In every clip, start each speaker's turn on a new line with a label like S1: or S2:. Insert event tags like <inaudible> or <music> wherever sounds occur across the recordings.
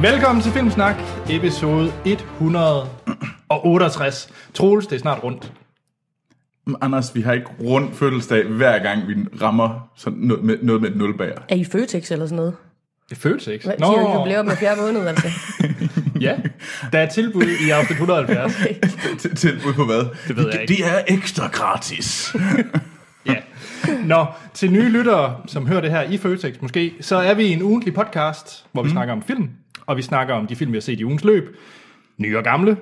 S1: Velkommen til Filmsnak, episode 168. Troels, det er snart rundt.
S2: Men Anders, vi har ikke rund fødselsdag hver gang, vi rammer sådan noget, med, noget med et nul bager.
S3: Er I Føtex eller sådan noget?
S1: Det føles ikke.
S3: Hvad, no. De har jo jubilæum med fjerde måned, altså.
S1: ja. Der er tilbud i afsnit 170. <laughs>
S2: Til- Tilbud på hvad?
S1: Det ved jeg ikke.
S2: Det er ekstra gratis.
S1: Ja. Nå, til nye lyttere, som hører det her i Føtex måske, så er vi i en ugentlig podcast, hvor vi mm. snakker om film, og vi snakker om de film, vi har set i ugens løb, nye og gamle.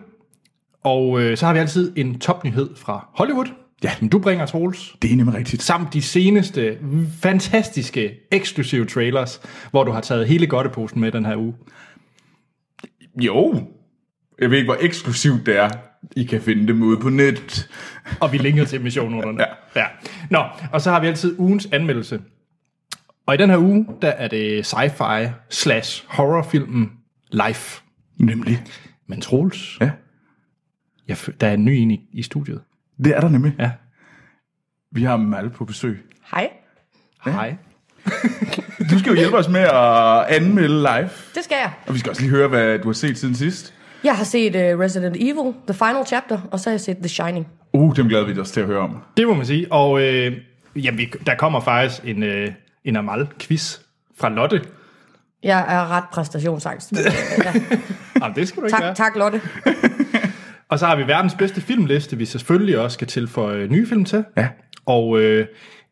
S1: Og øh, så har vi altid en topnyhed fra Hollywood, ja. som du bringer, Troels,
S2: Det er nemlig rigtigt.
S1: samt de seneste fantastiske, eksklusive trailers, hvor du har taget hele godteposen med den her uge.
S2: Jo. Jeg ved ikke, hvor eksklusivt det er. I kan finde dem ude på net.
S1: Og vi linker til missionerne. Ja. ja. Nå, og så har vi altid ugens anmeldelse. Og i den her uge, der er det sci-fi slash horrorfilmen Life.
S2: Nemlig.
S1: Men Troels,
S2: Ja,
S1: jeg, fø- der er en ny en i, i studiet.
S2: det er der nemlig.
S1: Ja.
S2: Vi har Mal på besøg.
S3: Hej.
S1: ja. Hej.
S2: Du skal jo hjælpe os med at anmelde live.
S3: Det skal jeg.
S2: Og vi skal også lige høre, hvad du har set siden sidst.
S3: Jeg har set uh, Resident Evil, The Final Chapter, og så har jeg set The Shining.
S2: Uh, dem glæder vi os til at høre om.
S1: Det må man sige. Og øh, jamen, vi- der kommer faktisk en, øh, en Amal-quiz fra Lotte.
S3: Jeg er ret præstationsangst. ja.
S1: Jamen, det skal du ikke være.
S3: tak, tak, Lotte.
S1: Og så har vi verdens bedste filmliste, vi selvfølgelig også skal tilføje nye film til.
S2: Ja.
S1: Og øh,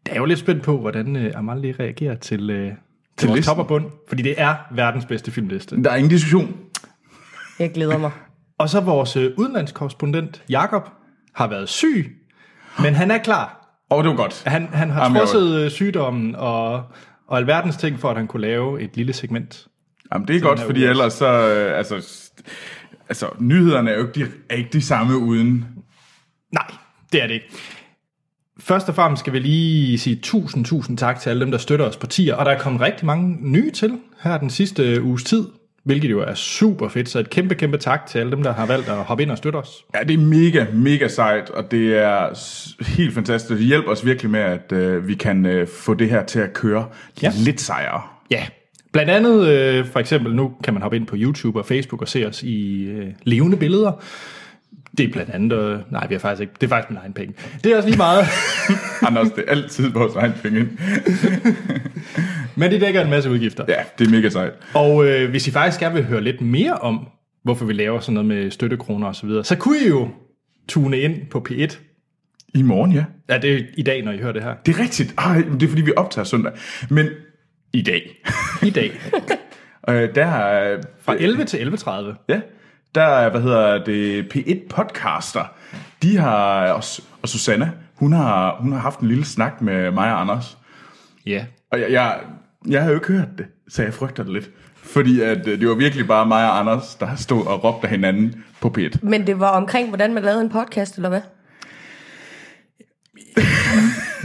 S1: der er jo lidt spændt på, hvordan øh, Amal lige reagerer til, øh, til, til vores
S2: listen.
S1: top og bund. Fordi det er verdens bedste filmliste.
S2: Der er ingen diskussion.
S3: Jeg glæder mig.
S1: Og så vores øh, udenlandskorrespondent, Jakob har været syg, men han er klar.
S2: Åh, oh, det var godt.
S1: Han, han har Jamen,
S2: Jamen, jeg-
S1: trodset øh, sygdommen og, og alverdens ting for, at han kunne lave et lille segment.
S2: Jamen, det er godt,
S1: her
S2: fordi
S1: uge.
S2: ellers så... øh, Altså, st- altså nyhederne er jo ikke de, er ikke de samme uden...
S1: Nej, det er det ikke. Først og fremmest skal vi lige sige tusind, tusind tak til alle dem, der støtter os på tier, og der er kommet rigtig mange nye til her den sidste uges tid, hvilket jo er super fedt, så et kæmpe, kæmpe tak til alle dem, der har valgt at hoppe ind og støtte os.
S2: Ja, det er mega, mega sejt, og det er s- helt fantastisk. Det hjælper os virkelig med, at øh, vi kan øh, få det her til at køre
S1: Ja.
S2: ja. lidt sejere.
S1: Ja, blandt andet øh, for eksempel, nu kan man hoppe ind på YouTube og Facebook og se os i øh, levende billeder. Det er blandt andet, øh, nej, vi har faktisk ikke, det er faktisk min egen penge. Det er også lige meget, <laughs>
S2: Anders, det er altid vores egen penge.
S1: men det dækker en masse udgifter.
S2: Ja, det er mega sejt.
S1: Og øh, hvis I faktisk gerne vil høre lidt mere om, hvorfor vi laver sådan noget med støttekroner og så videre, så kunne I jo tune ind på P1.
S2: I morgen, ja.
S1: Ja, det er i dag, når I hører det her.
S2: Det er rigtigt. Ej, men det er fordi, vi optager søndag. Men i dag,
S1: I dag.
S2: øh, der er...
S1: Fra 11 til 11.30.
S2: Ja, der er, hvad hedder det, P1 podcaster. De har, og, og Susanna, hun har, hun har haft en lille snak med mig og Anders.
S1: Ja.
S2: Og jeg, jeg, jeg har jo ikke hørt det, så jeg frygter det lidt. Fordi at, øh, det var virkelig bare mig og Anders, der har stået og råbt af hinanden på P1.
S3: Men det var omkring, hvordan man lavede en podcast, eller hvad?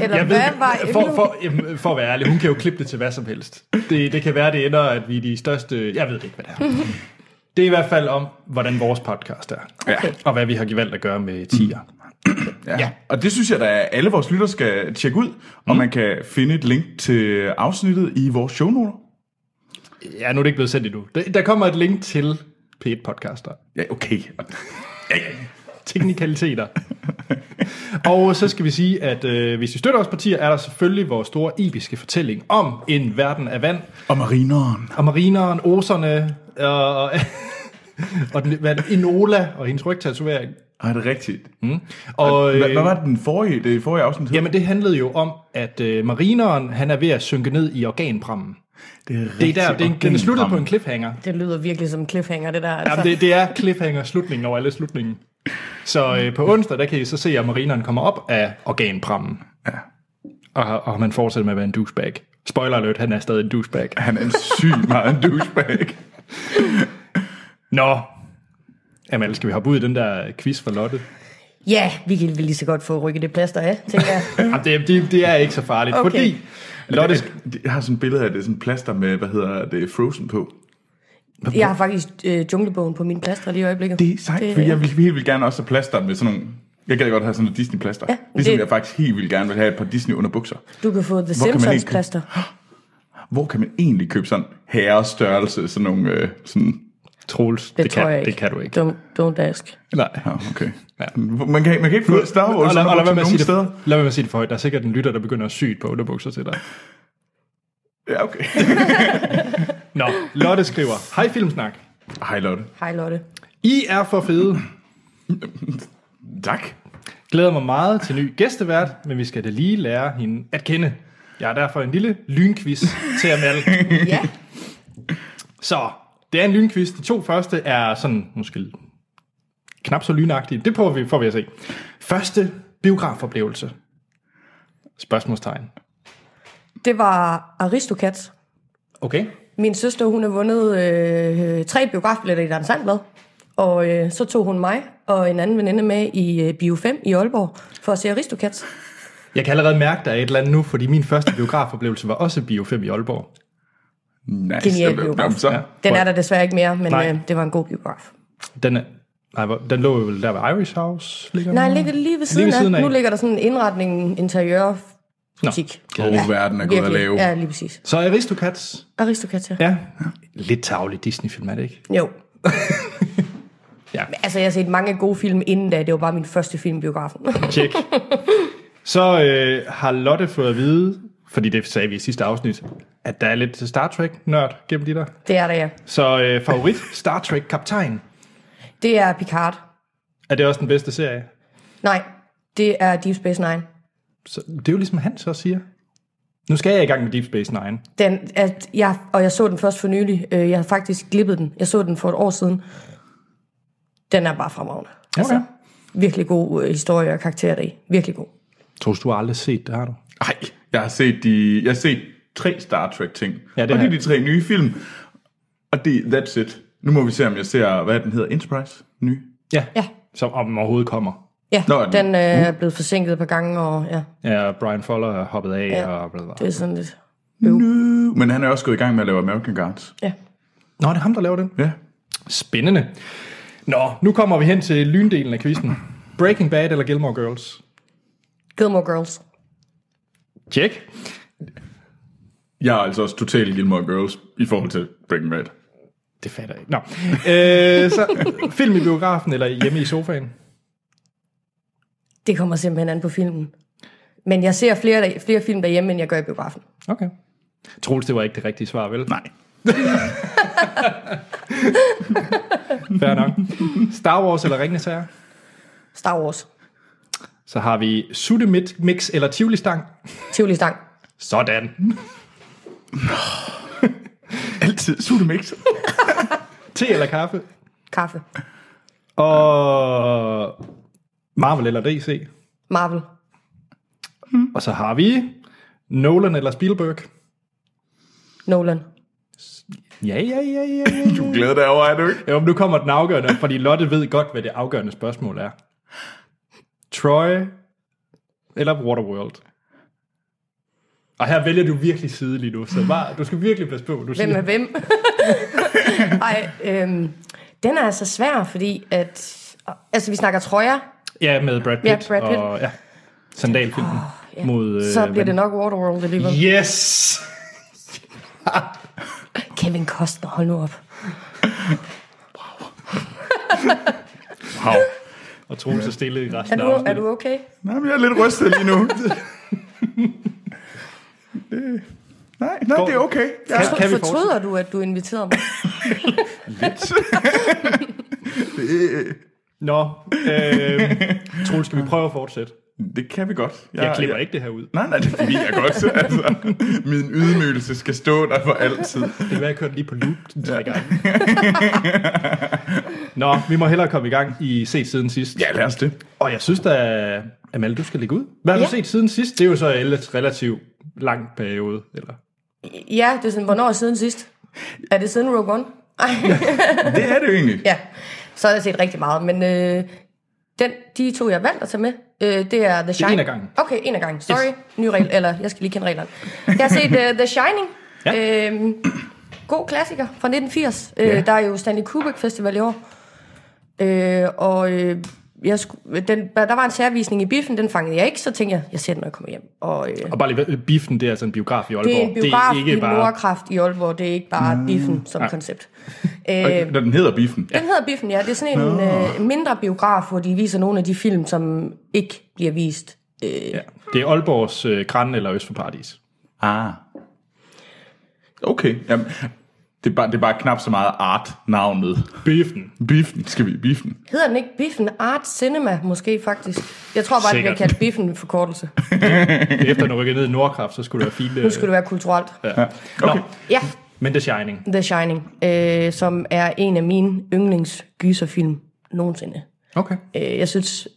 S3: Eller
S1: Jeg
S3: hvad var
S1: ved, for, for, jamen, for at være ærlig, hun kan jo klippe det til hvad som helst. Det, det kan være, det ender, at vi er de største... Jeg ved ikke, hvad det er. Det er i hvert fald om, hvordan vores podcast er.
S3: Okay.
S1: Og hvad vi har valgt at gøre med tier.
S2: Ja. ja. Og det synes jeg, at alle vores lytter skal tjekke ud. Og man kan finde et link til afsnittet i vores shownoter.
S1: Ja, nu er det ikke blevet sendt endnu. Der, der kommer et link til P1-podcaster.
S2: Ja, okay. Ja, ja.
S1: teknikaliteter. <laughs> og så skal vi sige, at øh, hvis I støtter os partier, er der selvfølgelig vores store episke fortælling om en verden af vand,
S2: Og marineren.
S1: og marineren, oserne, og, og, <laughs> og den, hvad, er det, Enola og hendes rygtatovering.
S2: Ej, det er rigtigt.
S1: Og,
S2: Hvad, hvad
S1: øh,
S2: var det den forrige, det forrige afsnit? hed?
S1: jamen, det handlede jo om, at øh, marineren, han er ved at synke ned i organprammen.
S2: Det er,
S1: Det er der, den, den er sluttet på en
S2: en...
S1: cliffhanger.
S3: Det lyder virkelig som en cliffhanger, det der. Altså.
S1: Jamen, det, det er cliffhanger slutningen over alle slutningen. Så øh, på onsdag, der kan I så se, at marineren kommer op af organprammen. Ja. Og, og man fortsætter med at være en douchebag. Spoiler alert, han er stadig en douchebag.
S2: Han er en syg meget en douchebag.
S1: Nå. Jamen, skal vi hoppe ud i den der quiz for Lotte?
S3: Ja, vi kan vel lige så godt få rykket det plaster af, tænker jeg.
S1: Jamen, det, det, det er ikke så farligt, okay.
S3: Okay.
S1: fordi Lotte...
S2: <laughs> Lotte, jeg har sådan et billede af, det er sådan en plaster med, hvad hedder det, Frozen på.
S3: Jeg har faktisk øh, junglebogen på min plaster lige i øjeblikket.
S2: Det er sejt, det, for jeg vil helt vildt gerne også have plaster med sådan nogle... Jeg gad godt have sådan noget Disney-plaster. Ja, ligesom
S3: det-
S2: jeg faktisk helt vildt gerne vil have et par Disney-underbukser.
S3: Du kan få The
S2: man
S3: Simpsons
S2: ikke-
S3: plaster.
S2: Hvor kan man egentlig købe sådan herrestørrelse, sådan nogle øh, sådan
S1: Troels, det,
S3: Det,
S1: det,
S3: tror
S1: kan,
S3: jeg ikke.
S1: det kan du ikke.
S3: Don't, don't ask.
S1: Nej.
S2: Ja, okay.
S1: Ja.
S2: Man, kan, man kan ikke få Star
S1: Og
S2: Wars
S1: lad, og lad, være med at sige
S2: nogen
S1: det,
S2: steder.
S1: lad være med at sige det for højt. Der er sikkert en lytter, der begynder at sy på underbukser til dig.
S2: Ja, okay.
S1: Nå, Lotte skriver, Hej Filmsnak.
S2: <laughs> Hej Lotte.
S3: Hej Lotte.
S1: I er for fede.
S2: Tak.
S1: Glæder mig meget til ny gæstevært, men vi skal da lige lære hende at kende. Jeg har derfor en lille lynquiz til jer med
S3: <laughs>
S1: alle.
S3: Ja,
S1: Så, det er en lynquiz. De to første er sådan, måske knap så lynagtige. Det prøver vi, får vi at se. Første biografoplevelse. Spørgsmålstegn.
S3: det var Aristocats.
S1: Okay.
S3: Min søster, hun har vundet øh, tre biografbilletter i Dans Sandblad. Og øh, så tog hun mig og en anden veninde med i øh, Bio 5 i Aalborg for at se Aristocats.
S1: Jeg kan allerede mærke, der er et eller andet nu, fordi min første biografoplevelse var også Bio 5 i Aalborg.
S2: Nice.
S3: Genial
S2: Jamen,
S3: biograf.
S2: jamen, så.
S1: Ja.
S3: Den er der desværre ikke mere, men
S1: Nej.
S3: øh, det var en god biograf.
S1: Den, er, nej, hvor- den lå jo vel der ved Irish House. Ligger
S3: Nej,
S1: den?
S3: ligger det lige ved siden, lige ved siden af. Nu ligger der sådan en indretning, interiør,
S1: Nå.
S3: butik.
S2: Åh, verden er gået at lave.
S3: Ja, lige præcis.
S1: Så Aristocats.
S3: Aristocats, ja.
S1: Ja. Lidt tavlig Disney-film, er det ikke?
S3: Jo.
S1: <laughs> Ja.
S3: Altså, jeg har set mange gode film inden da. Det var bare min første film i biografen.
S1: Tjek. <laughs> Så øh, har Lotte fået at vide, fordi det sagde vi i sidste afsnit, at der er lidt Star Trek-nørd gennem de der.
S3: det er der, ja.
S1: Så øh, <laughs> favorit Star Trek-kaptajn.
S3: Det er Picard.
S1: Er det også den bedste serie?
S3: Nej, det er Deep Space Nine.
S1: Så, det er jo ligesom han så siger. Nu skal jeg i gang med Deep Space Nine.
S3: Den, at jeg, og jeg så den først for nylig. Øh, Jeg har faktisk glippet den. Jeg så den for et år siden. Den er bare fremragende.
S1: Okay. Altså.
S3: Virkelig god øh, historie og karakterer deri. Virkelig god.
S1: Tror du, du har aldrig set det, har du?
S2: Ej, jeg har set de, jeg har set tre Star Trek ting.
S1: Ja,
S2: Ja,
S1: det
S2: det og
S1: har
S2: det er
S1: jeg.
S2: de tre nye film. Og det, that's it. Nu må vi se, om jeg ser, hvad er den hedder, Enterprise? Ny?
S1: Ja.
S3: Ja.
S1: Som om den overhovedet kommer.
S3: Ja,
S2: Nå,
S3: Nå,
S2: er den-
S3: den, den øh, er blevet forsinket et par gange, og ja,
S1: Ja, Brian Fuller er hoppet af ja. og bla bla.
S3: det er sådan lidt...
S2: Nu. Men han er også gået i gang med at lave American Guards.
S3: Ja.
S1: Nå, det er ham, der laver den.
S2: Ja.
S1: Spændende. Nå, nu kommer vi hen til lyndelen af quizzen. Breaking Bad eller Gilmore Girls?
S3: Gilmore Girls.
S1: Tjek.
S2: Jeg er altså også totalt Gilmore Girls i forhold til Breaking Bad.
S1: Det fatter jeg ikke. Nå. Øh, så, film i biografen eller hjemme i sofaen?
S3: Det kommer simpelthen an på filmen. Men jeg ser flere, flere film derhjemme, end jeg gør i biografen.
S1: Okay. Troels, det var ikke det rigtige svar, vel?
S2: Nej.
S1: Fair nok. Star Wars eller Ringende Sager?
S3: Star Wars.
S1: Så har vi Suttemit, Mix eller Tivoli Stang.
S3: Tivoli Stang.
S1: Sådan.
S2: Altid. Sutemix.
S1: Te eller kaffe?
S3: Kaffe.
S1: Og Marvel eller DC?
S3: Marvel.
S1: Og så har vi Nolan eller Spielberg.
S3: Nolan.
S1: Ja, ja, ja, ja, ja.
S2: Du glæder dig over, er du ikke?
S1: Jo, men nu kommer den afgørende, fordi Lotte ved godt, hvad det afgørende spørgsmål er. Troy eller Waterworld? Og her vælger du virkelig side lige nu, så bare, du skal virkelig passe på, hvad du
S3: Hvem
S1: siger. <laughs>
S3: er hvem? Ej, øhm, den er altså svær, fordi at... Altså, vi snakker trøjer,
S1: Ja, med Brad Pitt,
S3: Ja, Brad Pitt.
S1: og ja, sandalfilmen oh,
S3: ja.
S1: mod... Øh,
S3: så bliver
S1: hvad-
S3: det nok Waterworld alligevel.
S1: Yes!
S3: Kevin Costner, hold nu op.
S2: Hav.
S1: <laughs> Og Troels er stille i
S3: Er
S1: resten af
S3: du, er
S1: afsnittet.
S3: du okay?
S2: Nej, men jeg er lidt rystet lige
S1: <laughs>
S2: nu. det, nej, nej, det er okay. Jeg
S1: Kan- kan vi
S3: Fortryder du, at du inviterede mig?
S1: Nå, øh, <laughs> Troels, skal vi prøve at fortsætte?
S2: Det kan vi godt.
S1: Jeg klipper ikke det her ud.
S2: Nej, nej, det vil jeg godt. Altså, min ydmygelse skal stå der for altid.
S1: Det kan være, jeg kørte lige på loop den tre gange. Nå, vi må hellere komme i gang i set siden sidst.
S2: Ja, lad os det.
S1: Og jeg synes da, Amal, du skal ligge ud. Hvad har ja.
S3: Ja.
S1: du set siden sidst? Det er jo så ellers relativt lang periode. Eller?
S3: ja, det er sådan, hvornår er siden sidst? Er det siden Rogue One?
S2: Det er det jo egentlig.
S3: Ja, så har jeg set rigtig meget, men øh, den, de to, jeg valgte at tage med, øh, det er The Shining.
S1: en af gangen.
S3: Okay, en af gangen. Sorry, yes. ny regel, eller jeg skal lige kende reglerne. Jeg har set uh, The Shining.
S1: Ja.
S3: Øh, god klassiker fra 1980. Øh, Der er jo Stanley Kubrick Festival i år. Øh, og øh, jeg skulle, den, der var en særvisning i biffen, den fangede jeg ikke, så tænkte jeg, jeg ser den, når jeg kommer hjem. Og, øh,
S1: Og bare lige, ved- biffen, det er altså en biograf i Aalborg.
S3: det er Mm. en biograf
S1: det er
S3: i
S1: ikke bare...
S3: Nordkraft i Aalborg, det er ikke bare biffen som koncept. Øh,
S2: Når den hedder Biffen.
S3: Den hedder Biffen, ja. Det er sådan en øh, mindre biograf, hvor de viser nogle af de film, som ikke bliver vist. Øh, ja.
S1: Det er Aalborgs øh, Gran eller Øst for Paradis.
S2: Ah. Okay, jamen, det er, bare, det er bare knap så meget art-navnet.
S1: Biffen.
S2: Biffen, skal vi biffen?
S3: Hedder den ikke Biffen Art Cinema, måske faktisk? Jeg tror bare, det bliver
S1: Sikkert.
S3: kaldt Biffen forkortelse.
S1: Efter at rykkede ned i Nordkraft, så skulle der være fint...
S3: Nu skulle det være kulturelt.
S1: Okay. Nå,
S3: Ja,
S1: men The Shining.
S3: The Shining, øh, som er en af mine yndlingsgyserfilm nogensinde.
S1: Okay.
S3: Øh, jeg synes,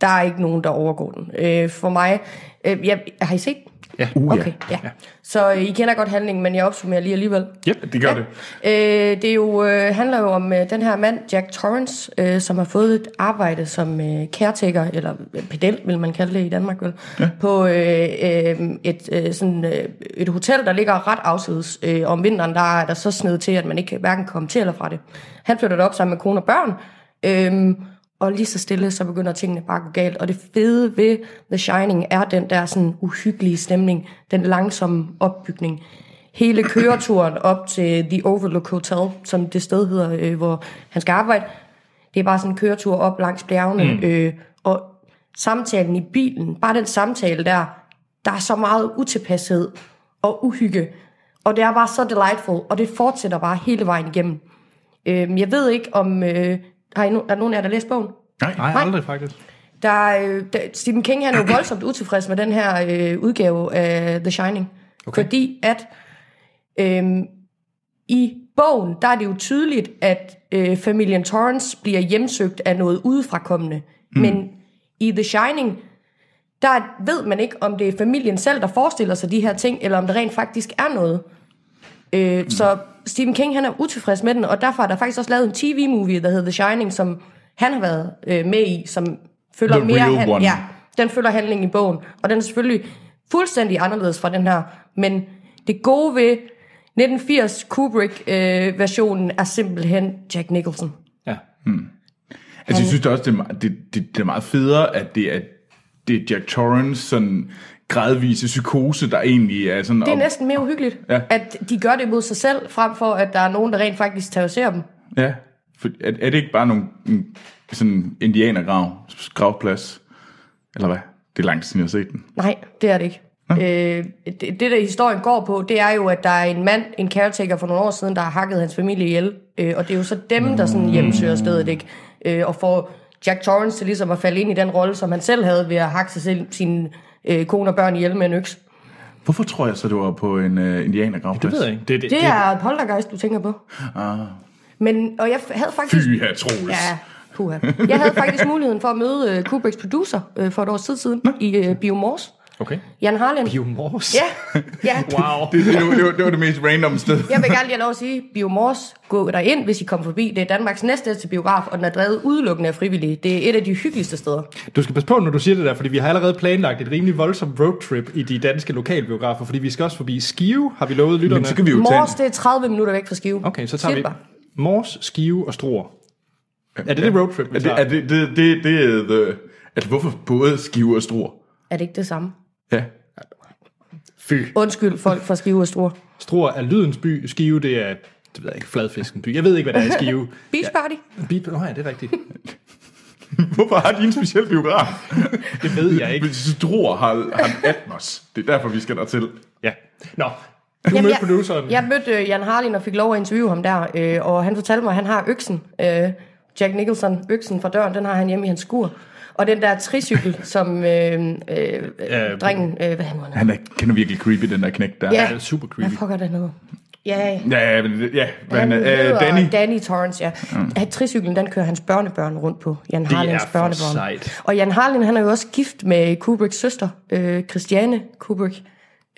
S3: der er ikke nogen, der overgår den. Øh, for mig... Øh, jeg, har I set den?
S1: Ja.
S2: Uh, ja.
S3: Okay, ja. ja. Så øh, I kender godt handlingen, men jeg opsummerer lige alligevel.
S1: Yep.
S2: Det gør det.
S3: Øh, det er jo, øh, handler jo om øh, den her mand, Jack Torrance, øh, som har fået et arbejde som øh, caretaker, eller øh, pedel vil man kalde det i Danmark, vel? Ja. På øh, øh, et, øh, sådan, øh, et hotel, der ligger ret afsides. Øh, om vinteren der er der så sned til, at man ikke kan hverken komme til eller fra det. Han flytter op sammen med kone og børn, Øhm, og lige så stille, så begynder tingene bare at gå galt. Og det fede ved The Shining er den der sådan uhyggelige stemning, den langsomme opbygning. Hele køreturen op til The Overlook Hotel, som det sted hedder, øh, hvor han skal arbejde, det er bare sådan en køretur op langs bjergene. Mm. Øh, og samtalen i bilen, bare den samtale der, der er så meget utilpashed og uhygge. Og det er bare så delightful, og det fortsætter bare hele vejen igennem. Øhm, jeg ved ikke om... Øh, har I no- er der nogen af jer, der læst bogen?
S1: Nej,
S3: Nej.
S1: aldrig faktisk.
S3: Der, er, øh, der, Stephen King <clears throat> han er jo voldsomt utilfreds med den her øh, udgave af The Shining. Okay. Fordi at øhm, i bogen, der er det jo tydeligt, at øh, familien Torrance bliver hjemsøgt af noget udefrakommende. Mm. Men i The Shining, der ved man ikke, om det er familien selv, der forestiller sig de her ting, eller om det rent faktisk er noget. Øh, Så Stephen King, han er utilfreds med den, og derfor er der faktisk også lavet en tv-movie, der hedder The Shining, som han har været øh, med i, som følger
S2: The
S3: mere...
S2: real
S3: han-
S2: one.
S3: Ja, den følger handlingen i bogen, og den er selvfølgelig fuldstændig anderledes fra den her, men det gode ved 1980 Kubrick-versionen øh, er simpelthen Jack Nicholson.
S1: Ja.
S2: Altså, jeg synes da også, det er, me- det, det, det er meget federe, at det er, det er Jack Torrance sådan gradvise psykose, der egentlig er sådan...
S3: Det er næsten mere uhyggeligt,
S2: Ja.
S3: at de gør det mod sig selv, frem for at der er nogen, der rent faktisk terroriserer dem.
S2: Ja, for er, er det ikke bare nogle en, sådan indianergrav, gravplads? Eller hvad? Det er langt siden, jeg har set den.
S3: Nej, det er det ikke. Øh, det, det, der historien går på, det er jo, at der er en mand, en caretaker for nogle år siden, der har hakket hans familie ihjel. Øh, og det er jo så dem, der
S2: Mm.
S3: sådan hjemsøger stedet, ikke? Øh, og får Jack Torrance til ligesom at falde ind i den rolle, som han selv havde ved at hakke sig selv, sin øh, kone og børn ihjel med en øks.
S2: Hvorfor tror jeg så, det var på en uh, indianergravplads?
S1: Det ved jeg ikke. Det, det,
S3: Det er poltergeist, du tænker på. Ah. Men, og jeg f- havde faktisk...
S2: Fy her, Troels.
S3: Ja, puha. Jeg havde faktisk muligheden for at møde øh, Kubricks producer øh, for et års tid siden i øh, Biomors.
S1: Okay.
S3: Jan Harland.
S1: Humors.
S3: Ja, ja.
S1: Wow.
S2: Det, det, det, var, det, var, det var det mest random <laughs> sted.
S3: Jeg vil gerne lige have lov at sige, Biomors, gå der ind, hvis I kommer forbi. Det er Danmarks næstældste biograf, og den er drevet udelukkende af frivillige. Det er et af de hyggeligste steder.
S1: Du skal passe på, når du siger det der, fordi vi har allerede planlagt et rimelig voldsomt roadtrip i de danske lokalbiografer, fordi vi skal også forbi Skive, har vi lovet lytterne.
S2: Men så kan vi jo tage...
S3: Mors, det er 30 minutter væk fra Skive.
S1: Okay, så
S3: Siger
S1: tager
S3: det
S1: vi
S3: bare.
S1: Mors, Skive og Struer. Er det det roadtrip, vi
S2: Er det,
S1: tager?
S2: er det, det, det, det er the, altså, hvorfor både skive og struer?
S3: Er det ikke det samme?
S2: Ja.
S1: Fy.
S3: Undskyld, folk fra Skive og Struer.
S1: Struer er lydens by, Skive det er, det ved jeg ikke, fladfisken by. Jeg ved ikke, hvad der er i
S3: <laughs>
S1: Skive.
S3: Beach party?
S1: Bip, oh, ja, det er
S2: <laughs>
S1: rigtigt.
S2: <laughs> Hvorfor har de en speciel biograf?
S1: <laughs> Det ved jeg ikke.
S2: Hvis Struer har, har Atmos. Det er derfor, vi skal dertil.
S1: Ja. Nå, du Jamen, mødte produceren.
S3: Jeg, jeg mødte øh, Jan Harlin og fik lov at interviewe ham der, øh, og han fortalte mig, at han har øksen. Øh, Jack Nicholson, øksen fra døren, den har han hjemme i hans skur. Og den der tricykel, som øh, øh, øh, drengen... Øh, hvad han var
S2: Han er, kan virkelig creepy, den der knæk der.
S1: Det er super
S3: Hvad
S1: creepy.
S3: fucker den hedder? Ja,
S2: Ja, men, det- ja. Men,
S3: han
S2: øh,
S3: hedder
S2: Danny.
S3: Danny Torrance, ja. Mm. Tricyklen, den kører hans børnebørn rundt på. Jan
S1: er
S3: Harlins
S1: for
S3: børnebørn.
S1: sejt.
S3: Og Jan Harlin, han er jo også gift med Kubricks søster, øh, Christiane Kubrick.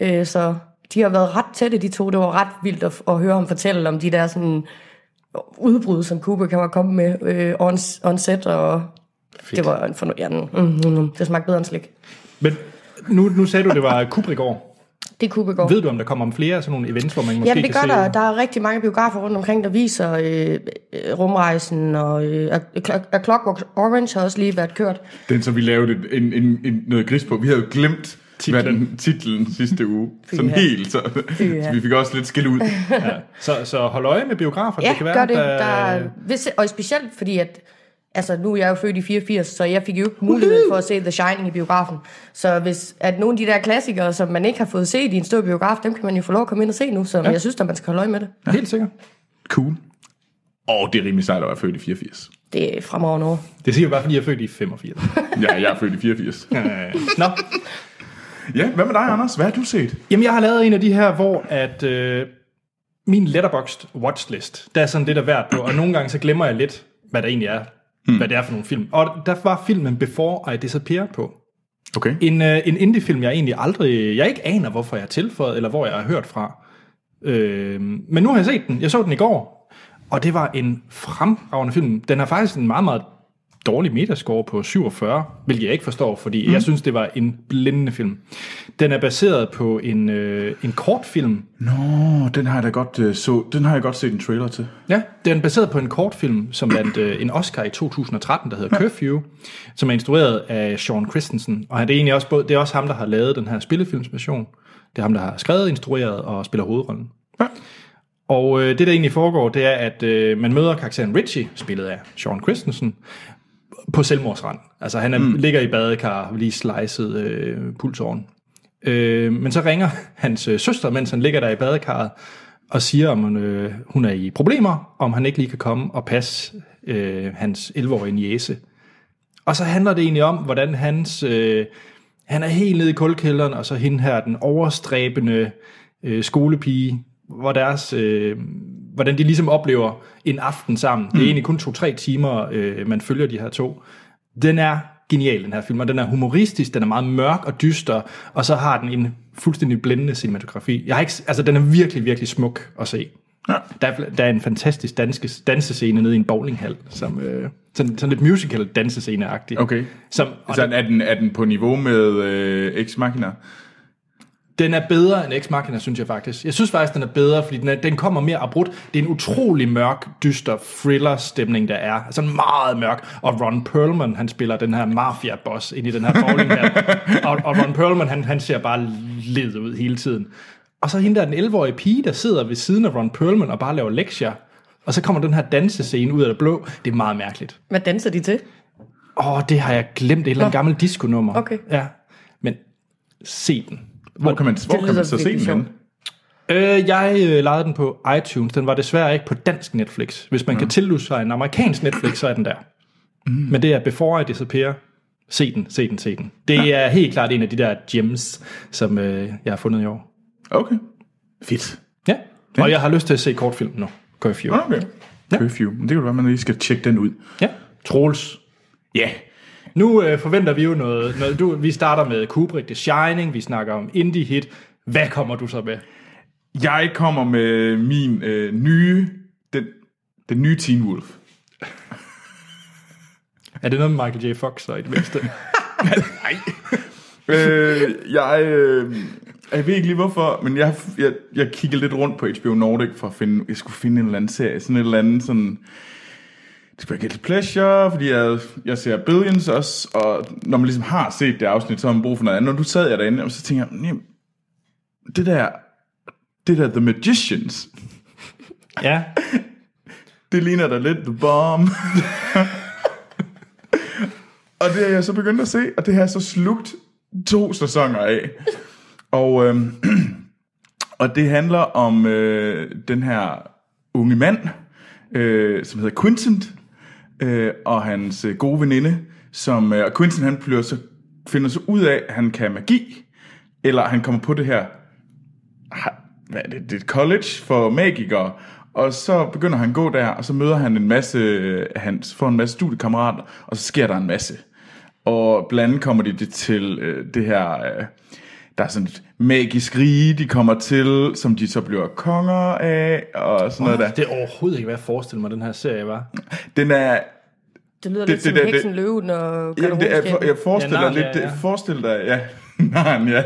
S3: Øh, så de har været ret tætte, de to. Det var ret vildt at, at høre ham fortælle om de der sådan udbrud, som Kubrick han var kommet med øh, on, on set, og Fedt. det var en fornu- ja, mm, mm, mm, det smagte bedre end slik.
S1: Men nu, nu sagde du, det var Kubrick-år.
S3: Det kunne gå.
S1: Ved du, om der kommer flere af sådan nogle events, hvor man måske
S3: Jamen det
S1: kan
S3: gør
S1: se...
S3: der. Der er rigtig mange biografer rundt omkring, der viser øh, øh, rumrejsen, og øh, A, A- A Clockwork Orange har også lige været kørt.
S2: Den, som vi lavede et- en, en, en, noget gris på. Vi havde jo glemt titlen, hvad den, titlen sidste uge. Sådan
S3: Fyha.
S2: helt. Så, så <laughs> vi fik også lidt skæld ud.
S1: Så, så hold øje med biografer.
S3: Ja,
S1: det kan være, øh,
S3: gør det.
S1: Der...
S3: Der... er- Hvis, og specielt fordi, at altså, nu er jeg jo født i 84, så jeg fik jo ikke mulighed for at se The Shining i biografen. Så hvis at nogle af de der klassikere, som man ikke har fået set i en stor biograf, dem kan man jo få lov at komme ind og se nu, så ja. jeg synes, at man skal holde øje med det.
S1: Helt sikkert.
S2: Cool. Og det er rimelig sejt at være født i 84.
S3: Det er fremover noget.
S1: Det siger jeg bare, fordi jeg er født i
S3: <laughs>
S1: 85.
S2: Ja, jeg er født i 84.
S1: Øh, Nå,
S2: Ja, hvad med dig, Anders? Hvad har du set?
S1: jamen jeg har lavet en af de her, hvor at øh, min letterboxd watchlist, der er sådan lidt af hvert på, og nogle gange så glemmer jeg lidt, hvad der egentlig er, hvad det er for nogle film. Og der var filmen Before I Disappear på.
S2: Okay.
S1: En, øh, en indie-film, jeg egentlig aldrig... Jeg ikke aner, hvorfor jeg har tilføjet, eller hvor jeg har hørt fra. Øh, men nu har jeg set den. Jeg så den i går. Og det var en fremragende film. Den har faktisk en meget, meget dårlig metascore på 47, hvilket jeg ikke forstår, fordi mm. jeg synes, det var en blændende film. Den er baseret på en, øh, en kortfilm,
S2: Nå, den har jeg da godt, øh, så, den har jeg godt set en trailer til.
S1: Ja, den er baseret på en kortfilm, som vandt øh, en Oscar i 2013, der hedder Curfew, som er instrueret af Sean Christensen. Og han- det er egentlig også, både, det er også ham, der har lavet den her spillefilmsversion. Det er ham, der har skrevet, instrueret og spiller hovedrollen.
S2: Ja.
S1: Og øh, det, der egentlig foregår, det er, at øh, man møder karakteren Richie, spillet af Sean Christensen, på selvmordsrand. Altså han er, mm. ligger i badekar, lige slicet øh, pulsåren. Øh, men så ringer hans øh, søster, mens han ligger der i badekarret, og siger, om hun, øh, hun er i problemer, om han ikke lige kan komme og passe øh, hans 11-årige niece. Og så handler det egentlig om, hvordan hans... Øh, han er helt nede i kulkælderen, og så hende her, den overstræbende øh, skolepige, hvor deres, øh, hvordan de ligesom oplever en aften sammen. Det er egentlig kun to-tre timer, øh, man følger de her to. Den er genial, den her film, og den er humoristisk, den er meget mørk og dyster, og så har den en fuldstændig blændende cinematografi. Jeg har ikke, altså, den er virkelig, virkelig smuk at se.
S2: Ja.
S1: Der, er, der er en fantastisk danske, dansescene nede i en bowlinghal, som, øh, sådan, sådan lidt musical dansescene-agtig.
S2: Okay.
S1: Som, og
S2: Så er den, er den på niveau med øh, X Machina?
S1: Den er bedre end Ex Machina, synes jeg faktisk. Jeg synes faktisk, den er bedre, fordi den, er, den kommer mere abrupt. Det er en utrolig mørk, dyster thriller-stemning, der er. Sådan meget mørk. Og Ron Perlman, han spiller den her mafia-boss ind i den her bowling her. og, og Ron Perlman, han, han ser bare led ud hele tiden. Og så hende der, den 11-årige pige, der sidder ved siden af Ron Perlman og bare laver lektier. Og så kommer den her dansescene ud af det blå. Det er meget mærkeligt.
S3: Hvad danser de til?
S1: Åh, oh, det har jeg glemt. Et eller andet gammelt disco-nummer.
S3: Okay.
S1: Ja. Men se den.
S2: Hvor kan man, hvor kan
S3: lyder
S2: man så se
S3: virkelig
S2: den
S3: sjovt.
S2: henne?
S1: Øh, jeg øh, lejede den på iTunes. Den var desværre ikke på dansk Netflix. Hvis man kan tillude sig en amerikansk Netflix, så er den der. Mm. Men det er Before I Disappear. Se den, se den, se den. Det ja. er helt klart en af de der gems, som øh, jeg har fundet i år.
S2: Okay. Fedt.
S1: Ja, og jeg har lyst til at se kortfilm nu. Curfew. Ja.
S2: Okay. Ja. Curfew. Men Det kan jo være, man lige skal tjekke den ud.
S1: ja. Troels.
S2: Ja.
S1: Nu øh, forventer vi jo noget. noget du, vi starter med Kubrick, The Shining. Vi snakker om Indie Hit. Hvad kommer du så med?
S2: Jeg kommer med min øh, nye, den, den nye Teen Wolf.
S1: Er det noget med Michael J. Fox så i det mindste?
S2: øh, jeg, øh, jeg ved ikke lige hvorfor, men jeg, jeg, jeg kiggede lidt rundt på HBO Nordic for at finde, jeg skulle finde en eller anden serie, sådan et eller andet sådan, det skulle være Guilty Pleasure, fordi jeg, jeg ser Billions også, og når man ligesom har set det afsnit, så har man brug for noget andet. Og nu sad jeg derinde, og så tænkte jeg, "Jamen, det der, det der The Magicians,
S1: <laughs> ja.
S2: det ligner da lidt The Bomb. og det er jeg så begyndt at se, og det har jeg så slugt to sæsoner af. Og, øhm, <clears throat> og det handler om øh, den her unge mand, øh, som hedder Quinton, øh, og hans øh, gode veninde, som, øh, og Quinton han bliver så, finder så ud af, at han kan magi, eller han kommer på det her har- hvad er det, det er et college for magikere. Og så begynder han at gå der, og så møder han en masse, øh, han får en masse studiekammerater, og så sker der en masse. Og blandt andet kommer de det til øh, det her, øh, der er sådan et magisk rige, de kommer til, som de så bliver konger af, og sådan noget der.
S1: Det er overhovedet ikke, hvad jeg forestillede mig, den her serie var.
S2: Den er,
S3: Det lyder
S2: det-
S3: det, lidt det, som
S2: det-
S3: det,
S2: det-
S3: heksen, løven og
S2: jamen, det er jeg
S3: garderobeskabet.
S2: jeg forestiller
S1: Ja,
S2: ja,
S1: nej,
S2: lidt,
S1: ja, ja.
S2: forestil dig, ja, <laughs> Nej, han ja,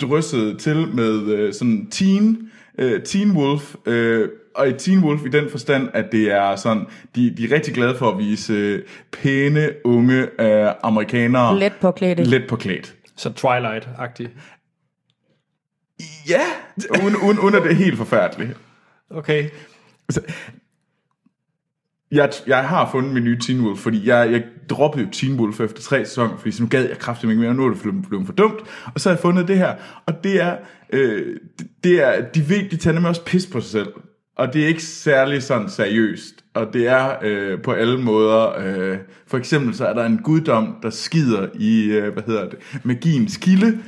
S2: drysset til med øh, sådan teen, øh, teen wolf, øh, og i Teen Wolf i den forstand, at det er sådan, de, de er rigtig glade for at vise øh, pæne, unge øh, amerikanere.
S3: Let påklædte.
S2: Let påklædt.
S1: Så Twilight-agtig.
S2: Ja, uden, uden, uden at det er helt forfærdeligt.
S1: Okay.
S2: Jeg, jeg har fundet min nye Teen Wolf, fordi jeg, jeg droppede jo Teen Wolf efter tre sæsoner, fordi så nu gad jeg kraftigt ikke mere, og nu er det blevet, blevet for dumt. Og så har jeg fundet det her, og det er, øh, det- det er de ved, de tager nemlig også pis på sig selv. Og det er ikke særlig sådan seriøst, og det er øh, på alle måder, øh, for eksempel så er der en guddom, der skider i, øh, hvad hedder det, magiens kilde,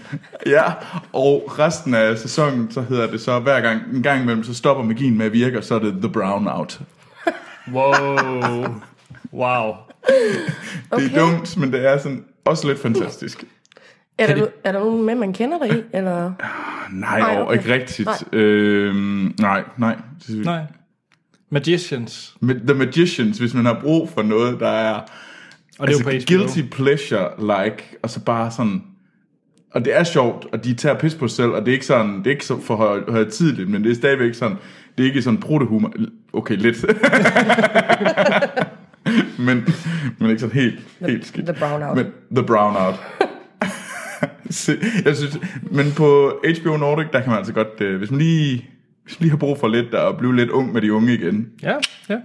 S2: ja, og resten af sæsonen, så hedder det så hver gang, en gang imellem, så stopper magien med at virke, og så er det The Brown Out.
S1: Wow. Wow.
S2: Det
S3: Okay.
S2: er dumt, men det er sådan også lidt fantastisk.
S3: Er der, no- er der nogen med, man kender dig i? Eller?
S2: Nej,
S3: Nej,
S2: nej
S3: okay.
S2: okay. ikke rigtigt.
S3: Nej.
S2: Nej. Øhm, nej, nej. nej.
S1: Nej. Magicians.
S2: The Magicians, hvis man har brug for noget, der er,
S1: Og det
S2: altså,
S1: er jo på HBO.
S2: guilty pleasure-like, og så bare sådan... Og det er sjovt, og de tager pis på sig selv, og det er ikke sådan, det er ikke så for høj- højtideligt, men det er stadigvæk sådan, det er ikke sådan protehumor. Okay, lidt. <laughs> men, men ikke sådan helt, helt skidt.
S3: The Brown Out.
S2: Men, the brown out. <laughs> Se, jeg synes, men på HBO Nordic, der kan man altså godt, øh, hvis man lige, hvis man lige har brug for lidt, og blive lidt ung med de unge igen,
S1: Ja, ja.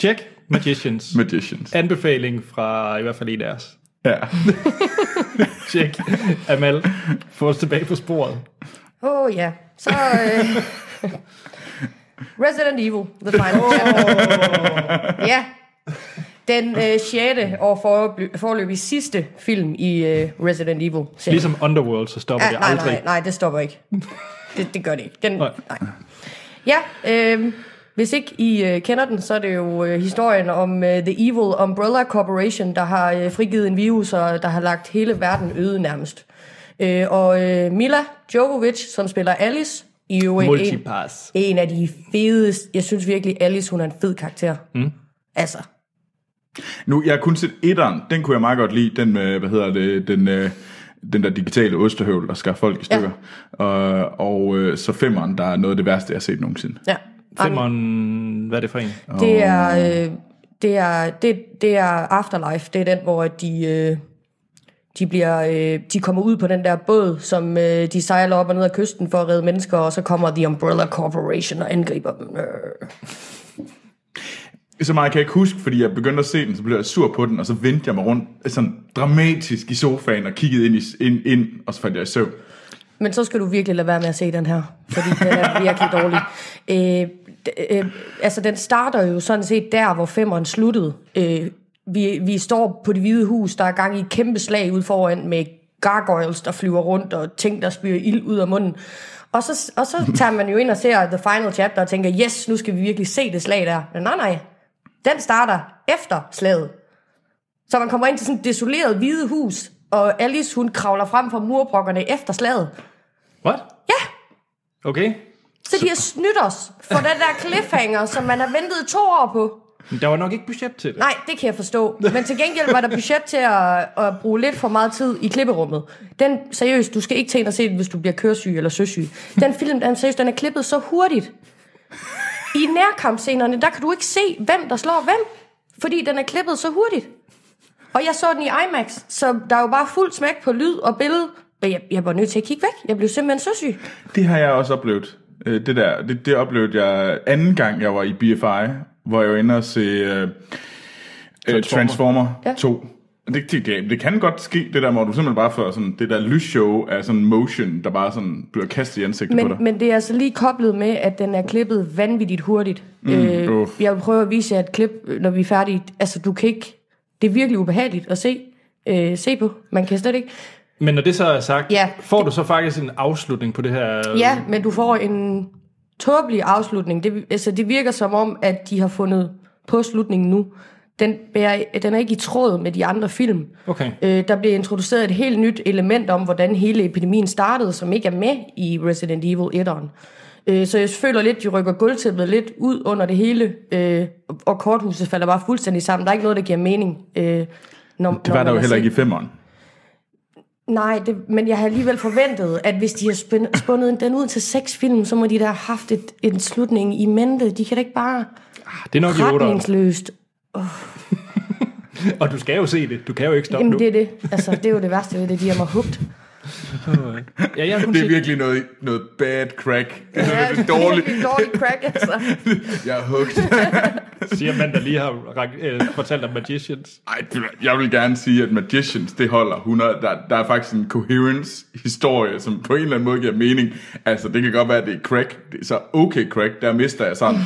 S1: Tjek Magicians.
S2: Magicians.
S1: <laughs> Anbefaling fra i hvert fald en af os.
S2: Ja.
S1: Tjek. Amal, få os tilbage på sporet.
S3: Åh oh, ja, så... Øh, <laughs> Resident Evil, The Final Chapter. Ja, den øh, sjette og foreløb- foreløbig sidste film i øh, Resident Evil.
S1: Ligesom Underworld, så stopper det
S3: nej,
S1: aldrig.
S3: nej, nej, det stopper ikke. Det, det gør det ikke. Den, nej.
S1: Nej.
S3: Ja, øh, hvis ikke I øh, kender den, så er det jo øh, historien om øh, The Evil Umbrella Corporation, der har øh, frigivet en virus, og der har lagt hele verden øde nærmest. Øh, og øh, Mila Jovovich, som spiller Alice, i øvrigt en,
S1: Multipass.
S3: en af de fedeste. Jeg synes virkelig, Alice hun er en fed karakter. Mm. Altså,
S2: Nu, jeg har kun set etteren. Den kunne jeg meget godt lide. Den med, hvad hedder det, den, øh, den der digitale ostehøvl, der skar folk i stykker. Ja. Og, og øh, så femeren, der er noget af det værste, jeg har set nogensinde.
S3: ja.
S1: Femmeren, hvad er det for en?
S3: Det er, øh, det, er, det, det er Afterlife. Det er den, hvor de, øh, de, bliver, øh, de kommer ud på den der båd, som øh, de sejler op og ned ad kysten for at redde mennesker, og så kommer The Umbrella Corporation og angriber dem. Øh.
S2: Så meget kan jeg ikke huske, fordi jeg begyndte at se den, så blev jeg sur på den, og så vendte jeg mig rundt sådan dramatisk i sofaen og kiggede ind, i, ind, ind og så faldt jeg i søvn.
S3: Men så skal du virkelig lade være med at se den her, fordi den er virkelig dårlig. Øh, d- øh, altså, den starter jo sådan set der, hvor femmeren sluttede. Øh, vi, vi står på det hvide hus, der er gang i et kæmpe slag ud foran med gargoyles, der flyver rundt, og ting, der spyrer ild ud af munden. Og så, og så tager man jo ind og ser The Final Chapter og tænker, yes, nu skal vi virkelig se det slag der. Men nej, nej, den starter efter slaget. Så man kommer ind til sådan et desoleret hvide hus, og Alice, hun kravler frem fra murbrokkerne efter slaget.
S1: What?
S3: Ja,
S1: Okay.
S3: så de har snydt os for den der cliffhanger, som man har ventet to år på.
S1: Men der var nok ikke budget til det.
S3: Nej, det kan jeg forstå. Men til gengæld var der budget til at, at bruge lidt for meget tid i klipperummet. Den, seriøst, du skal ikke tænke at se den, hvis du bliver køresyg eller søsyg. Den film, den, seriøst, den er klippet så hurtigt. I nærkampscenerne, der kan du ikke se, hvem der slår hvem, fordi den er klippet så hurtigt. Og jeg så den i IMAX, så der er jo bare fuld smæk på lyd og billede. Men jeg, jeg var nødt til at kigge væk. Jeg blev simpelthen søsyg.
S2: Det har jeg også oplevet. Øh, Det der, det, det oplevede jeg anden gang, jeg var i BFI, hvor jeg var inde og se øh, Transformer, Transformer
S3: Ja.
S2: ja. 2. Det, det, det, det kan godt ske, det der, hvor du simpelthen bare får sådan, det der lysshow af sådan motion, der bare sådan bliver kastet i ansigtet på
S3: Men,
S2: dig.
S3: men det er altså lige koblet med, at den er klippet vanvittigt hurtigt. Mm, øh,
S2: uff.
S3: jeg vil prøve at vise jer et klip, øh, når vi er færdige. Altså, du kan ikke... Det er virkelig ubehageligt at se, øh, se på. Man kan slet ikke...
S1: Men når det så er sagt,
S3: Ja.
S1: får du så faktisk en afslutning på det her? øh,
S3: Ja, men du får en tåbelig afslutning. Det, altså, det virker som om, at de har fundet på slutningen nu. Den, bærer, den er ikke i tråd med de andre film.
S1: Okay.
S3: Øh, der bliver introduceret et helt nyt element om, hvordan hele epidemien startede, som ikke er med i Resident Evil 1'eren. Øh, så jeg føler lidt, de rykker gulvtæppet lidt ud under det hele, øh, og korthuset falder bare fuldstændig sammen. Der er ikke noget, der giver mening. Øh, når,
S2: Det var der jo heller ikke i femmeren.
S3: Nej, det, men jeg havde alligevel forventet, at hvis de har spin- spundet den ud til seks film, så må de da have haft et, en slutning i mente. De kan da ikke bare
S1: Det er nok i otteren.
S3: retningsløst.
S1: Og du skal jo se det. Du kan jo ikke stoppe
S3: Jamen
S1: nu.
S3: det er det. Altså, det er jo det værste ved det, de har mig hugt.
S1: Ja, <laughs> jeg har kun
S2: Det er
S1: set
S2: virkelig noget, noget bad crack. <laughs> Ja, det er
S3: dårligt. <laughs>
S2: dårligt.
S3: Det er dårlig crack, altså.
S2: Jeg er hooked.
S1: siger mand, der lige har rak- øh, fortalt om Magicians.
S2: Ej, det- jeg vil gerne sige, at Magicians, det holder 100. Der, der er faktisk en coherence-historie, som på en eller anden måde giver mening. Altså, det kan godt være, at det er crack. Det er så okay crack, der mister jeg sådan...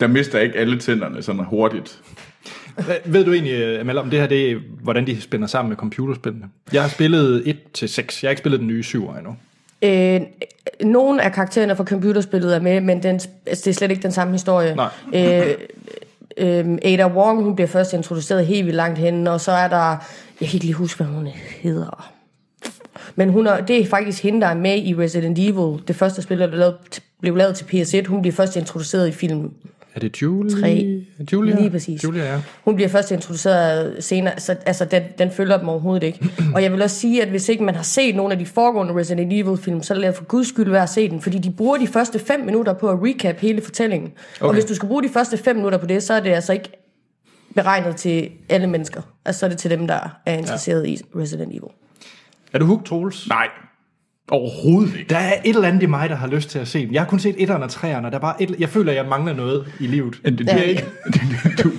S2: Der mister jeg ikke alle tænderne sådan hurtigt.
S1: Hvad- Ved du egentlig, øh, Amal, om det her, det er, hvordan de spænder sammen med computerspillene? Jeg har spillet 1-6. Jeg har ikke spillet den nye 7'er endnu.
S3: Øh, nogle af karaktererne fra computerspillet er med, men den, altså, det er slet ikke den samme historie.
S1: Nej.
S3: Øh, øh, Ada Wong, hun bliver først introduceret helt vildt langt hen, og så er der... Jeg kan ikke lige huske, hvad hun hedder. Men hun er, det er faktisk hende, der er med i Resident Evil. Det første spil, der blev lavet, blev lavet til PS1. Hun bliver først introduceret i filmen.
S1: Er det Julie?
S3: Tre.
S1: Julia?
S3: Lige præcis.
S1: Julia, ja.
S3: Hun bliver først introduceret senere, så altså, den, den følger dem overhovedet ikke. Og jeg vil også sige, at hvis ikke man har set nogle af de foregående Resident Evil-film, så lad for guds skyld være at se den, fordi de bruger de første fem minutter på at recap hele fortællingen. Okay. Og hvis du skal bruge de første fem minutter på det, så er det altså ikke beregnet til alle mennesker. Altså så er det til dem, der er interesseret ja. i Resident Evil.
S1: Er du hooked, Troels?
S2: Nej, overhovedet ikke.
S1: Der er et eller andet i mig, der har lyst til at se dem. Jeg har kun set 1'eren og 3'eren, og der er bare et, jeg føler, at jeg mangler noget i livet.
S2: Det, det,
S3: Ja.
S2: er ikke. Du-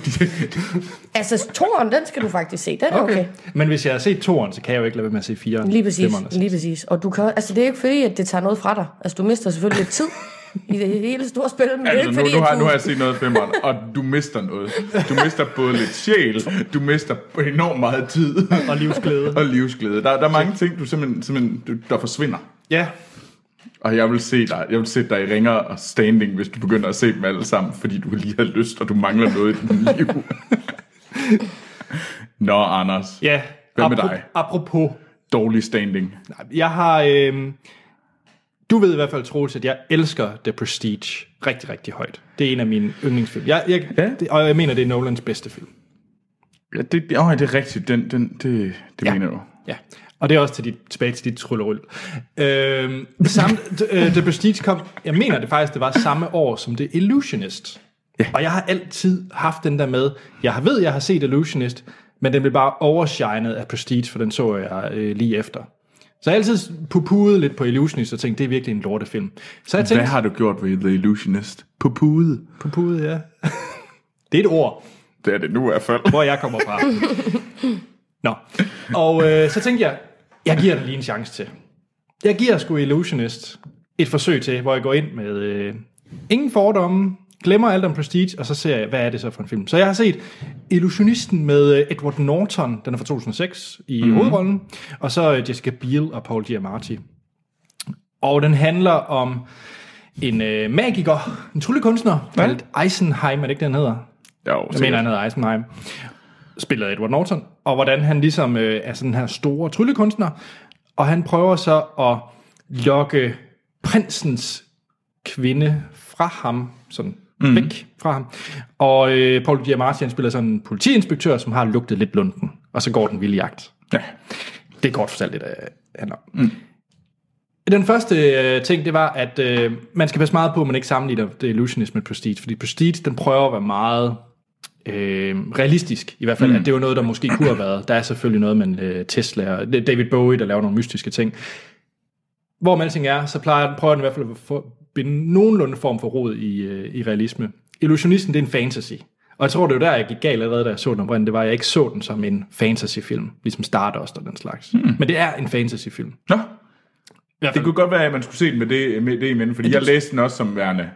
S3: Altså toren, den skal du faktisk se. Den er <laughs> okay. okay.
S1: Men hvis jeg har set 2'eren, så kan jeg jo ikke lade være med at se 4'eren.
S3: Lige præcis,
S1: Femmeren og
S3: lige præcis. Og du kan, altså, det er ikke fordi, at det tager noget fra dig. Altså, du mister selvfølgelig lidt tid i det hele store spil, men det
S2: <laughs>
S3: er
S2: Altså,
S3: ikke
S2: nu,
S3: fordi,
S2: nu, har,
S3: at du...
S2: nu har jeg set noget af femmeren, og du mister noget. Du mister både lidt sjæl, du mister enormt meget tid
S1: Og livsglæde.
S2: og livsglæde. Der, der er mange ting, du simpelthen, simpelthen du, der forsvinder.
S1: ja,
S2: Og jeg vil se dig, jeg vil sætte dig i ringer og standing, hvis du begynder at se dem alle sammen, fordi du lige har lyst, og du mangler noget i dit liv. <laughs> Nå, Anders.
S1: ja.
S2: Hvad med
S1: Apro-
S2: dig?
S1: Apropos,
S2: Dårlig standing.
S1: jeg har... Øh, du ved i hvert fald, Troels, at jeg elsker The Prestige rigtig, rigtig højt. Det er en af mine yndlingsfilm. Jeg, jeg,
S2: Ja.
S1: det, og jeg mener, det er Nolans bedste film.
S2: Ja, det, det, åh, det er rigtigt. Den, den, det, det ja. mener du.
S1: Ja, og det er også til dit, tilbage til dit trylleryl. Øh, samt, øh, The Prestige kom, jeg mener det faktisk, det var samme år som The Illusionist. Ja. Og jeg har altid haft den der med, jeg har- ved, jeg har set Illusionist, men den blev bare overshinet af Prestige, for den så jeg øh, lige efter. Så jeg har altid pupudede lidt på Illusionist og tænkte, det er virkelig en lortefilm. Så jeg tænkte,
S2: Hvad har du gjort ved The Illusionist? På pude.
S1: pupude, ja. <laughs> det er et ord.
S2: Det er det nu i hvert fald.
S1: hvor jeg kommer fra. Nå, og øh, så tænkte jeg, jeg giver det lige en chance til. Jeg giver sgu Illusionist et forsøg til, hvor jeg går ind med øh, ingen fordomme, glemmer alt om Prestige, og så ser jeg, hvad er det så for en film. Så jeg har set Illusionisten med øh, Edward Norton, den er fra 2006, i mm-hmm. hovedrollen, og så øh, Jessica Biel og Paul Giamatti. Og den handler om en øh, magiker, en tryllekunstner, kaldt Eisenheim, er det ikke, den hedder?
S2: Jo,
S1: Jeg mener, han hedder Eisenheim. Spiller Edward Norton. Og hvordan han ligesom øh, er sådan den her store tryllekunstner. Og han prøver så at lokke prinsens kvinde fra ham. Sådan mm. væk fra ham. Og øh, Paul Giamatti, han spiller sådan en politiinspektør, som har lugtet lidt lunden. Og så går den vilde jagt.
S2: Ja.
S1: Det er kort fortalt, det der handler om. Mm. Den første øh, ting, det var, at øh, man skal passe meget på, at man ikke sammenligner The Illusionist med Prestige, fordi Prestige, den prøver at være meget øh, realistisk, i hvert fald, mm. at det var noget, der måske kunne have været. Der er selvfølgelig noget med øh, Tesla og David Bowie, der laver nogle mystiske ting. Hvor man alting er, så plejer den, prøver den i hvert fald at få- binde nogenlunde form for rod i, øh, i realisme. Illusionisten, det er en fantasy. Og jeg tror, det var der, jeg gik galt allerede, da jeg så den oprindeligt. Det var, at jeg ikke så den som en fantasyfilm, ligesom Stardust og den slags. Mm. Men det er en fantasyfilm.
S2: Nå,
S1: I hvert
S2: det
S1: fald-
S2: kunne godt være, at man skulle se den med det, med det imellem, fordi jeg læste den også som værende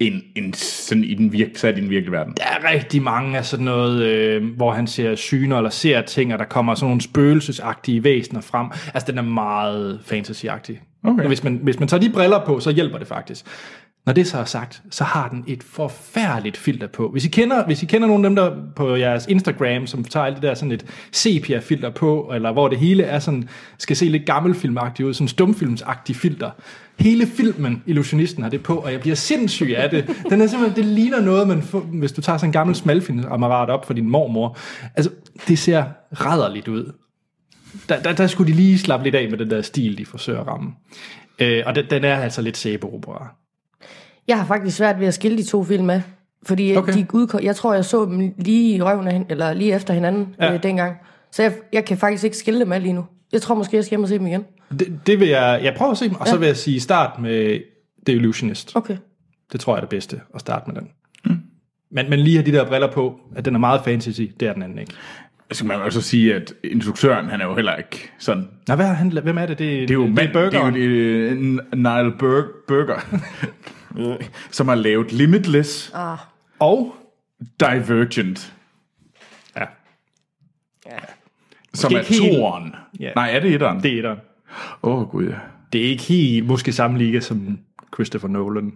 S2: en, en, sådan i den virk, sat i den virkelige verden.
S1: der er rigtig mange af sådan noget, øh, hvor han ser syner eller ser ting, og der kommer sådan nogle spøgelsesagtige væsener frem. Altså, den er meget fantasyagtig.
S2: Okay.
S1: Men Hvis, man, hvis man tager de briller på, så hjælper det faktisk. Når det så er sagt, så har den et forfærdeligt filter på. Hvis I kender, hvis I kender nogle af dem der på jeres Instagram, som tager alt det der sådan et sepia-filter på, eller hvor det hele er sådan, skal se lidt gammelfilmagtigt ud, sådan stumfilmsagtigt filter. Hele filmen, Illusionisten, har det på, og jeg bliver sindssyg af det. Den er simpelthen, det ligner noget, man får, hvis du tager sådan en gammel smalfilmsapparat op for din mormor. Altså, det ser rædderligt ud. der, der, der skulle de lige slappe lidt af med den der stil, de forsøger at ramme. Øh, og den, den er altså lidt sæbeopera.
S3: Jeg har faktisk svært ved at skille de to film ad. Fordi
S1: Okay.
S3: okay. de udkom, jeg tror, jeg så dem lige i røven af hin- eller lige efter hinanden
S1: Ja.
S3: ja. øh, dengang. Så jeg, jeg kan faktisk ikke skille dem ad lige nu. Jeg tror måske, jeg skal hjem og se dem igen.
S1: Det, det vil jeg, jeg prøver at se dem, og ja. så vil jeg sige start med The Illusionist.
S3: Okay.
S1: Det tror jeg er det bedste, at starte med den. Mm. Men, men lige have de der briller på, at den er meget fantasy, det er den anden ikke.
S2: Så kan man jo så sige, at instruktøren, han er jo heller ikke sådan
S1: Nå, hvad er han, hvem er det? Det,
S2: Det er jo mand,
S1: det er
S2: det er
S1: burger.
S2: jo det, øh, N- Niall Bur- Burger, <laughs> som har lavet Limitless,
S3: Ah.
S1: Og,
S2: Divergent,
S1: ja,
S2: som
S1: Måske
S2: er
S1: ikke helt-
S2: toeren.
S1: Ja.
S2: Nej, er det etteren?
S1: det er der.
S2: Åh oh, gud, ja.
S1: Det er ikke helt måske samme liga som Christopher Nolan.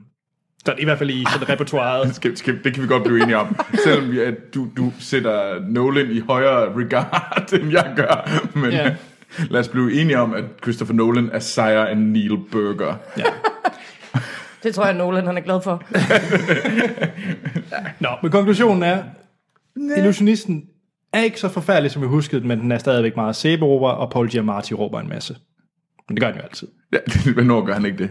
S1: Så i hvert fald i sådan repertoireet.
S2: Skip, skip, det kan vi godt blive enige
S1: <laughs>
S2: om. Selvom vi, at du, du sætter Nolan i højere regard, <laughs> end jeg gør. Men
S1: Ja.
S2: yeah. <laughs> lad os blive enige om, at Christopher Nolan er sejere end Neil Burger.
S3: Det tror jeg, Nolan han er glad for.
S1: <laughs> Nå, men konklusionen er, illusionisten er ikke så forfærdelig, som vi huskede den, men den er stadigvæk meget sæbeopera, og Paul Giamatti råber en masse. Men det gør han jo altid.
S2: Ja, <laughs> hvornår gør han ikke det?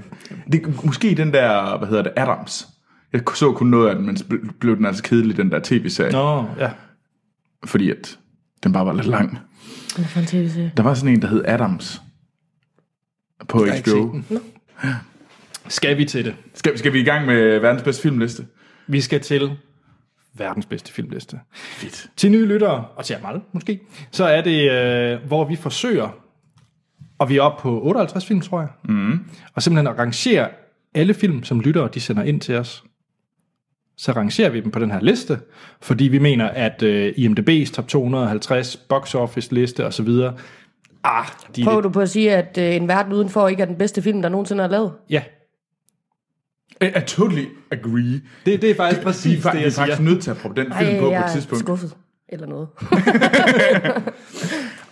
S2: det? Måske den der, hvad hedder det, Adams. Jeg så kun noget af den, men så ble- blev den altså kedelig, den der tv-serie.
S1: Nå, ja.
S2: fordi at den bare var lidt lang.
S3: Hvad for en tv-serie?
S2: Der var sådan en, der hed Adams på
S1: Jeg har ikke set
S2: HBO.
S1: den. Skal vi til det?
S2: Skal, skal vi i gang med verdens bedste filmliste?
S1: Vi skal til verdens bedste filmliste.
S2: Fedt.
S1: Til nye lyttere, og til Amal måske, så er det, øh, hvor vi forsøger, og vi er oppe på 58 film, tror jeg, mm. og simpelthen at rangere alle film, som lyttere de sender ind til os. Så rangerer vi dem på den her liste, fordi vi mener, at øh, IMDB's top 250, box office liste osv., ah, de er
S3: Prøver
S1: lidt,
S3: du på at sige, at øh, en verden udenfor ikke er den bedste film, der nogensinde er lavet?
S1: ja,
S2: I, I totally agree.
S1: det, det er faktisk
S2: Vi er,
S1: præcis
S2: fa-
S1: det,
S2: vi er
S1: jeg
S2: faktisk
S1: siger.
S2: nødt til at proppe den
S3: Ej,
S2: film på på et
S3: jeg er
S2: tidspunkt.
S3: skuffet. Eller noget.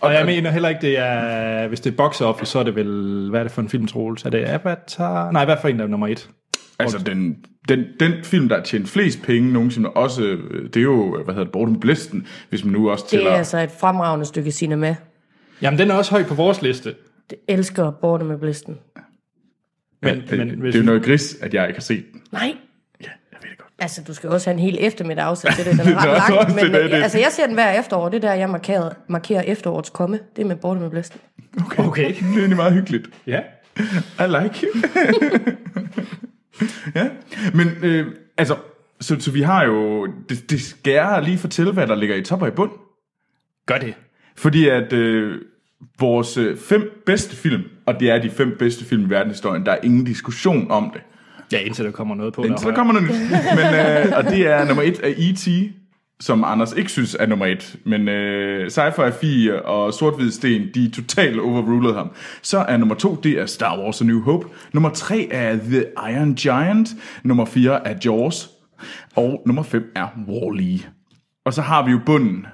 S1: Og jeg mener heller ikke, det er, hvis det er box office, så er det vel, hvad er det for en film, Troels? Er det Avatar? Nej, hvad for en der er nummer et?
S2: Altså, den, den, den film, der har tjent flest penge nogensinde, også, øh, det er jo, hvad hedder det, Borten Blisten, hvis man nu også
S3: Det
S2: tæller...
S3: er altså et fremragende stykke cinema.
S1: Jamen, den er også høj på vores liste.
S3: Det elsker Borne med blisten.
S1: Men,
S2: Øh,
S1: men hvis
S2: det er jo
S1: vi-
S2: noget gris, at jeg ikke har set den.
S3: Nej,
S2: Ja, jeg ved det godt.
S3: altså du skal også have en hel eftermiddag afsat til det. Den
S2: <laughs>
S3: er
S2: Det er
S3: ret
S2: også
S3: lang,
S2: det,
S3: men
S2: det er det.
S3: øh, altså, jeg ser den hver efterår. Det er der, jeg markerer, markerer efterårets komme. Det er med Borne med blisten.
S2: Okay.
S1: Okay.
S2: <laughs> Det er egentlig meget hyggeligt.
S1: Ja.
S2: I like you. <laughs> ja. Men øh, altså, så, så vi har jo, det, det skærer lige fortælle, hvad der ligger i top og i bund.
S1: Gør det.
S2: Fordi at øh, vores øh, fem bedste film, og det er de fem bedste film i verdenshistorien, der er ingen diskussion om det.
S1: Ja, indtil der kommer noget på.
S2: Men så kommer der nyt. Men, øh, og det er nummer et af E.T., som Anders ikke synes er nummer et. Men øh, Sci-Fi 4 og sort Sten, de totalt overrulede ham. Så er nummer to, det er Star Wars A New Hope. Nummer tre er The Iron Giant. Nummer fire er Jaws. Og nummer fem er Wall-E. Og så har vi jo bunden.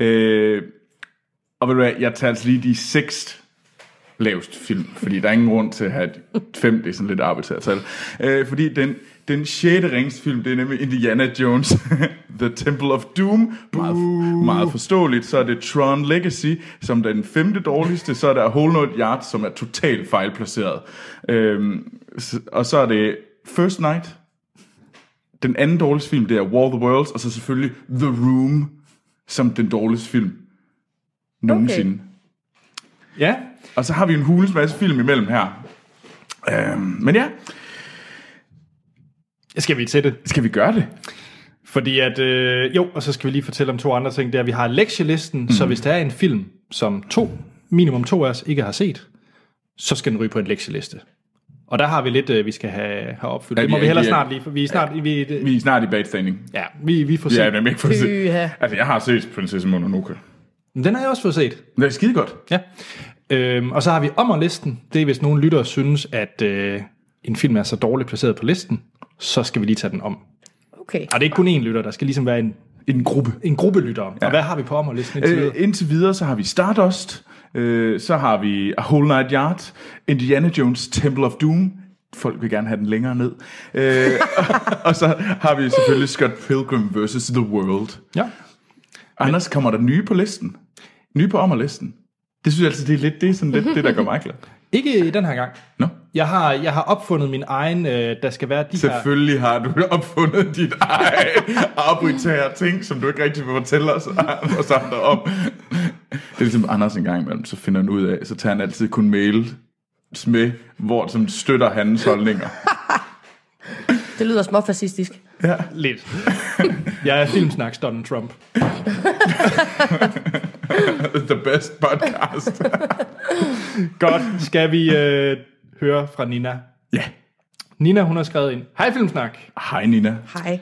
S2: Øh, og ved du hvad, jeg tager altså lige de seks lavest film, fordi der er ingen grund til at have et fem, det er sådan lidt arbitrært tal. Øh, fordi den, den sjette ringsfilm, det er nemlig Indiana Jones, <laughs> The Temple of Doom, meget, meget forståeligt. Så er det Tron Legacy, som den femte dårligste, så er der Whole Note Yard, som er totalt fejlplaceret. Øh, og så er det First Night, den anden dårligste film, det er War of the Worlds, og så selvfølgelig The Room, som den dårligste film nogensinde. Okay.
S1: Ja.
S2: Og så har vi en hulens masse film imellem her. Øhm, men ja,
S1: Skal vi til det?
S2: skal vi gøre det?
S1: Fordi at, øh, jo, og så skal vi lige fortælle om to andre ting. Det er, at vi har lektielisten, mm. så
S2: Mhm.
S1: hvis der er en film, som to, minimum to af os ikke har set, så skal den ryge på en lektieliste. Og der har vi lidt, øh, vi skal have, have opfyldt.
S2: Ja,
S1: det
S2: vi
S1: må
S2: er-
S1: vi hellere
S2: vi er-
S1: snart lige, for vi er snart, ja, vi, det,
S2: Vi er snart i bad standing.
S1: ja, vi, vi får set.
S2: Ja, jeg er ikke fået set.
S3: Pyha.
S2: Altså, jeg har set Prinsesse Mononoke.
S1: Men Den har jeg også fået set.
S2: Det er skide godt.
S1: Ja. Øhm, og så har vi ommerlisten. Det er, hvis nogen lyttere synes, at øh, en film er så dårligt placeret på listen, så skal vi lige tage den om.
S3: Okay.
S1: Og det er ikke kun én lytter, der skal ligesom være en,
S2: I den gruppe.
S1: en gruppe lyttere. Ja. Og hvad har vi på ommerlisten indtil
S2: Øh,
S1: videre?
S2: indtil videre, så har vi Stardust. Øh, så har vi A Whole Night Yard. Indiana Jones Temple of Doom. Folk vil gerne have den længere ned. Øh, <laughs> og så har vi selvfølgelig Scott Pilgrim vs. The World.
S1: Ja.
S2: Anders, kommer der nye på listen? Nye på ommerlisten? Det synes jeg altid, det er lidt, det er sådan lidt det, der gør mig glad.
S1: Ikke i den her gang.
S2: Nå,
S1: Jeg har, jeg har opfundet min egen, øh, der skal være de her...
S2: selvfølgelig har du <laughs> opfundet dit eget arbitrære ting, som du ikke rigtig vil fortælle os, <laughs> os andre om. Det er ligesom Anders en gang imellem, så finder han ud af, så tager han altid kun mail med, hvor som støtter hans holdninger. <laughs>
S3: Det lyder småfascistisk.
S1: Lidt. <laughs> jeg er filmsnaks Donald Trump.
S2: The best podcast.
S1: Godt, skal vi øh, høre fra Nina.
S2: Ja.
S1: Nina, hun har skrevet ind. Hej Filmsnak.
S2: Hej Nina.
S3: Hej.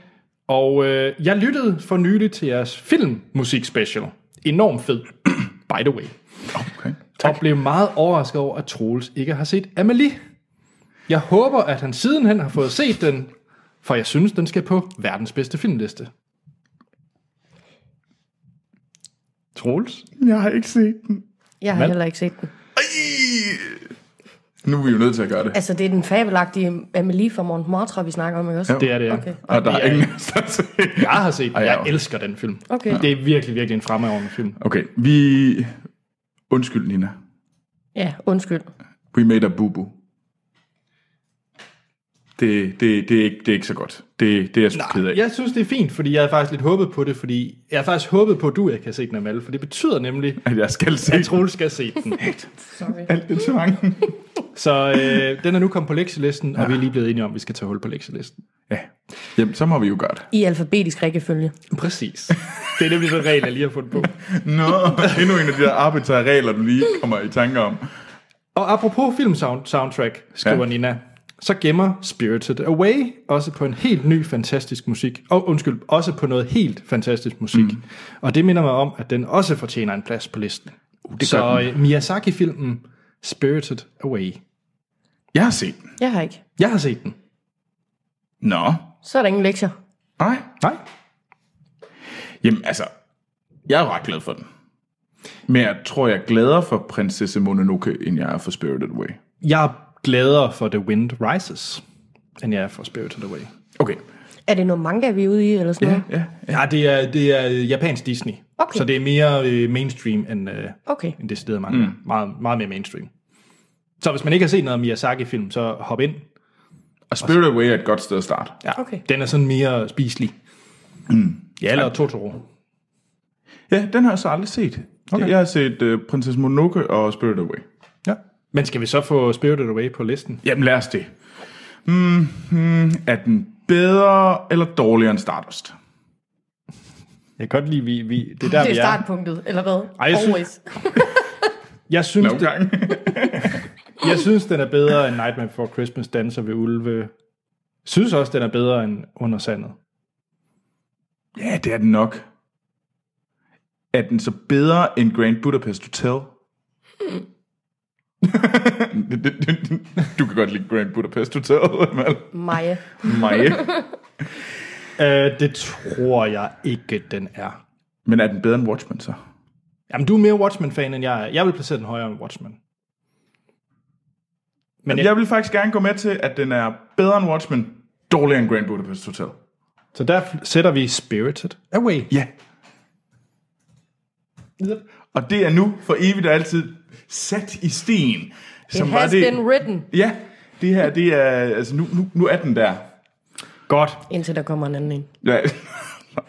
S1: Og øh, jeg lyttede for nylig til jeres filmmusik special. Enormt fed, <clears throat> by the way.
S2: Okay.
S1: Tak. Og blev meget overrasket over, at Troels ikke har set Amelie. Jeg håber, at han sidenhen har fået set den, for jeg synes, den skal på verdens bedste filmliste. Troels?
S2: Jeg har ikke set den.
S3: Jeg har
S1: Hvad?
S3: heller ikke set den.
S2: Ej! Nu er vi jo nødt til at gøre det.
S3: Altså, det er den fabelagtige Amelie fra Montmartre, vi snakker om, ikke også?
S2: Ja.
S1: Det er det. Okay.
S3: Okay.
S2: Og der er
S1: Ja.
S2: ingen <laughs> der har set den.
S1: Jeg har set den.
S2: Ej,
S1: Jeg
S2: ja.
S1: elsker den film.
S3: Okay.
S1: Det er virkelig, virkelig en fremragende film.
S2: Okay, vi... Undskyld, Nina.
S3: Ja, undskyld.
S2: We made a boo-boo. Det, det, det, er ikke, det er ikke så godt. Det, det er jeg sgu ked af.
S1: Jeg synes, det er fint, fordi jeg havde faktisk lidt håbet på det, fordi jeg havde faktisk håbet på, at du ikke har set den, Amal, for det betyder nemlig,
S2: At jeg skal se
S1: at <laughs> Troels skal se den.
S3: Sorry.
S2: alt det <laughs> tvang.
S1: Så øh, den er nu kommet på lektielisten, og vi er lige blevet enige om, at vi skal tage hul på lektielisten.
S2: ja. Jamen, så må vi jo gøre det.
S3: I alfabetisk rækkefølge.
S1: Præcis. <laughs> Det er nemlig den regel, jeg lige har fundet på.
S2: Nå, endnu en af de der arbitrære regler, du lige kommer i tanke om.
S1: Og apropos filmsoundtrack, skriver
S2: Ja.
S1: ja. Nina, så gemmer Spirited Away også på en helt ny fantastisk musik, og undskyld, også på noget helt fantastisk musik. Mm. Og det minder mig om, at den også fortjener en plads på listen. Uh,
S2: det gør
S1: så øh, Miyazaki-filmen Spirited Away.
S2: Jeg har set den.
S3: Jeg har ikke.
S1: Jeg har set den.
S2: Nå.
S3: Så er der ingen lektier.
S2: Nej.
S1: Nej.
S2: Jamen, altså, jeg er ret glad for den. Men jeg tror, jeg er gladere for Prinsesse Mononoke, end jeg er for Spirited Away.
S1: Jeg er gladere for The Wind Rises, end jeg er for Spirited Away.
S2: Okay.
S3: Er det noget manga, vi er ude i, eller sådan noget?
S2: Ja.
S1: Ja, det er, det er japansk Disney.
S3: Okay.
S1: Så det er mere øh, mainstream end, øh,
S3: Okay.
S1: end decideret manga. Mm. Meget, meget mere mainstream. Så hvis man ikke har set noget Miyazaki-film, så hop ind.
S2: Og Spirited Away er et godt sted at starte.
S1: Ja,
S3: Okay.
S1: Den er sådan mere spiselig. Mm. Ja, eller Totoro.
S2: Ja, den har jeg så aldrig set. Okay.
S1: Okay.
S2: Jeg har set uh, Prinsesse Mononoke og Spirited Away.
S1: Ja. Men skal vi så få Spirited Away på listen?
S2: Jamen lad os det. Mm, hmm, er den bedre eller dårligere end Stardust?
S1: Jeg kan godt lide, vi, vi, det er der,
S3: Det er
S1: vi er.
S3: startpunktet, eller hvad?
S1: Ej, jeg synes-
S3: Always.
S1: Jeg synes, det,
S2: gange.
S1: jeg synes, den er bedre end Nightmare Before Christmas, Danser ved Ulve. Synes også, den er bedre end Under Sandet.
S2: <laughs> ja, det er den nok. Er den så bedre end Grand Budapest Hotel? <laughs> du kan godt lide Grand Budapest Hotel, Amal.
S3: Maja.
S2: Maje.
S1: Uh, det tror jeg ikke, den er.
S2: Men er den bedre end Watchmen så?
S1: Jamen, du er mere Watchmen-fan, end jeg er. Jeg vil placere den højere end Watchmen. Men
S2: Men
S1: jeg,
S2: jeg... jeg vil faktisk gerne gå med til, at den er bedre end Watchmen, dårligere end Grand Budapest Hotel.
S1: Så der f- sætter vi Spirited Away.
S2: Ja. Og det er nu for evigt og altid sat i sten.
S3: It
S2: var
S3: has det... been written,
S2: Ja, det her, det er, altså nu, nu, nu er den der.
S1: Godt.
S3: indtil der kommer en anden en.
S2: Ja. <laughs>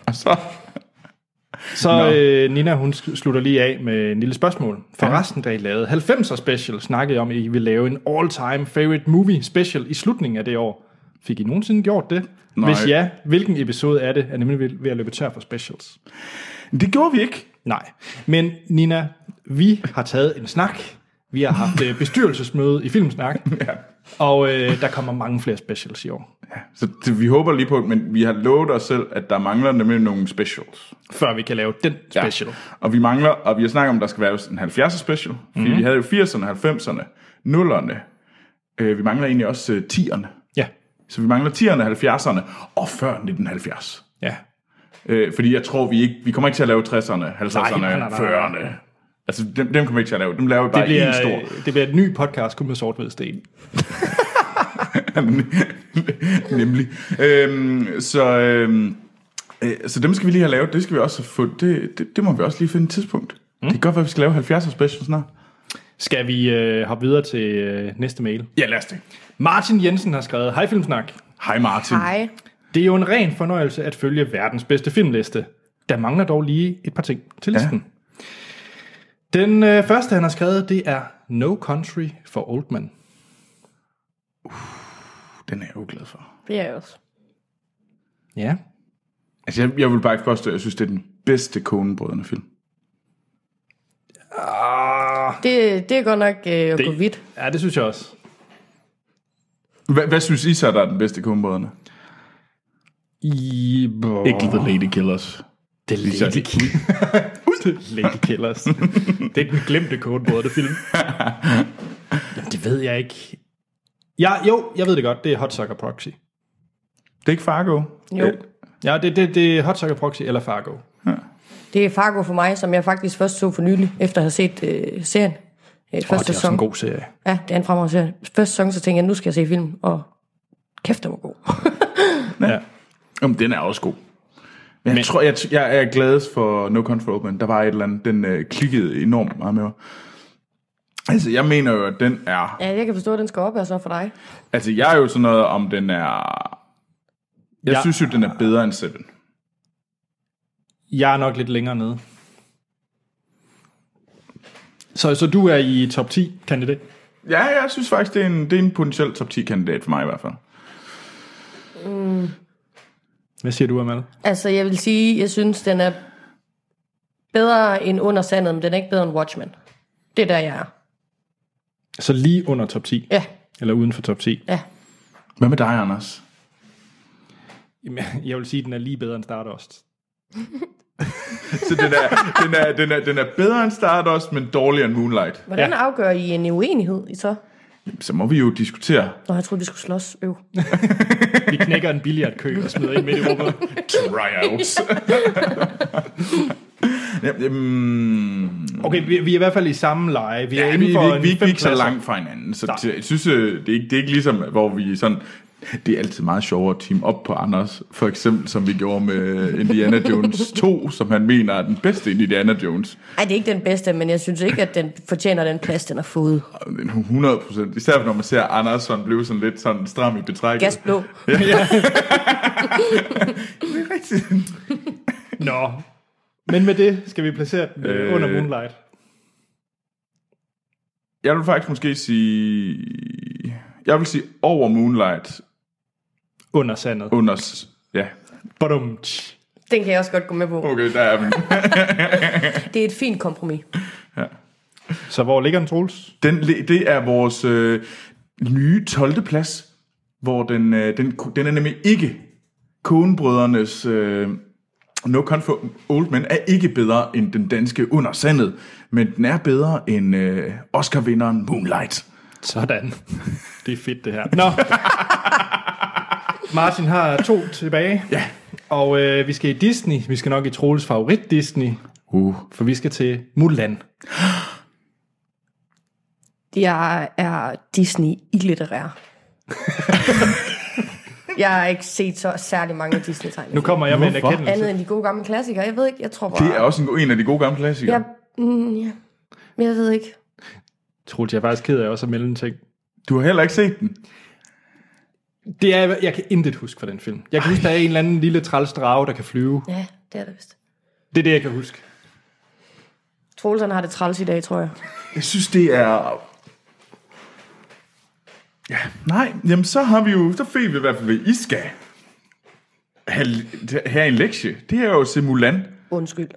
S2: Og så,
S1: Så øh, Nina, hun sk- slutter lige af med en lille spørgsmål. For ja. resten, da I lavede 90'er special, snakkede I om, at I ville lave en all-time favorite movie special i slutningen af det år. Fik I nogensinde gjort det?
S2: Nej.
S1: Hvis ja, hvilken episode er det, er nemlig ved- ved at løbe tør for specials?
S2: det gjorde vi ikke.
S1: Nej. Men Nina, vi har taget en snak. Vi har haft øh, bestyrelsesmøde i Filmsnak. <laughs> ja. Og øh, der kommer mange flere specials i år,
S2: Så det, vi håber lige på, men vi har lovet os selv, at der mangler nemlig nogle specials.
S1: før vi kan lave den special. Ja.
S2: Og vi mangler, og vi har snakket om, at der skal være en 70'er special.
S1: Mhm.
S2: Fordi mm. vi havde jo 80'erne, 90'erne, 0'erne. Øh, vi mangler egentlig også øh, 10'erne.
S1: Ja.
S2: Så vi mangler 10'erne, 70'erne og før 1970.
S1: ja.
S2: Øh, fordi jeg tror, vi, ikke, vi kommer ikke til at lave 60'erne, 50'erne,
S1: Nej, nej, nej, nej.
S2: 40'erne. Altså, dem, dem kommer vi ikke til at lave. Dem laver vi bare
S1: Det, bliver,
S2: en stor.
S1: øh, det bliver et ny podcast kun med sort sten.
S2: <laughs> Nemlig. Øhm, så, øhm, øh, så dem skal vi lige have lavet. Det skal vi også have fundet. Det, det, det må vi også lige finde et tidspunkt. Mm. Det kan godt være, at vi skal lave 70'er special snart.
S1: Skal vi øh, hoppe videre til øh, næste mail?
S2: Ja, lad os det.
S1: Martin Jensen har skrevet, Hej Filmsnak.
S2: Hej Martin.
S3: Hej.
S1: Det er jo en ren fornøjelse at følge verdens bedste filmliste. Der mangler dog lige et par ting til listen. Ja. Den øh, første, han har skrevet, det er No Country for Old Men.
S2: Den er jeg jo glad for.
S3: Det er jeg også.
S1: Ja,
S2: Altså, jeg, jeg vil bare ikke påstå, at jeg synes, det er den bedste konebrødrene film.
S1: Ah.
S3: Det, det er godt nok øh, at gå vidt.
S1: ja det synes jeg også.
S2: Hvad, hvad synes I så, der er den bedste konebrødrene?
S1: I,
S2: Ikke The Lady Killers.
S1: det er
S2: Lady
S1: Lady <laughs> Killers. Lady <laughs> Killers. Det er den glemte kodebrødre <laughs> film. Jamen, det ved jeg ikke. Ja, jo, jeg ved det godt. Det er Hot Sucker Proxy.
S2: Det er ikke Fargo.
S3: Jo.
S2: Øh,
S1: Ja, det, det, det er Hot Sucker Proxy eller Fargo.
S3: Det er Fargo for mig, som jeg faktisk først så for nylig, efter at have set øh, serien.
S1: Åh,
S3: Øh, første
S1: det er også
S3: sæson.
S1: en god serie.
S3: Ja, det er en fremragende serie. Første sæson, så tænkte jeg, nu skal jeg se film, og kæft, den var god.
S1: Ja.
S2: Jamen, den er også god. Men jeg Men, tror, jeg, jeg er gladest for No Country for Old Men. Der var et eller andet, den øh, klikkede enormt meget med mig. Altså, jeg mener jo, at den er...
S3: Ja, jeg kan forstå, at den skal op og så for dig.
S2: Altså, jeg er jo sådan noget, om den er... Jeg
S1: Ja.
S2: ja. synes jo, den er bedre end Seven.
S1: Jeg er nok lidt længere nede. Så, så du er i top 10 kandidat?
S2: Ja, jeg synes faktisk, det er en, det er en potentiel top 10-kandidat for mig i hvert fald.
S1: Hvad siger du, Amal?
S3: Altså, jeg vil sige, jeg synes, den er bedre end Under Sandet, men den er ikke bedre end Watchmen. Det er der, jeg er.
S1: Så lige under top 10?
S3: Ja,
S1: Eller uden for top 10?
S3: ja.
S2: Hvad med dig, Anders?
S1: Jamen, jeg vil sige, at den er lige bedre end Stardust.
S2: Så den er, den er, den er, den er bedre end Stardust, men dårligere end Moonlight.
S3: Hvordan
S1: Ja.
S3: ja. afgør I en uenighed i så?
S2: Så må vi jo diskutere.
S3: Nå, jeg troede, vi skulle slås. Øv.
S1: Vi knækker en billiardkø og smider ind midt i rummet.
S2: <laughs> Tryouts. Jamen,
S1: Okay, vi, vi er i hvert fald i samme leje. Vi er
S2: ja,
S1: ja,
S2: vi,
S1: inden
S2: vi,
S1: for
S2: vi,
S1: en
S2: vi, vi er
S1: fem
S2: ikke så
S1: pladser.
S2: langt fra hinanden, så det, jeg synes, øh, det er, ikke, det er ikke ligesom, hvor vi sådan... Det er altid meget sjovere at team op på Anders, for eksempel som vi gjorde med Indiana
S1: <laughs>
S2: Jones 2, som han mener er den bedste Indiana Jones.
S3: Ej, det er ikke den bedste, men jeg synes ikke, at den fortjener den plads, den har fået.
S2: Og den er 100 procent. Især når man ser Anders sådan blive sådan lidt sådan stram i betrækket.
S3: Gasblå.
S2: Det er rigtigt.
S1: Nå. Men med det skal vi placere den øh...
S2: Øh.
S1: under Moonlight.
S2: <laughs> Jeg vil faktisk måske sige... Jeg vil sige over Moonlight,
S1: Under sandet.
S2: under... s- Ja,
S1: Badum.
S3: Den kan jeg også godt gå med på.
S2: okay, der er den.
S3: Det er et fint kompromis.
S1: Så hvor ligger den, Troels?
S2: den le- det er vores øh, nye 12. plads, hvor den, øh, den, ku- den er nemlig ikke Konebrødrenes... Øh, No Comfort Old Men er ikke bedre end den danske Under Sandet, men den er bedre end øh, Oscar-vinderen Moonlight.
S1: Sådan. <laughs> Det er fedt, det her. Nå. <laughs> Martin har to tilbage. Ja. Og øh, vi skal i Disney. Vi skal nok i Troels favorit Disney,
S2: Uh.
S1: for vi skal til Mulan.
S3: Jeg er Disney illitterær. <laughs> jeg har ikke set så særlig mange
S1: Nu
S3: Disney-tegninger.
S1: kommer jeg med en
S2: Hvorfor?
S1: erkendelse.
S3: Andet end de gode gamle klassikere. Jeg ved ikke, jeg tror bare...
S2: Det er også en, god- en af de gode gamle klassikere.
S3: Jeg, mm, ja. Men jeg ved ikke.
S1: Troels, jeg er faktisk ked af også at melde en ting.
S2: Du har heller ikke set den.
S1: Det er, jeg kan intet huske fra den film. Jeg kan huske, der er en eller anden lille træls drage, der kan flyve.
S3: Ja, det er det vist.
S1: Det er det, jeg kan huske.
S3: Troels, han har det træls i dag, tror jeg.
S2: Jeg synes, det er... Ja, nej, jamen så har vi jo... Så fik vi i hvert fald, hvad I skal have, have en lektie. Det er jo simulant.
S3: Undskyld.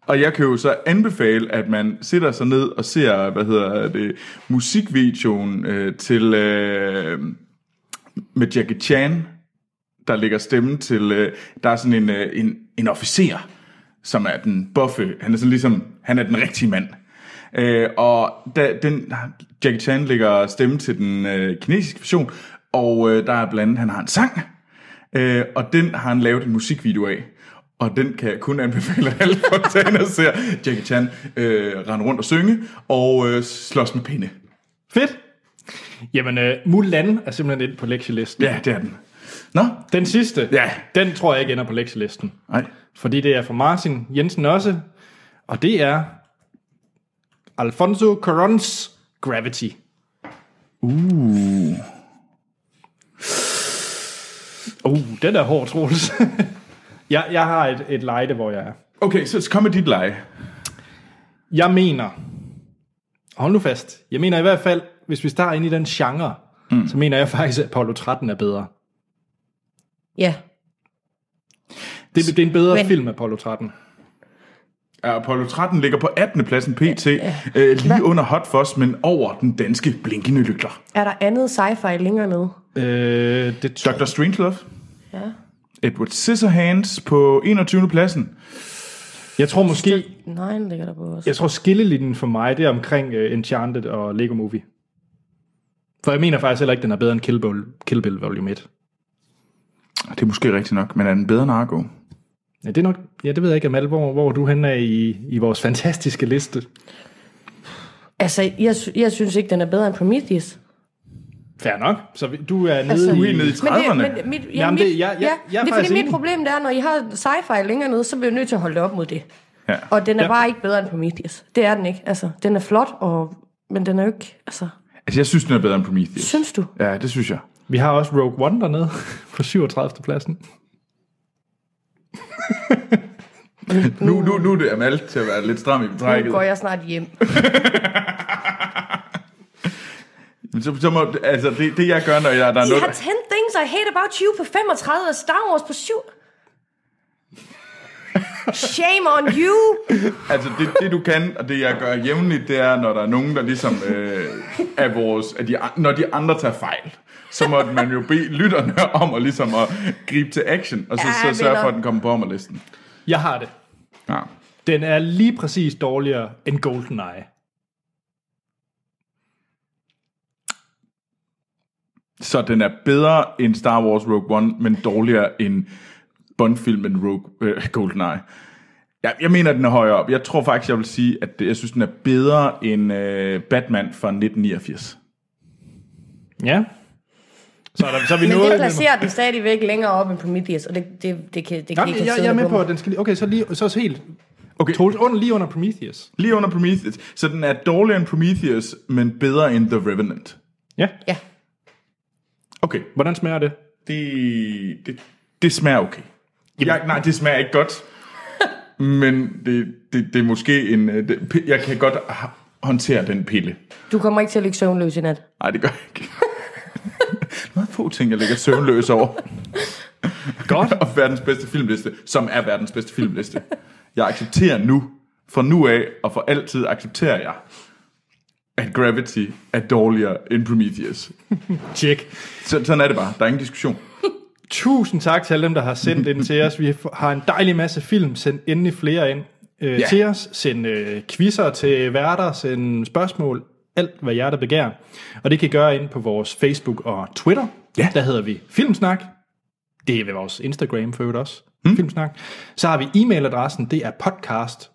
S2: Og jeg kan jo så anbefale, at man sætter sig ned og ser, hvad hedder det, musikvideoen øh, til... Øh, med Jackie Chan, der lægger stemme til... Øh, der er sådan en, øh, en, en officer, som er den buffe. Han er sådan ligesom... Han er den rigtige mand. Øh, og da, den, Jackie Chan lægger stemme til den øh, kinesiske version, og øh, der er blandt andet, han har en sang, øh, og den har han lavet en musikvideo af. Og den kan jeg kun anbefale at alle folk tager ind og ser Jackie Chan øh, rende rundt og synge, og øh, slås med pinde.
S1: Fedt. Jamen, øh, Mulan er simpelthen ind på lektielisten.
S2: Ja, det er den. Nå,
S1: Den sidste,
S2: Ja.
S1: den tror jeg ikke ender på lektielisten.
S2: nej.
S1: Fordi det er fra Martin Jensen også. Og det er Alfonso Cuarons Gravity. Uh. Uh, den er hård, Troels. <laughs> jeg, jeg har et, et lejde, hvor jeg er.
S2: Okay, så kom med dit leje.
S1: Jeg mener, hold nu fast, jeg mener i hvert fald, hvis vi starter ind i den genre, mm. så mener jeg faktisk, at Apollo 13 er bedre.
S3: Ja.
S1: Det, det er en bedre
S3: Men-
S1: Men. film, Apollo 13.
S2: Ja, Apollo 13 ligger på 18. pladsen pt. Øh, lige under Hot Fuzz, men over den danske blinkende lygter.
S3: Er der andet sci-fi længere nede?
S1: Øh, det tror
S2: Dr. Strangelove.
S3: Ja.
S2: Edward Scissorhands på 21. pladsen.
S1: Jeg tror måske,
S3: Nej, den ligger der på os.
S1: jeg tror skillelinjen for mig, det er omkring uh, Enchanted og Lego Movie. For jeg mener faktisk heller ikke, den er bedre end Kill Bill, Kill Bill Volume 1.
S2: Det er måske rigtigt nok, men er den bedre end Argo?
S1: Ja, det, er nok, ja, det ved jeg ikke, Amal, hvor, hvor du hen er i, i vores fantastiske liste.
S3: Altså, jeg, sy- jeg synes ikke, den er bedre end Prometheus.
S1: Fair nok. Så vi- du er nede
S3: Altså-
S1: altså, i...
S2: Du er nede i 30'erne.
S3: Men det, men mit, ja,
S1: Jamen,
S3: mit,
S1: det- jeg- jeg-
S3: ja,
S1: jeg er
S3: det
S1: faktisk
S3: er fordi mit
S1: enig.
S3: problem det er, når I har sci-fi længere nede, så bliver jeg nødt til at holde det op mod det.
S2: Ja.
S3: Og den er
S1: Ja.
S3: ja. bare ikke bedre end Prometheus. Det er den ikke. Altså, den er flot, og, men den er jo ikke... Altså,
S2: Altså, jeg synes, den er bedre end Prometheus.
S3: synes du?
S2: Ja, det synes jeg.
S1: Vi har også Rogue One dernede <laughs> på 37. pladsen.
S2: Nu, nu, nu er det Amal til at være lidt stram i
S3: Nu
S2: betrækket.
S3: går jeg snart hjem.
S2: Men Så, så må, altså, det, det jeg gør, når jeg, der er
S3: I har
S2: noget...
S3: 10 things I hate about you på 35, og Star Wars på 7. Shame on you!
S2: Altså, det, det du kan, og det jeg gør jævnligt, det er, når der er nogen, der ligesom øh, er vores... At de, an- når de andre tager fejl, så måtte man jo bede lytterne om at, ligesom at gribe til action, og så,
S3: Ja,
S2: så sørge for,
S3: venner.
S2: at den kommer på ommerlisten.
S1: Jeg har det.
S2: Ja.
S1: Den er lige præcis dårligere end GoldenEye.
S2: Så den er bedre end Star Wars Rogue One, men dårligere end Bond-filmen Rogue, øh, GoldenEye. Jeg, jeg mener, den er højere op. Jeg tror faktisk, jeg vil sige, at det- jeg synes, den er bedre end øh, Batman fra 1989.
S1: Ja. Så er, der, så er vi
S3: Men
S1: nået...
S3: det placerer den stadigvæk længere op end Prometheus, og det, det, det kan, det kan
S1: Jamen,
S3: ikke have
S1: jeg, jeg
S3: siddende
S1: er med på,
S3: mig.
S1: at den skal lige... Okay, så, lige, så er helt...
S2: Okay.
S1: Troels under, lige under Prometheus.
S2: Lige under Prometheus. Så den er dårligere end Prometheus, men bedre end The Revenant.
S1: Ja.
S3: Ja.
S2: Okay,
S1: Hvordan smager det?
S2: det, det, det smager okay. Jeg, nej, det smager ikke godt. men det, det, det er måske en... øh, Det, jeg kan godt h- håndtere den pille.
S3: Du kommer ikke til at ligge søvnløs i nat.
S2: Nej, det gør jeg ikke. <laughs> Meget få ting, jeg ligger søvnløs over.
S1: Godt.
S2: Og verdens bedste filmliste, som er verdens bedste filmliste. Jeg accepterer nu, fra nu af og for altid accepterer jeg, at Gravity er dårligere end Prometheus.
S1: Tjek.
S2: Så, sådan er det bare. Der er ingen diskussion.
S1: Tusind tak til alle dem, der har sendt ind til os. Vi har en dejlig masse film. Send endelig flere ind øh,
S2: Ja.
S1: ja. til os. Send øh, quizzer til værter. Send spørgsmål. Alt, hvad hjertet begærer. Og det kan I gøre ind på vores Facebook og Twitter.
S2: Ja.
S1: Der hedder vi Filmsnak. Det er ved vores Instagram for øvrigt også. Mm. Filmsnak. Så har vi e-mailadressen. Det er podcast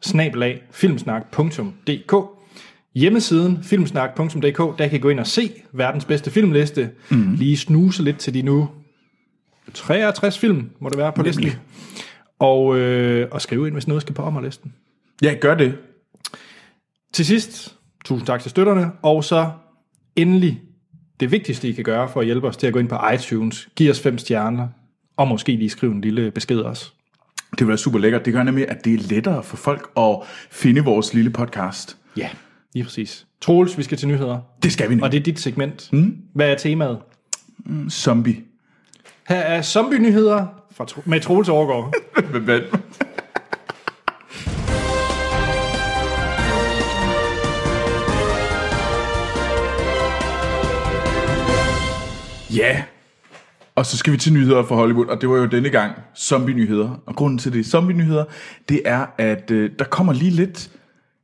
S1: Hjemmesiden filmsnak.dk, der kan I gå ind og se verdens bedste filmliste. Mm. Lige snuse lidt til de nu 63 film, må det være på listen. Og, øh, og skrive ind, hvis noget skal på ommerlisten.
S2: Ja, gør det.
S1: Til sidst, tusind tak til støtterne, og så endelig det vigtigste, I kan gøre for at hjælpe os til at gå ind på iTunes, give os fem stjerner, og måske lige skrive en lille besked også.
S2: Det vil være super lækkert. Det gør nemlig, at det er lettere for folk at finde vores lille podcast.
S1: Ja, lige præcis. Troels, vi skal til nyheder,
S2: Det skal vi nu.
S1: og det er dit segment. Mm. Hvad er temaet?
S2: Zombie.
S1: Her er zombie-nyheder fra, Tro- med Troels Overgaard.
S2: Hvad- hvad- Ja, og så skal vi til nyheder fra Hollywood, og det var jo denne gang zombie-nyheder. Og grunden til det er zombie-nyheder, det er, at øh, der kommer lige lidt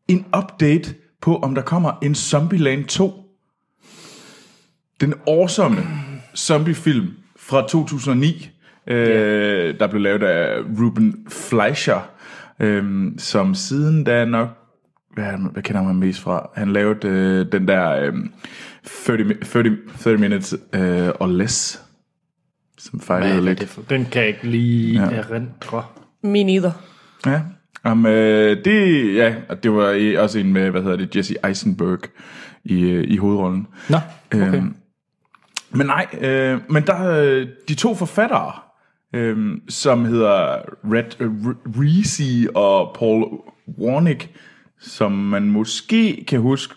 S2: en update på, om der kommer en Zombieland 2. Den awesome zombiefilm fra 2009, øh, der blev lavet af Ruben Fleischer, øh, som siden da nok, hvad, er han- hvad kender man mest fra? Han lavede øh, den der øh, 30, mi- 30, 30 Minutes øh, or Less, som fejlede lidt.
S1: Den kan jeg ikke lige ja. erindre.
S3: Me neither.
S2: Ja. Jamen, øh, det, ja, og det var øh, også en med, hvad hedder det, Jesse Eisenberg i, øh, i hovedrollen.
S1: Nå, okay.
S2: Øhm, Men nej, øh, men der øh, de to forfattere, øh, som hedder Red øh, R- Reese og Paul Warnick, som man måske kan huske,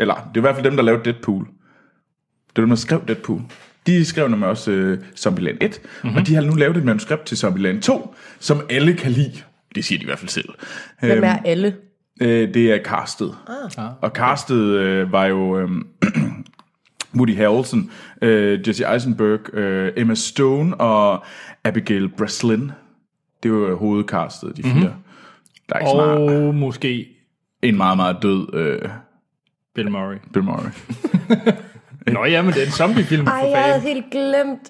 S2: eller det er i hvert fald dem, der lavede Deadpool. Det er dem, der skrev Deadpool. De skrev nemlig også øh, Zombieland 1, mm-hmm. og de har nu lavet et manuskript til Zombieland 2, som alle kan lide. Det siger de i hvert fald selv.
S3: Hvem
S1: Øhm.
S3: er alle?
S2: Øh, det er castet. Ah. Og castet øh, var jo øh, <clears throat> Woody Harrelson, øh, Jesse Eisenberg, øh, Emma Stone og Abigail Breslin. Det var jo hovedcastet, de fire. Mm-hmm.
S3: Mhm.
S2: Der er ikke og... så meget.
S1: Og måske
S2: En meget, meget død øh,
S1: Bill Murray.
S2: Bill Murray.
S1: Nå ja, men det er en zombiefilm
S3: Ej,
S1: for
S3: jeg havde
S1: fanden.
S3: helt glemt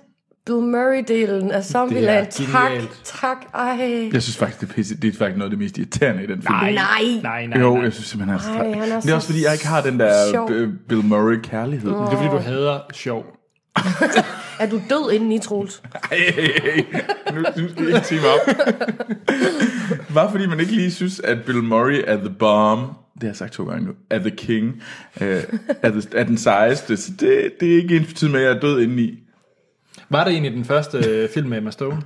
S3: Bill Murray-delen af Zombieland. Tak,
S1: genialt.
S3: tak, ej.
S2: Jeg synes faktisk, det er, pisse, det er faktisk noget af det mest irriterende i den film.
S3: Nej.
S1: Nej, nej,
S2: Nej, jo,
S1: nej.
S2: jeg synes simpelthen, han er, så
S3: Ej, han er
S2: Det er
S3: så
S2: også fordi, jeg ikke har den der
S3: sjov.
S2: øh, Bill Murray-kærlighed.
S1: Det er fordi, du hader sjov.
S3: Er du død indeni, Troels?
S2: Hey, hey, hey. Nu, nu skal I ikke time op. Bare fordi man ikke lige synes, at Bill Murray er the bomb, det har jeg sagt to gange nu, er the king, øh, er, the, er den sejeste, så det, det er ikke ens betydning med, at jeg er død indeni.
S1: Var det egentlig den første øh, film med Emma Stone?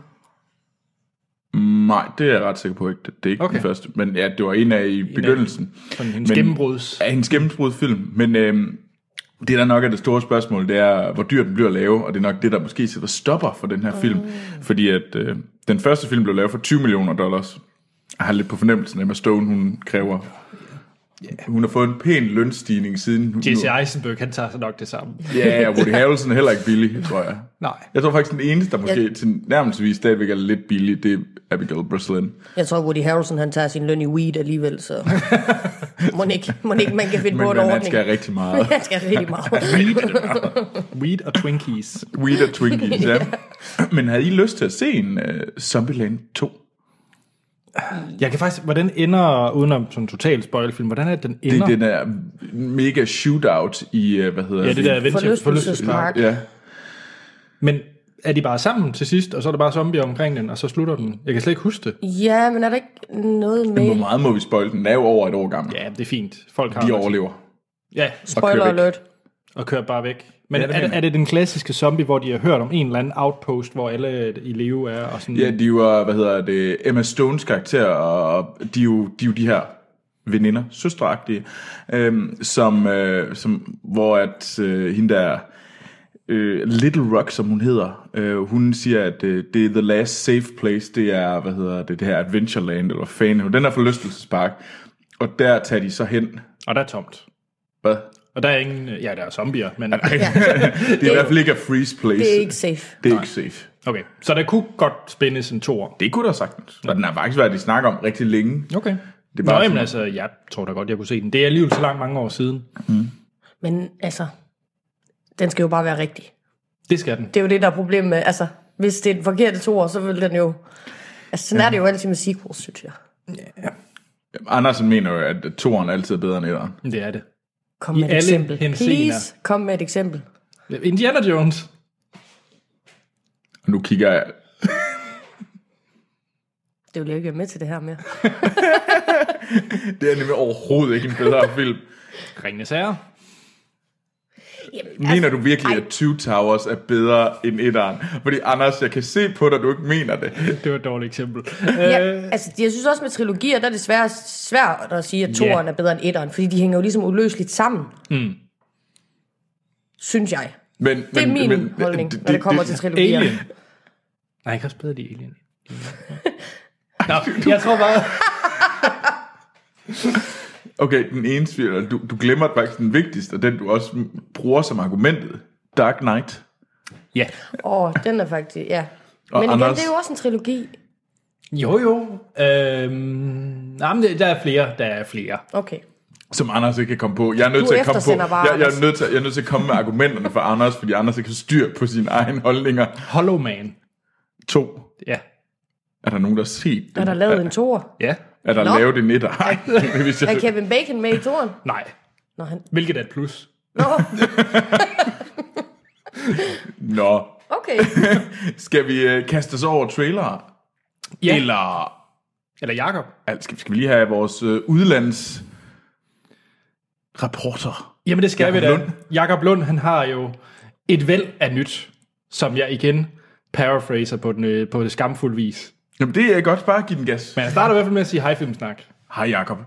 S2: Nej, det er jeg ret sikker på ikke. Det det er ikke okay.
S1: Okay.
S2: den første, men ja, det var en af i begyndelsen.
S1: Sådan hendes
S2: Men-
S1: gennembruds...
S2: Af hendes gennembrudsfilm, men øh, det der nok er det store spørgsmål, det er, hvor dyr den bliver at lave, og det er nok det, der måske sætter stopper for den her film. Fordi at øh, den første film blev lavet for 20 millioner dollars. Jeg har lidt på fornemmelsen, at Emma Stone, hun kræver... Hun har fået en pæn lønstigning siden... hun-
S1: Jesse Eisenberg, han tager sig nok det samme.
S2: Ja, og Woody Harrelson er heller ikke billig, tror jeg.
S1: Nej.
S2: Jeg tror faktisk, den eneste, der måske til nærmest stadigvæk er lidt billig, det er Abigail Breslin.
S3: Jeg tror, Woody Harrelson han tager sin løn i weed alligevel,
S1: <laughs>
S3: så... må ikke, må ikke man kan finde
S2: Men
S3: på en
S2: man, han
S3: ordning. <laughs>
S2: skal rigtig meget.
S3: Han skal rigtig meget.
S1: <laughs> Weed og Twinkies.
S2: Weed og Twinkies, ja. Men havde I lyst til at se en uh, Zombieland 2?
S1: Jeg kan faktisk... Hvordan ender, udenom sådan en total spoilfilm, hvordan er det, den
S2: Det
S1: ender?
S2: er den der mega shootout i, uh, hvad hedder
S1: ja, det der venter
S3: Forlystelsespark.
S2: Ja.
S1: Men er de bare sammen til sidst, og så er der bare zombier omkring den, og så slutter den? Jeg kan slet ikke huske det.
S3: Ja, men er der ikke noget
S2: Hvor
S3: med...
S2: meget må vi spoil den? Den er jo over et år gammel.
S1: Ja, det er fint. Folk har
S2: De overlever.
S1: Ja,
S3: Spoiler
S2: kører væk.
S3: alert.
S1: og kører bare væk. Men
S2: Ja,
S1: ja,
S2: det
S1: er,
S2: mener
S1: er, det den klassiske zombie, hvor de har hørt om en eller anden outpost, hvor alle i leve er? Og sådan,
S2: Ja, de var, hvad hedder det, Emma Stones karakter, og de er jo de, er jo de her veninder, søstreagtige, øhm, som, øh, som, hvor at øh, hende der, øh, Little Rock, som hun hedder, øh, hun siger, at øh, det er the last safe place, det er, hvad hedder det, det her Adventureland, eller hvad fanden, den her forlystelsespark, og der tager de så hen,
S1: Og der er tomt.
S2: hvad?
S1: Og der er ingen... Ja, der er zombier, men...
S2: <laughs> Det er i hvert fald ikke a freeze place.
S3: Det er ikke safe.
S2: det er ikke safe.
S1: Okay, så der kunne godt spændes en to år.
S2: Det kunne der sagtens. Og den har faktisk været, de snakker om rigtig længe.
S1: Okay.
S2: Det er
S1: Det
S2: bare
S1: Nå, jamen
S2: sådan-
S1: altså, jeg tror da godt, jeg kunne se den. Det er alligevel så langt mange år siden.
S3: Men altså, den skal jo bare være rigtig.
S1: Det skal den.
S3: Det er jo det, der er problemet med... Altså, hvis det er den forkerte to år, så vil den jo... Altså, sådan er det jo altid med sequels, synes jeg.
S2: Andersen mener jo, at toeren altid er bedre end etteren.
S1: Det er det.
S3: Kom
S1: I
S3: med et
S1: alle
S3: eksempel.
S1: henseender.
S3: Please, kom med et eksempel.
S1: Indiana Jones.
S2: Og nu kigger jeg...
S3: Det vil jeg ikke være med til det her mere.
S2: Det er nemlig overhovedet ikke en
S3: <laughs>
S2: bedre film.
S1: Ringende sager.
S3: Jamen,
S2: Mener du virkelig, at Two Towers er bedre end etteren? Fordi Anders, jeg kan se på dig, du ikke mener det.
S1: Det var et dårligt eksempel.
S3: Ja, altså jeg synes også med trilogier, der er det svært, svært at sige, at toeren er bedre end etteren, fordi de hænger jo ligesom uløseligt sammen. Mm. Synes jeg.
S2: Men,
S3: Det er
S2: men,
S3: min
S2: men,
S3: holdning, når det kommer til trilogier.
S1: Alien. Nej, jeg kan også bedre lide Alien. Nå, jeg tror bare...
S2: Okay, den ene film, eller du, du glemmer faktisk den vigtigste, og den du også bruger som argumentet. Dark Knight.
S1: Ja.
S3: Åh, den er faktisk, ja.
S2: Og
S3: Men igen,
S2: Anders-
S3: det er jo også en trilogi.
S1: Jo, jo. Øhm, nej, men det- der er flere. Der er flere.
S3: Okay.
S2: Som Anders ikke kan komme på. Jeg er nødt
S3: Du
S2: til at komme på.
S3: eftersender bare,
S2: jeg, jeg, er
S3: Anders.
S2: nødt til, jeg er nødt til at komme med argumenterne for Anders, fordi Anders ikke har styr på sine egne holdninger.
S1: Hollow Man.
S2: To.
S1: Ja.
S2: Er der nogen, der har set den?
S3: Er der lavet en toer?
S1: Ja.
S2: Er der
S3: Nå.
S2: lavet en etter? Nej, <laughs> det vidste jeg
S3: Er Kevin Bacon med i toeren?
S1: Nej.
S3: Nå, han...
S1: Hvilket er et plus.
S3: Nå,
S2: Nå, <laughs>
S3: okay.
S2: skal vi øh, kaste os over trailere?
S1: Ja.
S2: Eller
S1: Eller Jakob.
S2: Alt skal, skal vi lige have vores øh, udlands rapporter.
S1: Jamen det skal
S2: Jakob
S1: vi da.
S2: Lund.
S1: Jakob Lund, han har jo et væld af nyt, som jeg igen paraphraser på, den, øh, på skamfuld vis.
S2: Jamen, det er godt. Bare give den gas.
S1: Men jeg starter i hvert fald med at sige hej filmsnak.
S2: Hej, Jakob.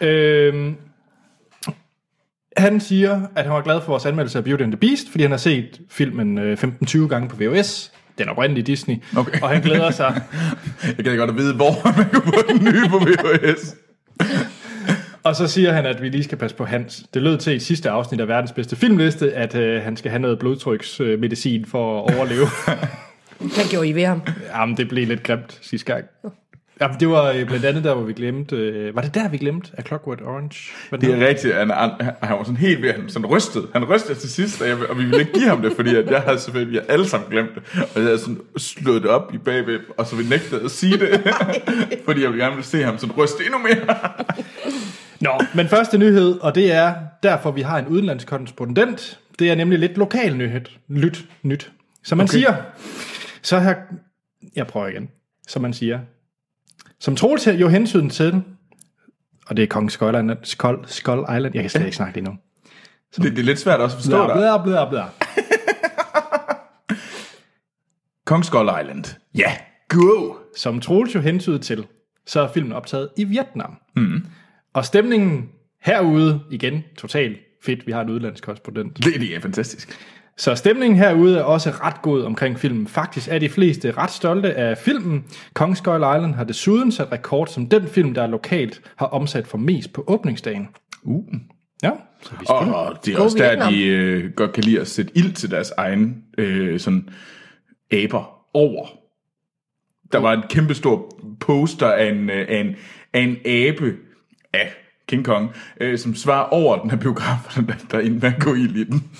S1: Øhm, han siger, at han var glad for vores anmeldelse af Beauty and the Beast, fordi han har set filmen øh, 15-20 gange på VHS, den oprindelige Disney,
S2: Okay.
S1: og han glæder sig.
S2: Jeg kan godt at vide, hvor man kan få den nye på VHS.
S1: Og så siger han, at vi lige skal passe på Hans. Det lød til i sidste afsnit af verdens bedste filmliste, at øh, han skal have noget blodtryksmedicin øh, medicin for at overleve.
S3: Hvad gjorde I ved ham?
S1: Jamen, det blev lidt grimt sidste gang. Jamen, det var øh, blandt andet der, hvor vi glemte... Øh, var det der, vi glemte? A Clockwork Orange? Hvad
S2: <laughs> Det
S1: den
S2: er rigtigt, han, han, han var sådan helt ved, han sådan rystede. Han rystede til sidst, og, jeg, og vi ville ikke give ham det, fordi at jeg havde selvfølgelig vi havde alle sammen glemt det. Og jeg havde sådan slået det op i bagved, og så vi nægtede at sige det, <laughs> fordi jeg ville gerne ville se ham sådan ryste endnu mere.
S1: Nå, men første nyhed, og det er derfor, vi har en udenlandskorrespondent. Det er nemlig lidt lokal nyhed. Lyt, nyt. Som man okay. siger, så her... Jeg prøver igen. Som man siger. Som Troels her- jo hensyn til, og det er Kong Skull Island, Skull, Skull Island. Jeg kan slet ikke snakke det endnu.
S2: Det, det er lidt svært også at forstå
S1: Bla,
S2: dig.
S1: bla, bla, bla.
S2: Kongskål Island. Ja, go!
S1: Som Troels jo hentydede til, så er filmen optaget i Vietnam. Mm. Og stemningen herude, igen, totalt fedt, vi har en udenlandskorrespondent.
S2: Det, det er fantastisk.
S1: Så stemningen herude er også ret god omkring filmen. Faktisk er de fleste ret stolte af filmen. Kongskoil Island har desuden sat rekord som den film, der lokalt har omsat for mest på åbningsdagen.
S2: Uh.
S1: Ja, så vi
S2: Og, og det er
S3: Go
S2: også der,
S3: Vietnam.
S2: de øh, godt kan lide at sætte ild til deres egen øh, sådan aber over. Der var en kæmpe stor poster af en, øh, af en, af en abe af King Kong, øh, som svarer over den her biograf, <laughs> for den der, der inden man går ild i den. <laughs>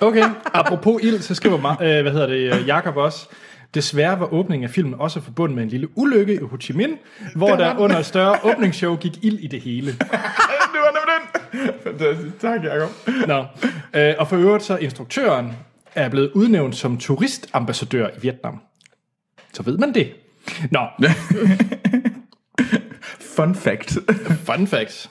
S1: Okay, apropos ild, så skriver Ma- øh, hvad hedder det, øh, Jakob også. Desværre var åbningen af filmen også forbundet med en lille ulykke i Ho Chi Minh, hvor der under et større åbningsshow gik ild i det hele.
S2: det var nemlig den! Fantastisk. Tak, Jacob.
S1: Nå. Øh, og for øvrigt så instruktøren er blevet udnævnt som turistambassadør i Vietnam. Så ved man det. Nå,
S2: Fun fact.
S1: <laughs> fun facts.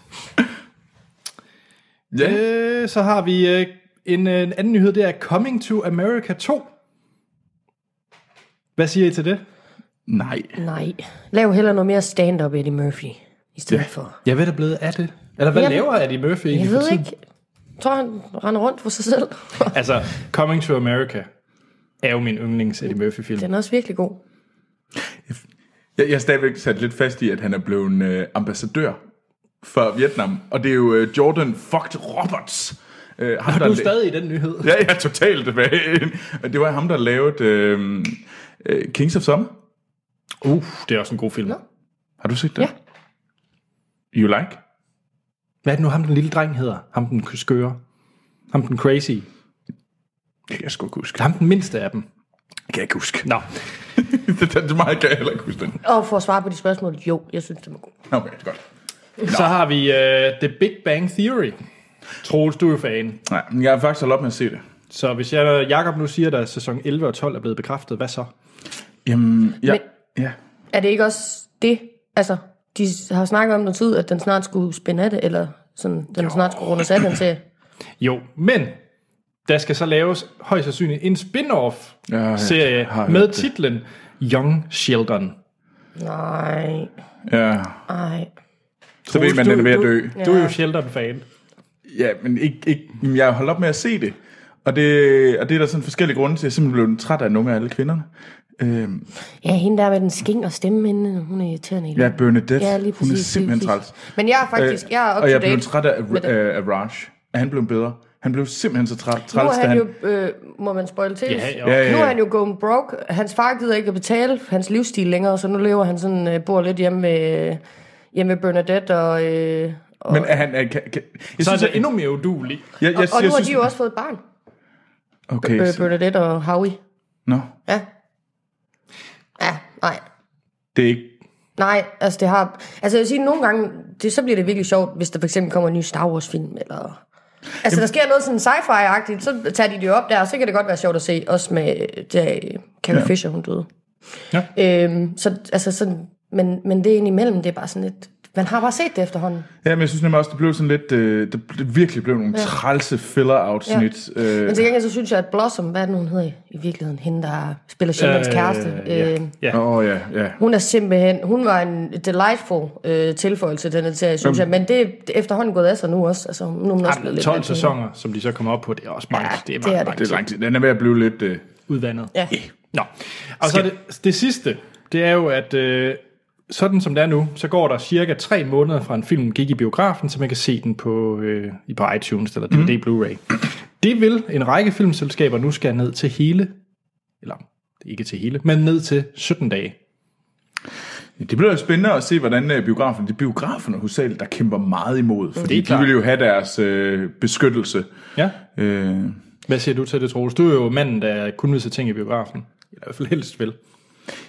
S2: ja.
S1: Øh, så har vi øh, en, øh, en anden nyhed, det er Coming to America 2. Hvad siger I til det?
S2: <laughs> Nej.
S3: Nej. Lav heller noget mere stand-up, Eddie Murphy, i stedet
S2: Ja.
S3: ja. for.
S1: Jeg ved, der er blevet af det. Eller hvad
S3: Jeg-
S1: laver Eddie Murphy egentlig
S3: Jeg
S1: for
S3: ved
S1: tiden?
S3: ikke. Jeg tror, han render rundt for sig selv.
S1: Altså, Coming to America er jo min yndlings Eddie Murphy-film.
S3: Den er også virkelig god.
S2: Jeg, jeg er stadigvæk sat lidt fast i, at han er blevet en øh, ambassadør for Vietnam. Og det er jo øh, Jordan Fucked Roberts. Øh, ham,
S1: Du er
S2: la-
S1: stadig i den nyhed.
S2: Ja, jeg er totalt tilbage. Det var ham, der lavede øh, øh, Kings of Summer.
S1: Uh, det er også en god film.
S2: Har du set den?
S3: Ja.
S2: You like?
S1: Hvad er det nu, ham den lille dreng hedder? Ham den skøre? Ham den crazy?
S2: Det kan jeg sgu ikke huske.
S1: Ham den mindste af dem?
S2: Det kan jeg ikke huske.
S1: Nå,
S2: <laughs> det, det, det meget kan jeg heller ikke huske den.
S3: Og for at svare på de spørgsmål, jo, jeg synes, den var god.
S2: Nå, Okay, det er godt.
S1: så har vi uh, The Big Bang Theory. Troels, du er jo fan.
S2: Nej, men jeg har faktisk holdt op med at se det.
S1: Så hvis jeg, Jacob nu siger, at sæson 11 og 12 er blevet bekræftet, hvad så?
S2: Jamen, ja.
S3: Men-
S2: ja.
S3: Er det ikke også det? Altså, de har snakket om noget tid, at den snart skulle spænde af det, eller sådan, den jo. snart skulle rundes af den til.
S1: Jo, men der skal så laves højst sandsynligt en spin-off-serie
S2: Ja, jeg har hørt
S1: med
S2: det.
S1: titlen Young Sheldon.
S3: Nej,
S2: ja.
S3: nej.
S2: Så ved man, den er ved at dø.
S1: Du er jo Sheldon-fan.
S2: Ja, men ikke, ikke, men jeg holdt op med at se det. Og det, og det er der sådan forskellige grunde til. Jeg er simpelthen blevet træt af nogle af alle kvinderne. Øhm,
S3: Ja, hende der med den sking og stemme hende, hun er irriterende. i det.
S2: ja, Bernadette,
S3: ja, lige præcis.
S2: hun er
S3: lige
S2: simpelthen
S3: præcis.
S2: træls. Øh,
S3: Men jeg er faktisk, jeg er up
S2: og jeg
S3: to
S2: er blevet
S3: date.
S2: træt af, øh,
S3: med det.
S2: af, af Raj. Er han blevet bedre? Han blev simpelthen så træt,
S3: Nu
S2: træls,
S3: er
S2: da
S3: han
S2: han...
S3: jo, øh, må man spoil til?
S1: Ja, jo.
S2: Ja, ja,
S3: Nu
S2: ja.
S3: er han jo gået broke. Hans far gider ikke at betale hans livsstil længere, så nu lever han sådan, øh, bor lidt hjemme med, hjemme med Bernadette og... Øh, og,
S2: Men er han... Er, kan, kan, jeg
S1: Så er
S2: synes,
S1: det
S2: jeg,
S1: endnu mere udulig.
S2: jeg, jeg,
S3: og,
S2: jeg,
S3: og nu har
S2: synes,
S3: de jo også fået et barn,
S2: Okay,
S3: øh,
S2: så,
S3: Bernadette og Howie.
S2: no,
S3: Ja. Ja, nej.
S2: det er ikke...
S3: Nej, altså det har... Altså jeg vil sige, nogle gange, det, så bliver det virkelig sjovt, hvis der for eksempel kommer en ny Star Wars-film, eller... Altså Jamen. der sker noget sådan sci-fi-agtigt, så tager de det jo op der, og så kan det godt være sjovt at se, også med da Carrie ja. Fisher, hun døde.
S1: Ja.
S3: Øhm, så altså sådan, Men, men det er indimellem, det er bare sådan lidt... Man har bare set det efterhånden.
S2: Ja, men jeg synes nemlig også, det blev sådan lidt... Øh, det det virkelig blev nogle ja. trælse filler-afsnit. Ja. Øh,
S3: Men til gengæld, så synes jeg, at Blossom, hvad er det nu, hun hedder i- i virkeligheden? Hende, der spiller Sheldons
S1: Øh,
S3: kæreste.
S1: ja.
S3: Øh,
S1: Ja.
S2: Åh, oh, ja, ja.
S3: hun er simpelthen... Hun var en delightful øh, tilføjelse, til den serie, synes jeg. Men det er efterhånden gået af sig nu også. Altså, nu er hun også blevet
S1: Jamen,
S3: lidt...
S1: 12
S3: rigtig-
S1: sæsoner, som de så kommer op på, det er også mange.
S3: Ja,
S1: det er
S3: det
S1: mange,
S3: er det.
S1: mange
S2: Det er lang tid. Den er ved at blive lidt... Øh,
S1: udvandet.
S3: Ja.
S1: Nå. Og så det, det sidste, det er jo, at øh, sådan som det er nu, så går der cirka tre måneder fra en film gik i biografen, så man kan se den på, øh, i- på iTunes eller DVD mm. Blu-ray. Det vil en række filmselskaber nu skal ned til hele, eller ikke til hele, men ned til 17 dage.
S2: det bliver jo spændende at se, hvordan øh, biograferne... Det er biograferne hovedsageligt, der kæmper meget imod. Fordi de
S1: klart.
S2: vil jo have deres øh, beskyttelse.
S1: Ja.
S2: Øh,
S1: Hvad siger du til det, Troels? Du er jo manden, der kun vil se ting i biografen. Eller i hvert fald helst vil.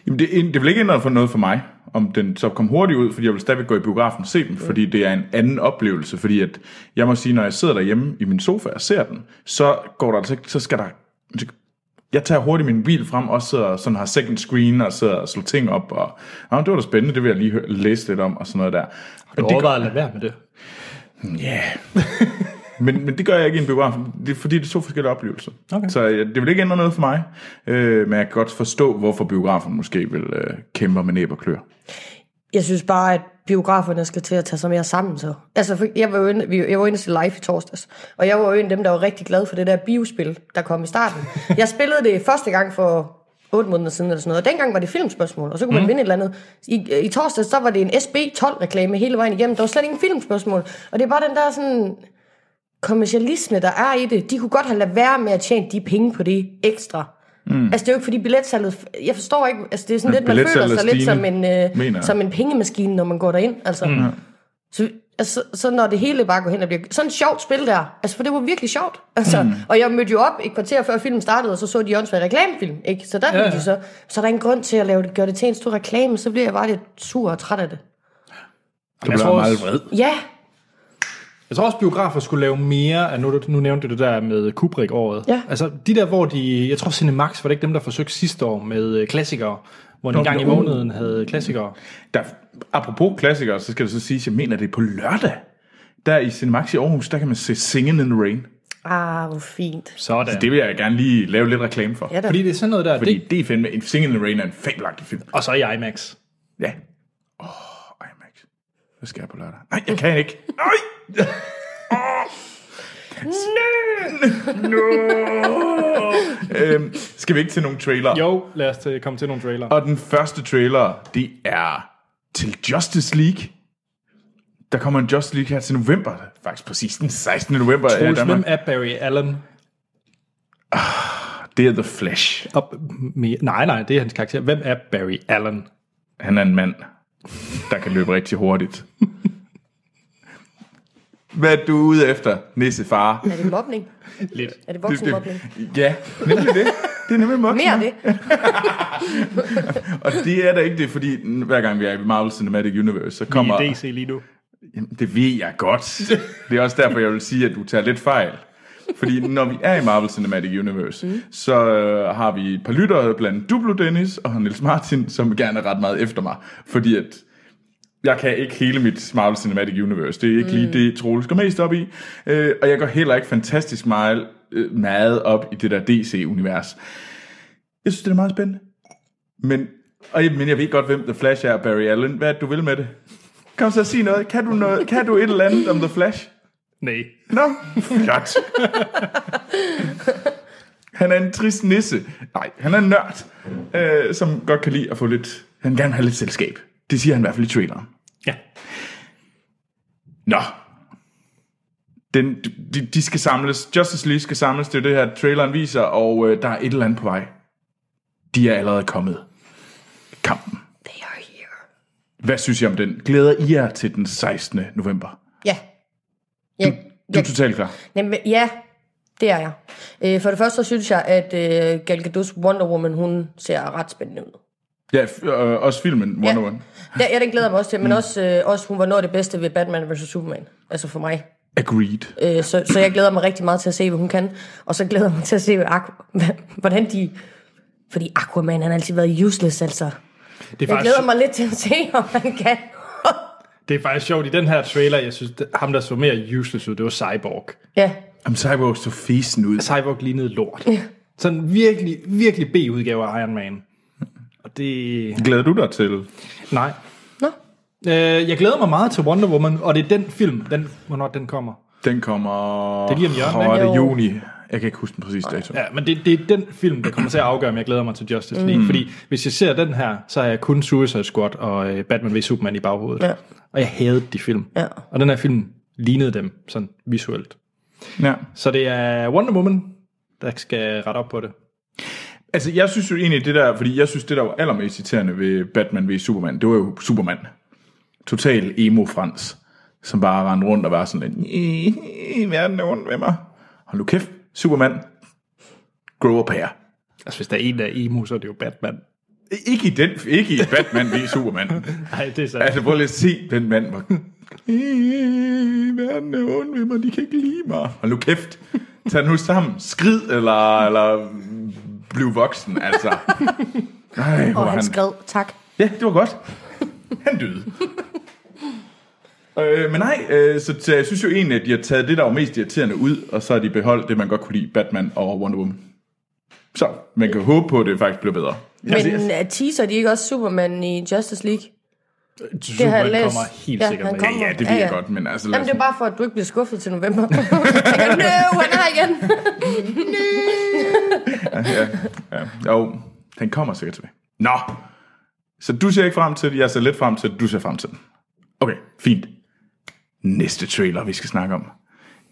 S2: Jamen det, det vil ikke ændre for noget for mig, om den så kom hurtigt ud, fordi jeg vil stadigvæk gå i biografen og se den, fordi det er en anden oplevelse, fordi at, jeg må sige, når jeg sidder derhjemme i min sofa og ser den, så går der, så, så skal der, så, jeg tager hurtigt min bil frem, og sidder og sådan har second screen, og sidder og slår ting op, og ah, det var da spændende, det vil jeg lige høre, læse lidt om, og sådan noget der. Men
S1: Du
S2: det, gør,
S1: overvejer at lade være med det.
S2: yeah. <laughs> men, men det gør jeg ikke i en biograf, det er, fordi det er to forskellige oplevelser.
S1: Okay.
S2: Så jeg, det vil ikke ændre noget for mig, øh, men jeg kan godt forstå, hvorfor biografen måske vil øh, kæmpe med næb og klør.
S3: Jeg synes bare, at biograferne skal til at tage sig mere sammen så. Altså, for jeg var jo inde, vi- jeg var inde til live i torsdags, og jeg var jo en af dem, der var rigtig glad for det der biospil, der kom i starten. Jeg spillede det første gang for 8 måneder siden eller sådan noget, og dengang var det filmspørgsmål, og så kunne man mm. vinde et eller andet. I, I torsdags, der var det en SB12-reklame hele vejen igennem, der var slet ingen filmspørgsmål, og det er bare den der sådan kommercialisme, der er i det, de kunne godt have ladet være med at tjene de penge på det ekstra. Mm. Altså, det er jo ikke fordi billetsalget... Jeg forstår ikke... Altså, det er sådan
S2: Men
S3: lidt, man føler sig
S2: billetsalget
S3: lidt som en,
S2: stigende, mener
S3: øh,
S2: jeg.
S3: som en pengemaskine, når man går derind. Altså, mm. så, altså, så når det hele bare går hen og bliver... Sådan et sjovt spil der. Altså, for det var virkelig sjovt. Altså, mm. Og jeg mødte jo op et kvarter før filmen startede, og så så de åndssvagt reklamefilm. Ikke? Så der ja. de så... Så er der ingen grund til at lave det, gøre det til en stor reklame, så bliver jeg bare lidt sur og træt af det.
S2: Du
S1: Jeg
S2: bliver
S1: tror
S2: meget
S1: også-
S2: vred.
S3: Ja,
S1: Jeg tror også, biografer skulle lave mere af, nu, nu nævnte du det der med Kubrick-året.
S3: Ja.
S1: Altså, de der, hvor de, jeg tror Cinemax, var det ikke dem, der forsøgte sidste år med øh, klassikere, hvor de en gang i
S2: jo.
S1: måneden havde klassikere.
S2: Der, apropos klassikere, så skal det så sige, at jeg mener, det er på lørdag. Der i Cinemax i Aarhus, der kan man se Singing in the Rain.
S3: ah, hvor fint.
S1: Sådan.
S2: Så det vil jeg gerne lige lave lidt reklame for.
S3: Ja, da.
S1: Fordi det er sådan noget der,
S2: Fordi
S1: det,
S2: det er fandme, en Singing in the Rain er en fabelagtig film.
S1: og så i IMAX.
S2: Ja. Åh, oh, IMAX. Hvad skal jeg på lørdag? Nej, jeg kan ikke. Nej! No. øhm, skal vi ikke til nogle trailer?
S1: Jo, lad os til, komme til nogle trailer.
S2: Og den første trailer, det er til Justice League. Der kommer en Justice League her til november. Faktisk præcis den 16. november. her i
S1: Troels,
S2: Danmark.
S1: hvem er Barry Allen?
S2: Det er The Flash.
S1: Op, med, nej, nej, det er hans karakter. Hvem er Barry Allen?
S2: Han er en mand, der kan løbe
S1: <laughs>
S2: rigtig hurtigt. Hvad er du ude efter, Nisse far?
S3: Er det mobning?
S1: Lidt.
S3: Er <laughs> det voksenmobning?
S2: ja, nemlig det. Det er nemlig moksen.
S3: Mere af det.
S2: Og det er da ikke det, fordi hver gang vi er i Marvel Cinematic Universe, så kommer...
S1: I DC lige nu.
S2: Jamen, det ved jeg godt. Det er også derfor, jeg vil sige, at du tager lidt fejl. Fordi når vi er i Marvel Cinematic Universe, mm. så øh, har vi et par lyttere blandt Dublo Dennis og Niels Martin, som gerne er ret meget efter mig. Fordi at jeg kan ikke hele mit Marvel Cinematic Universe. Det er ikke mm. lige det, Troels går mest op i. Øh, og jeg går heller ikke fantastisk meget, øh, meget op i det der DC-univers. Jeg synes, det er meget spændende. Men, og, jeg- men jeg ved godt, hvem The Flash er, og Barry Allen. Hvad er det, du vil med det? Kom så og sig noget. Kan du, noget, kan du et eller andet om The Flash?
S1: Nej.
S2: Nå, no. flot. Han er en trist nisse. Nej, han er en nørd, øh, som godt kan lide at få lidt... Han vil gerne have lidt selskab. Det siger han i hvert fald i traileren.
S1: Ja.
S2: Nå. Den, de, de skal samles. Justice League skal samles. Det er det her, traileren viser. Og øh, der er et eller andet på vej. De er allerede kommet. Kampen.
S3: They are here.
S2: Hvad synes I om den? Glæder I jer til den 16. november?
S3: Ja. Jeg,
S2: Du er
S3: jeg,
S2: totalt klar.
S3: jamen, ja, det er jeg. Øh, for det første så synes jeg, at øh, Gal Gadot's Wonder Woman, hun ser ret spændende ud.
S2: Ja, f- øh, også filmen Wonder Woman. Mm.
S3: Ja, ja, den glæder jeg mig også til, men også, øh, også hun var noget af det bedste ved Batman vs. Superman. Altså for mig.
S2: Agreed.
S3: Øh, så, så jeg glæder mig rigtig meget til at se, hvad hun kan. Og så glæder jeg <laughs> mig til at se, hvad Aqu- hvordan de... Fordi Aquaman, han har altid været useless, altså.
S1: Det er,
S3: Jeg
S1: faktisk,
S3: glæder mig lidt til at se, <laughs> om man kan.
S1: det er faktisk sjovt. I den her trailer, jeg synes, det- ham der så mere useless ud, det var Cyborg.
S3: ja,
S2: Jamen, Cyborg så fisen ud.
S1: Cyborg lignede lort. Sådan virkelig, virkelig B-udgave af Iron Man. Og det...
S2: Glæder du dig til?
S1: Nej.
S3: nå.
S1: Øh, jeg glæder mig meget til Wonder Woman, og det er den film, den, hvornår den kommer.
S2: Den kommer...
S1: Det er lige om hjørnet,
S2: Åh,
S1: ikke?
S2: er det
S3: Jo.
S2: juni? Jeg kan ikke huske den præcise dato.
S1: Ja, men det, det er den film, der kommer til at afgøre, om jeg glæder mig til Justice League. Mm. Fordi hvis jeg ser den her, så er jeg kun Suicide Squad og øh, Batman v Superman i baghovedet.
S3: Ja.
S1: Og jeg hadede de film.
S3: Ja.
S1: Og den her film lignede dem sådan visuelt.
S2: Ja.
S1: Så det er Wonder Woman, der skal rette op på det.
S2: Altså, jeg synes jo egentlig, det der... Fordi jeg synes, det der var allermest irriterende ved Batman v Superman, det var jo Superman. Total emo-frans, som bare rendte rundt og var sådan lidt... "Næh, Verden er ondt ved mig. Hold nu kæft, Superman. Grow up her.
S1: Altså hvis der er en, der er emo, så er det jo Batman.
S2: Ikke i, den, ikke i Batman v Superman.
S1: Nej, det er sandt.
S2: Altså, prøv lige at se den mand. Hvor... "Øh, Verden er ond ved mig, de kan ikke lide mig. Hold nu kæft. Tag nu sammen. Skrid, eller, eller bliv voksen, altså. Nej, hvor
S3: Og
S2: var
S3: han
S2: han...
S3: skred, tak.
S2: Ja, det var godt. Han døde. øh, men nej, øh, så, så jeg synes jo egentlig, at de har taget det, der var mest irriterende ud, og så har de beholdt det, man godt kunne lide, Batman og Wonder Woman. Så, man kan håbe på, at det faktisk bliver bedre.
S3: Men øh, teaser de ikke også Superman i Justice League?
S1: Superman
S3: har jeg læst.
S1: kommer helt
S3: Ja,
S1: sikkert
S3: han
S1: med.
S3: kommer.
S2: Ja, det ved
S3: Ja,
S2: jeg
S3: ja.
S2: godt, men altså... lad
S3: Jamen,
S2: os-
S3: det er bare for, at du ikke bliver skuffet til <laughs> november. Nå, no, han er her igen.
S2: Jo, den kommer sikkert tilbage. Nå, så du ser ikke frem til det, jeg ser lidt frem til det, du ser frem til den. Okay, fint. Næste trailer, vi skal snakke om.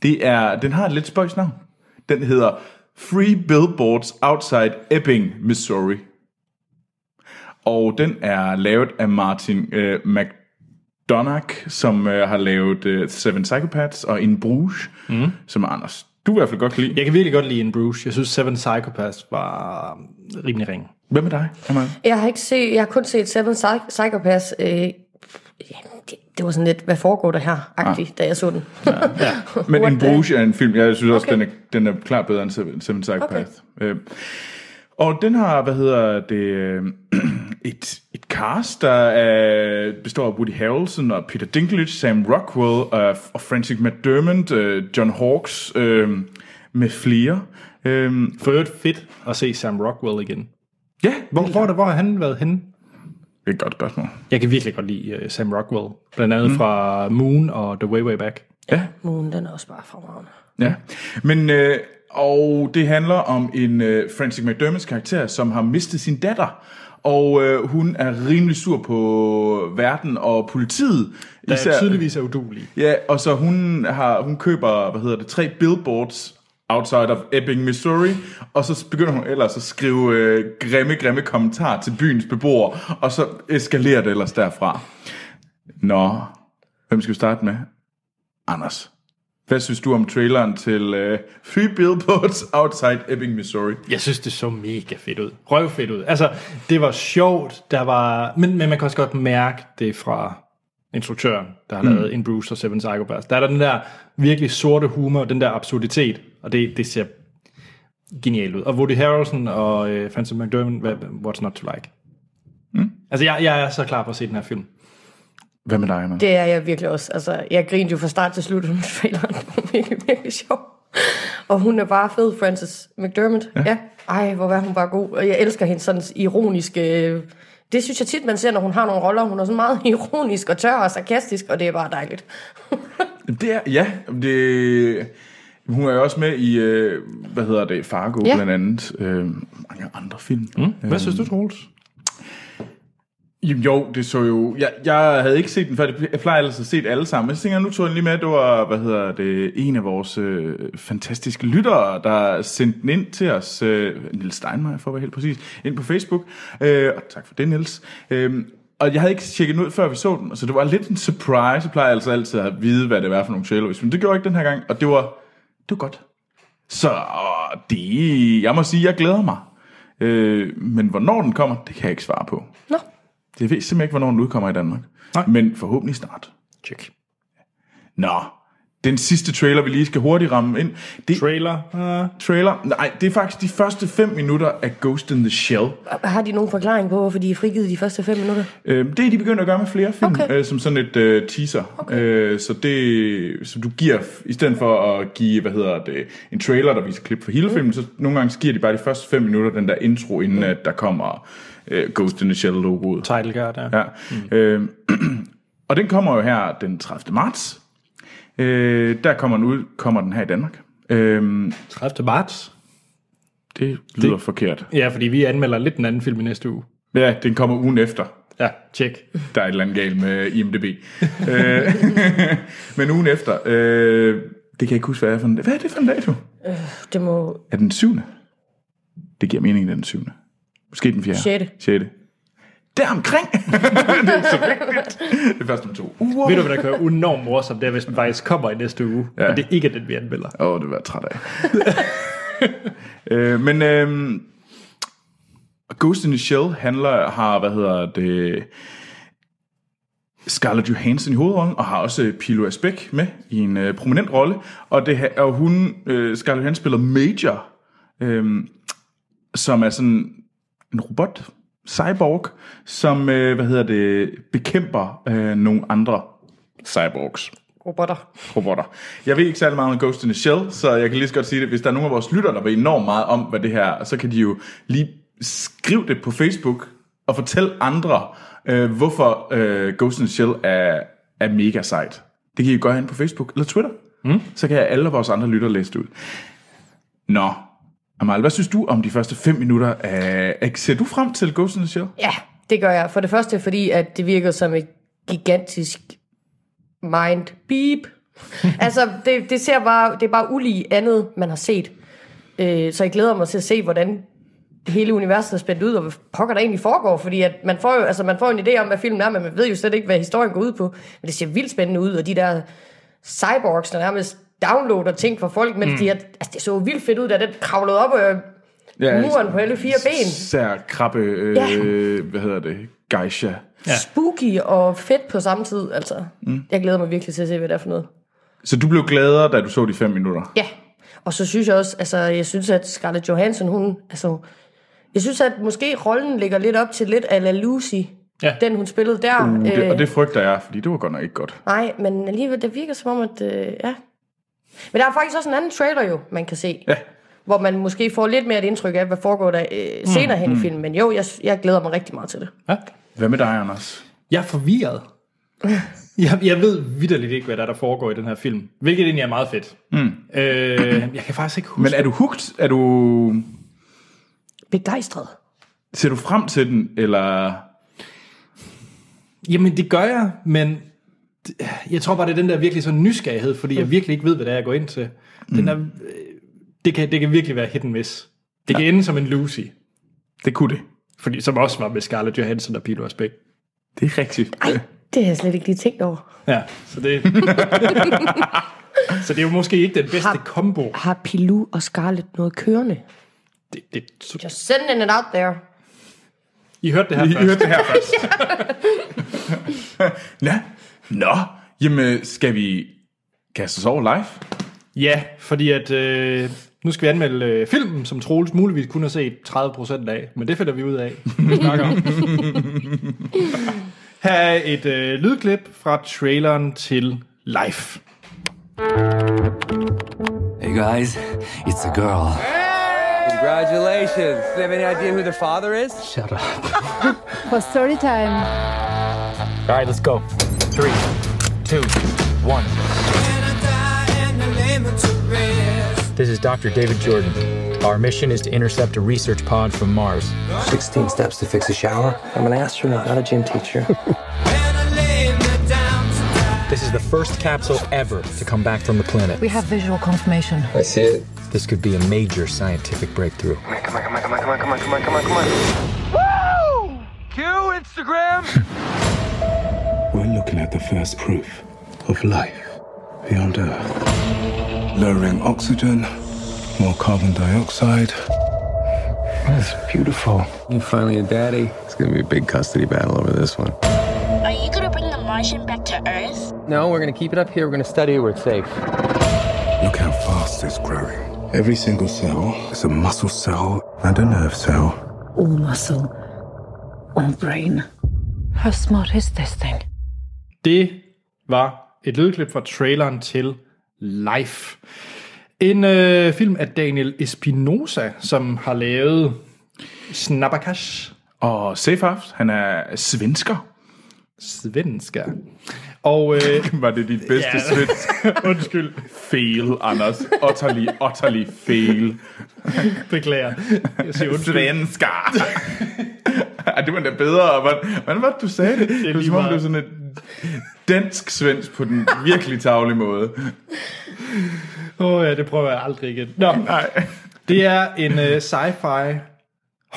S2: Det er, den har et lidt spøjs navn. Den hedder Free Billboards Outside Ebbing, Missouri. Og den er lavet af Martin øh, McDonagh, som øh, har lavet øh, Seven Psychopaths og In Bruges, mm. som Anders, du i hvert fald godt kan lide.
S1: Jeg kan virkelig godt lide en Bruce. Jeg synes Seven Psychopaths var rimelig ring.
S2: Hvem er dig, Amal?
S3: Jeg har, ikke set, jeg har kun set Seven Psych- Psychopaths. Øh, jamen, det, det, var sådan lidt, hvad foregår der her, agtigt, da jeg så den.
S2: Men
S3: What
S2: En
S3: the-
S2: Bruges er en film, jeg synes også,
S3: Okay.
S2: den, er, den er klart bedre end Seven, Seven Psychopaths. Okay. Øh, og den har, hvad hedder det, øh, <clears throat> et, et cast, der er, består af Woody Harrelson og Peter Dinklage, Sam Rockwell og, og Francis McDermott, øh, John Hawkes øh, med flere. Øh,
S1: For øvrigt fedt at se Sam Rockwell igen.
S2: ja,
S1: Hvor, hvor, er det, hvor har han været henne?
S2: det er et godt spørgsmål.
S1: Jeg kan virkelig godt lide øh, Sam Rockwell. Blandt andet mm. fra Moon og The Way Way Back.
S2: Ja,
S3: Moon, den er også bare fremragende.
S2: Ja, men øh, og det handler om en øh, Francis McDermotts karakter, som har mistet sin datter, og øh, hun er rimelig sur på verden og politiet.
S1: Der er tydeligvis er udulig.
S2: Ja, og så hun, har, hun køber, hvad hedder det, tre billboards outside of Ebbing, Missouri, og så begynder hun ellers at skrive øh, grimme, grimme kommentarer til byens beboere, og så eskalerer det ellers derfra. Nå, hvem skal vi starte med? Anders. Hvad synes du om traileren til øh, Free Billboards Outside Ebbing, Missouri?
S1: Jeg synes, det så mega fedt ud. Røvfedt ud. Altså, det var sjovt. Der var... Men, men man kan også godt mærke det fra instruktøren, der har mm. lavet In Bruce og Seven Psychopaths. Der er der den der virkelig sorte humor og den der absurditet, og det, det ser genialt ud. Og Woody Harrelson og øh, Francis McDermott, hvad- what's not to like? Mm. Altså, jeg, jeg er så klar på at se den her film.
S2: Hvad med dig, mand?
S3: Det er jeg virkelig også. Altså, jeg grinede jo fra start til slut, hun <laughs> traileren var virkelig, virkelig sjov. Og hun er bare fed, Frances McDermott. Ja. ja. Ej, hvor var hun bare god. Og jeg elsker hendes sådan ironiske... øh, Det synes jeg tit, man ser, når hun har nogle roller. Hun er sådan meget ironisk og tør og sarkastisk, og det er bare dejligt.
S2: Det er, ja, det, hun er jo også med i, øh, hvad hedder det, Fargo ja.
S3: Ja.
S2: blandt andet, øh, mange andre film. Mm.
S1: Hvad synes du, Troels?
S2: Jamen, Jo, det så jo... Jeg, jeg havde ikke set den før. Jeg plejer ellers at se alle sammen. Men så tænker jeg, nu tog jeg den lige med. Det var, hvad hedder det, en af vores øh, fantastiske lyttere, der sendte den ind til os. Øh, Nils Steinmeier, for at være helt præcis. Ind på Facebook. Øh, og tak for det, Nils. Øh, og jeg havde ikke tjekket den ud, før vi så den. Så det var lidt en surprise. Jeg plejer altså altid at vide, hvad det var for nogle trailers. Men det gjorde jeg ikke den her gang. Og det var, det var godt. Så og det... Jeg må sige, jeg glæder mig. Øh, men hvornår den kommer, det kan jeg ikke svare på.
S3: Nå,
S2: Det ved simpelthen ikke, hvornår den udkommer i Danmark.
S1: Nej.
S2: Men forhåbentlig snart.
S1: Check.
S2: Nå, Den sidste trailer, vi lige skal hurtigt ramme ind, det er
S1: Trailer. Uh,
S2: trailer. Nej, det er faktisk de første 5 minutter af Ghost in the Shell.
S3: Har de nogen forklaring på, hvorfor de er frigivet de første fem minutter?
S2: Øh, det er de begyndt at gøre med flere film,
S3: Okay.
S2: okay. øh, som sådan et øh, teaser. Okay. Øh, så det, som du giver, i stedet for at give, hvad hedder det, en trailer, der viser klip for hele filmen, så nogle gange så giver de bare de første fem minutter, den der intro, inden at der kommer øh, Ghost in the Shell logoet.
S1: title card, ja.
S2: Ja. Mm. Øh, <clears throat> og den kommer jo her den 30. marts. Øh, der kommer den ud, kommer den her i Danmark. Øh,
S1: 30. marts.
S2: det lyder det. forkert.
S1: Ja, fordi vi anmelder lidt en anden film i næste uge.
S2: Ja, den kommer ugen efter.
S1: Ja, tjek.
S2: Der er et eller andet galt med <laughs> IMDB. Øh, Men ugen efter, øh, det kan jeg ikke huske, hvad er, for en, hvad er det for en dato?
S3: Det må...
S2: Er den 7. Det giver mening, det er den 7. Måske den 4.
S3: Sjette.
S2: 6. Der omkring. <laughs> det er så rigtigt. Det er først om to uger.
S1: Ved du, hvad der kører enormt morsomt, det er, hvis den faktisk kommer i næste uge, ja.
S2: Ja.
S1: og det ikke er den, vi anmelder.
S2: Åh, oh, det var jeg træt af. <laughs> øh, men øh, Ghost in the Shell handler, har, hvad hedder det, Scarlett Johansson i hovedrollen, og har også øh, Pilo Asbæk med i en øh, prominent rolle. Og det her, og hun, øh, Scarlett Johansson spiller Major, øh, som er sådan en robot, cyborg, som, øh, hvad hedder det, bekæmper øh, nogle andre cyborgs
S3: Robotter.
S2: robotter. Jeg ved ikke særlig meget om Ghost in the Shell, så jeg kan lige så godt sige det. Hvis der er nogen af vores lytter, der ved enormt meget om, hvad det her er, så kan de jo lige skrive det på Facebook og fortælle andre, øh, hvorfor øh, Ghost in the Shell er, er mega sejt. Det kan I gøre hen på Facebook eller Twitter. Mm. Så kan alle vores andre lytter læse det ud. Nå, Amal, hvad synes du om de første 5 minutter? Af, ser du frem til Ghost in the Shell?
S3: Ja, det gør jeg. For det første, fordi at det virker som et gigantisk mind beep. altså, det, det, ser bare, det er bare ulige andet, man har set. Øh, så jeg glæder mig til at se, hvordan hele universet er spændt ud, og hvad pokker der egentlig foregår, fordi at man, får jo, altså man får en idé om, hvad filmen er, men man ved jo slet ikke, hvad historien går ud på. Men det ser vildt spændende ud, og de der cyborgs, der nærmest downloader ting fra folk, mens mm. de er, altså det så jo vildt fedt ud, da den kravlede op øh,
S2: Ja,
S3: muren på alle fire ben.
S2: Sær krabbe, øh,
S3: Ja.
S2: hvad hedder det, geisha.
S1: Ja.
S3: ja. spooky og fedt på samme tid, altså. Mm. Jeg glæder mig virkelig til at se, hvad det er for noget.
S2: Så du blev gladere, da du så de 5 minutter?
S3: Ja, og så synes jeg også, altså, jeg synes, at Scarlett Johansson, hun, altså, jeg synes, at måske rollen ligger lidt op til lidt ala Lucy,
S1: Ja.
S3: den hun spillede der. Øh,
S2: Uh, det, og det frygter jeg, fordi det var godt nok ikke godt.
S3: Nej, men alligevel, det virker som om, at, øh, ja. Men der er faktisk også en anden trailer jo, man kan se.
S2: Ja.
S3: Hvor man måske får lidt mere et indtryk af, hvad foregår der øh,
S2: Mm,
S3: senere hen i filmen. Men jo, jeg, jeg glæder mig rigtig meget til det.
S1: Ja.
S2: Hvad med dig, Anders?
S1: Jeg er forvirret. Jeg, jeg ved vidderligt ikke, hvad der, er, der foregår i den her film. Hvilket egentlig er meget fedt. Mm. Øh, jeg kan faktisk ikke huske.
S2: Men er du hugt? Er du...
S3: Begejstret.
S2: Ser du frem til den, eller...
S1: Jamen, det gør jeg, men det- jeg tror bare, det er den der virkelig sådan nysgerrighed, fordi jeg virkelig ikke ved, hvad det er, jeg går ind til. Den der, øh, det, kan, det kan virkelig være hit and miss. Det kan ende som en Lucy,
S2: Det kunne det.
S1: fordi, som også var med Scarlett Johansson og Pilo Asbæk.
S2: Det er rigtigt. Ej.
S3: Det har jeg slet ikke lige tænkt over.
S1: Ja, så det... <laughs> så det er jo måske ikke den bedste kombo.
S3: Har Pilu og Scarlett noget kørende?
S1: Det, det,
S3: Just sending it out there.
S1: I hørte det her
S2: I
S1: først.
S2: hørte det her først. ja. <laughs> Nå, jamen skal vi kaste os over live?
S1: Ja, fordi at... Øh, nu skal vi anmelde øh, filmen, som Troels muligvis kun har set 30% af, men det finder vi ud af. <laughs> Vi snakker om. Her er et øh, lydklip fra traileren til Life.
S4: Hey guys, it's a girl.
S5: Congratulations. Do you have any idea who the father is?
S4: Shut up.
S6: for story time.
S4: All right, let's go. Three, two, one. This is Dr. David Jordan. Our mission is to intercept a research pod from Mars.
S7: 16 steps to fix a shower. I'm an astronaut, not a gym teacher.
S4: This is the first capsule ever to come back from the planet.
S8: We have visual confirmation.
S7: I see it.
S4: This could be a major scientific breakthrough.
S7: Come on, come on, come on, come on, come on, come on, come on, come on, come on.
S5: Q Instagram.
S9: We're looking at the first proof of life beyond Earth. Lowering oxygen, more carbon dioxide.
S7: That's beautiful. You finally a daddy.
S9: It's gonna be a big custody battle over this one.
S10: Are you gonna bring the Martian back to Earth?
S5: No, we're going to keep it up here. We're going to study it where it's safe.
S9: Look how fast it's growing. Every single cell is a muscle cell and a nerve cell.
S8: all muscle, all brain. How smart is this thing?
S1: Det var et lydklip fra traileren til Life. En øh, film af Daniel Espinosa, som har lavet Snabakash
S2: Og Seyfarth, han er svensker.
S1: Svenska. Og øh,
S2: <laughs>
S1: <laughs>
S2: Var det dit bedste
S1: Ja.
S2: yeah. svensk? <laughs> Undskyld. Fail, Anders. Utterly, utterly fail.
S1: beklager, jeg
S2: <laughs>
S1: siger undskyld.
S2: Svensker. Ej, det var da bedre. Hvordan, hvordan var det, du sagde det? Det var
S1: lige
S2: som om,
S1: meget.
S2: det var sådan et dansk-svensk på den virkelig tavlige måde.
S1: Åh oh, ja, det prøver jeg aldrig igen. Nå,
S2: Nej.
S1: det er en øh, sci-fi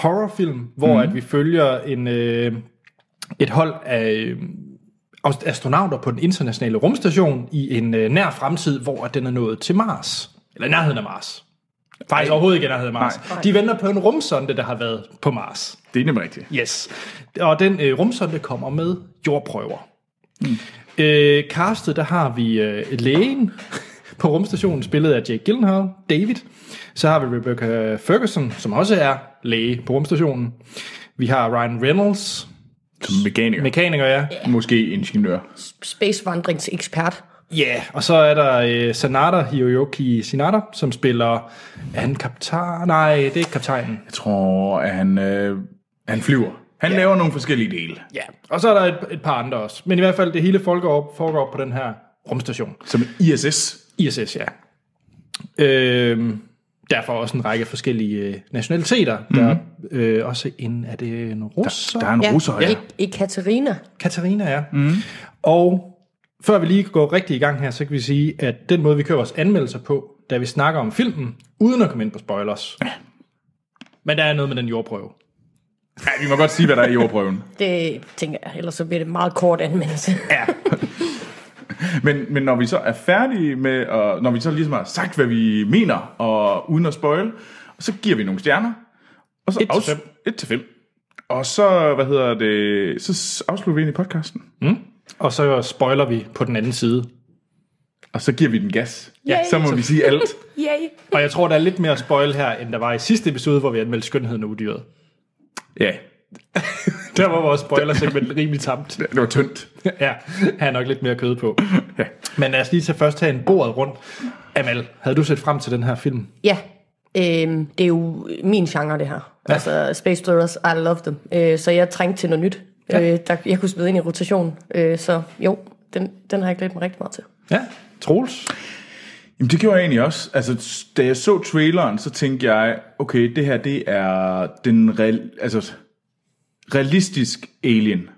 S1: horrorfilm, hvor mm. at vi følger en, øh, et hold af øh, ast- astronauter på den internationale rumstation i en øh, nær fremtid, hvor at den er nået til Mars. Eller i nærheden af Mars. Faktisk overhovedet ikke i nærheden af Mars. Nej. De venter på en rumsonde, der har været på Mars.
S2: Det er nemlig rigtigt.
S1: Yes. Og den øh, rumsonde kommer med jordprøver. Mm. Øh, castet, der har vi øh, lægen på rumstationen, spillet af Jake Gyllenhaal, David. Så har vi Rebecca Ferguson, som også er læge på rumstationen. Vi har Ryan Reynolds,
S2: Som mekaniker.
S1: mekaniker, ja.
S2: Måske ingeniør.
S3: Spacevandringsekspert.
S1: Ja, yeah. og så er der øh, Sanada Hiroyuki Sinada, som spiller... Er han kaptajn? Nej, det er ikke kaptajnen.
S2: Jeg tror, at han, øh, han flyver. Han yeah. laver nogle forskellige dele,
S1: Ja, og så er der et, et par andre også. Men i hvert fald, det hele foregår, foregår på den her rumstation.
S2: som ISS.
S1: ISS, ja. Øhm, derfor også en række forskellige øh, nationaliteter. Mm-hmm. Der er øh, også en, er det en russer?
S2: Der er en ja. russer her.
S3: Ja. Ekaterina.
S1: Katarina er. Mm. Og før vi lige går rigtig i gang her, så kan vi sige, at den måde, vi kører vores anmeldelser på, da vi snakker om filmen, uden at komme ind på spoilers. Men der er noget med den jordprøve.
S2: Ja, vi må godt sige, hvad der er i jordprøven.
S3: Det tænker jeg, ellers så bliver det en meget kort anmeldelse.
S2: Men, men når vi så er færdige med, og når vi så ligesom har sagt, hvad vi mener, og uden at spoil, så giver vi nogle stjerner. Og så
S1: Et til
S2: afs-
S1: fem.
S2: et til 5. Og så, hvad hedder det, så s- afslutter vi ind i podcasten.
S1: Og så spoiler vi på den anden side.
S2: Og så giver vi den gas.
S1: Ja.
S2: Så må vi sige alt.
S3: <laughs> Yay.
S1: Og jeg tror, der er lidt mere spoil her, end der var i sidste episode, hvor vi anmeldte skønheden og udyret.
S2: Ja,
S1: Der var vores spoiler segment rimelig tamt.
S2: det var tyndt.
S1: Ja, <laughs> her er nok lidt mere kød på. Men lad os lige tage først tage en bordet rundt. Amal, havde du set frem til den her film?
S3: Ja, øhm, det er jo min genre, det her. Ja. Altså, space thrillers, I love them. Øh, så jeg trængte til noget nyt. Ja. Øh, der, jeg kunne smide ind i rotation. Øh, så jo, den, den har jeg glædet mig rigtig meget til.
S1: Ja, Troels.
S2: Jamen, det gjorde jeg egentlig også. Altså, s- da jeg så traileren, så tænkte jeg, okay, det her, det er den real, altså, realistisk alien.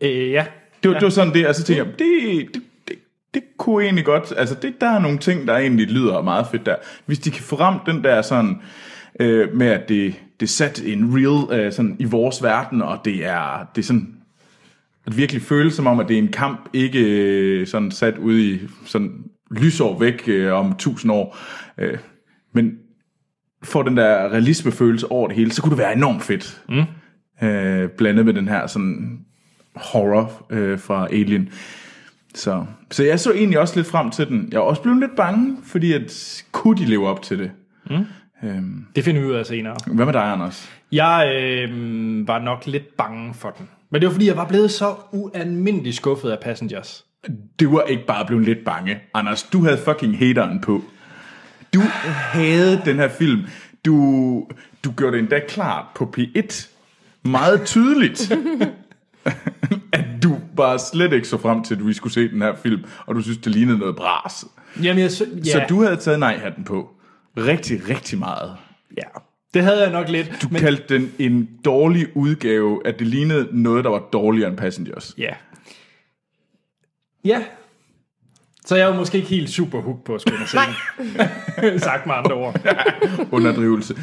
S1: Øh, ja.
S2: Det var, ja. det var sådan det, og så tænkte jeg, det, det, det, det kunne egentlig godt, altså det, der er nogle ting, der egentlig lyder meget fedt der. Hvis de kan få ramt den der sådan, øh, med at det, det er sat in real, øh, sådan i vores verden, og det er, det er sådan, at virkelig føles som om, at det er en kamp, ikke øh, sådan sat ude i sådan lysår væk øh, om tusind år, øh, men får den der realismefølelse over det hele, så kunne det være enormt fedt. Mm. Øh, blandet med den her sådan horror øh, fra Alien. Så. så jeg så egentlig også lidt frem til den. Jeg er også blevet lidt bange, fordi at, kunne de leve op til det?
S1: Det finder vi ud af senere.
S2: Hvad med dig, Anders?
S1: Jeg øh, var nok lidt bange for den. Men det var fordi, jeg var blevet så ualmindelig skuffet af Passengers.
S2: Du var ikke bare blevet lidt bange. Anders, du havde fucking hateren på. Du havde den her film. Du, du gjorde det endda klart på P1. Meget tydeligt. <laughs> at du bare slet ikke så frem til, at vi skulle se den her film, og du synes, det lignede noget bras.
S1: Jamen, jeg, sy- ja,
S2: Så du havde taget nej-hatten på. Rigtig, rigtig meget.
S1: Ja, det havde jeg nok lidt.
S2: Du men... kaldte den en dårlig udgave, at det lignede noget, der var dårligere end Passengers.
S1: Ja. Ja. Så jeg var måske ikke helt super hooked på at skulle ind og se den. <laughs> Sagt med andre ord.
S2: Underdrivelse.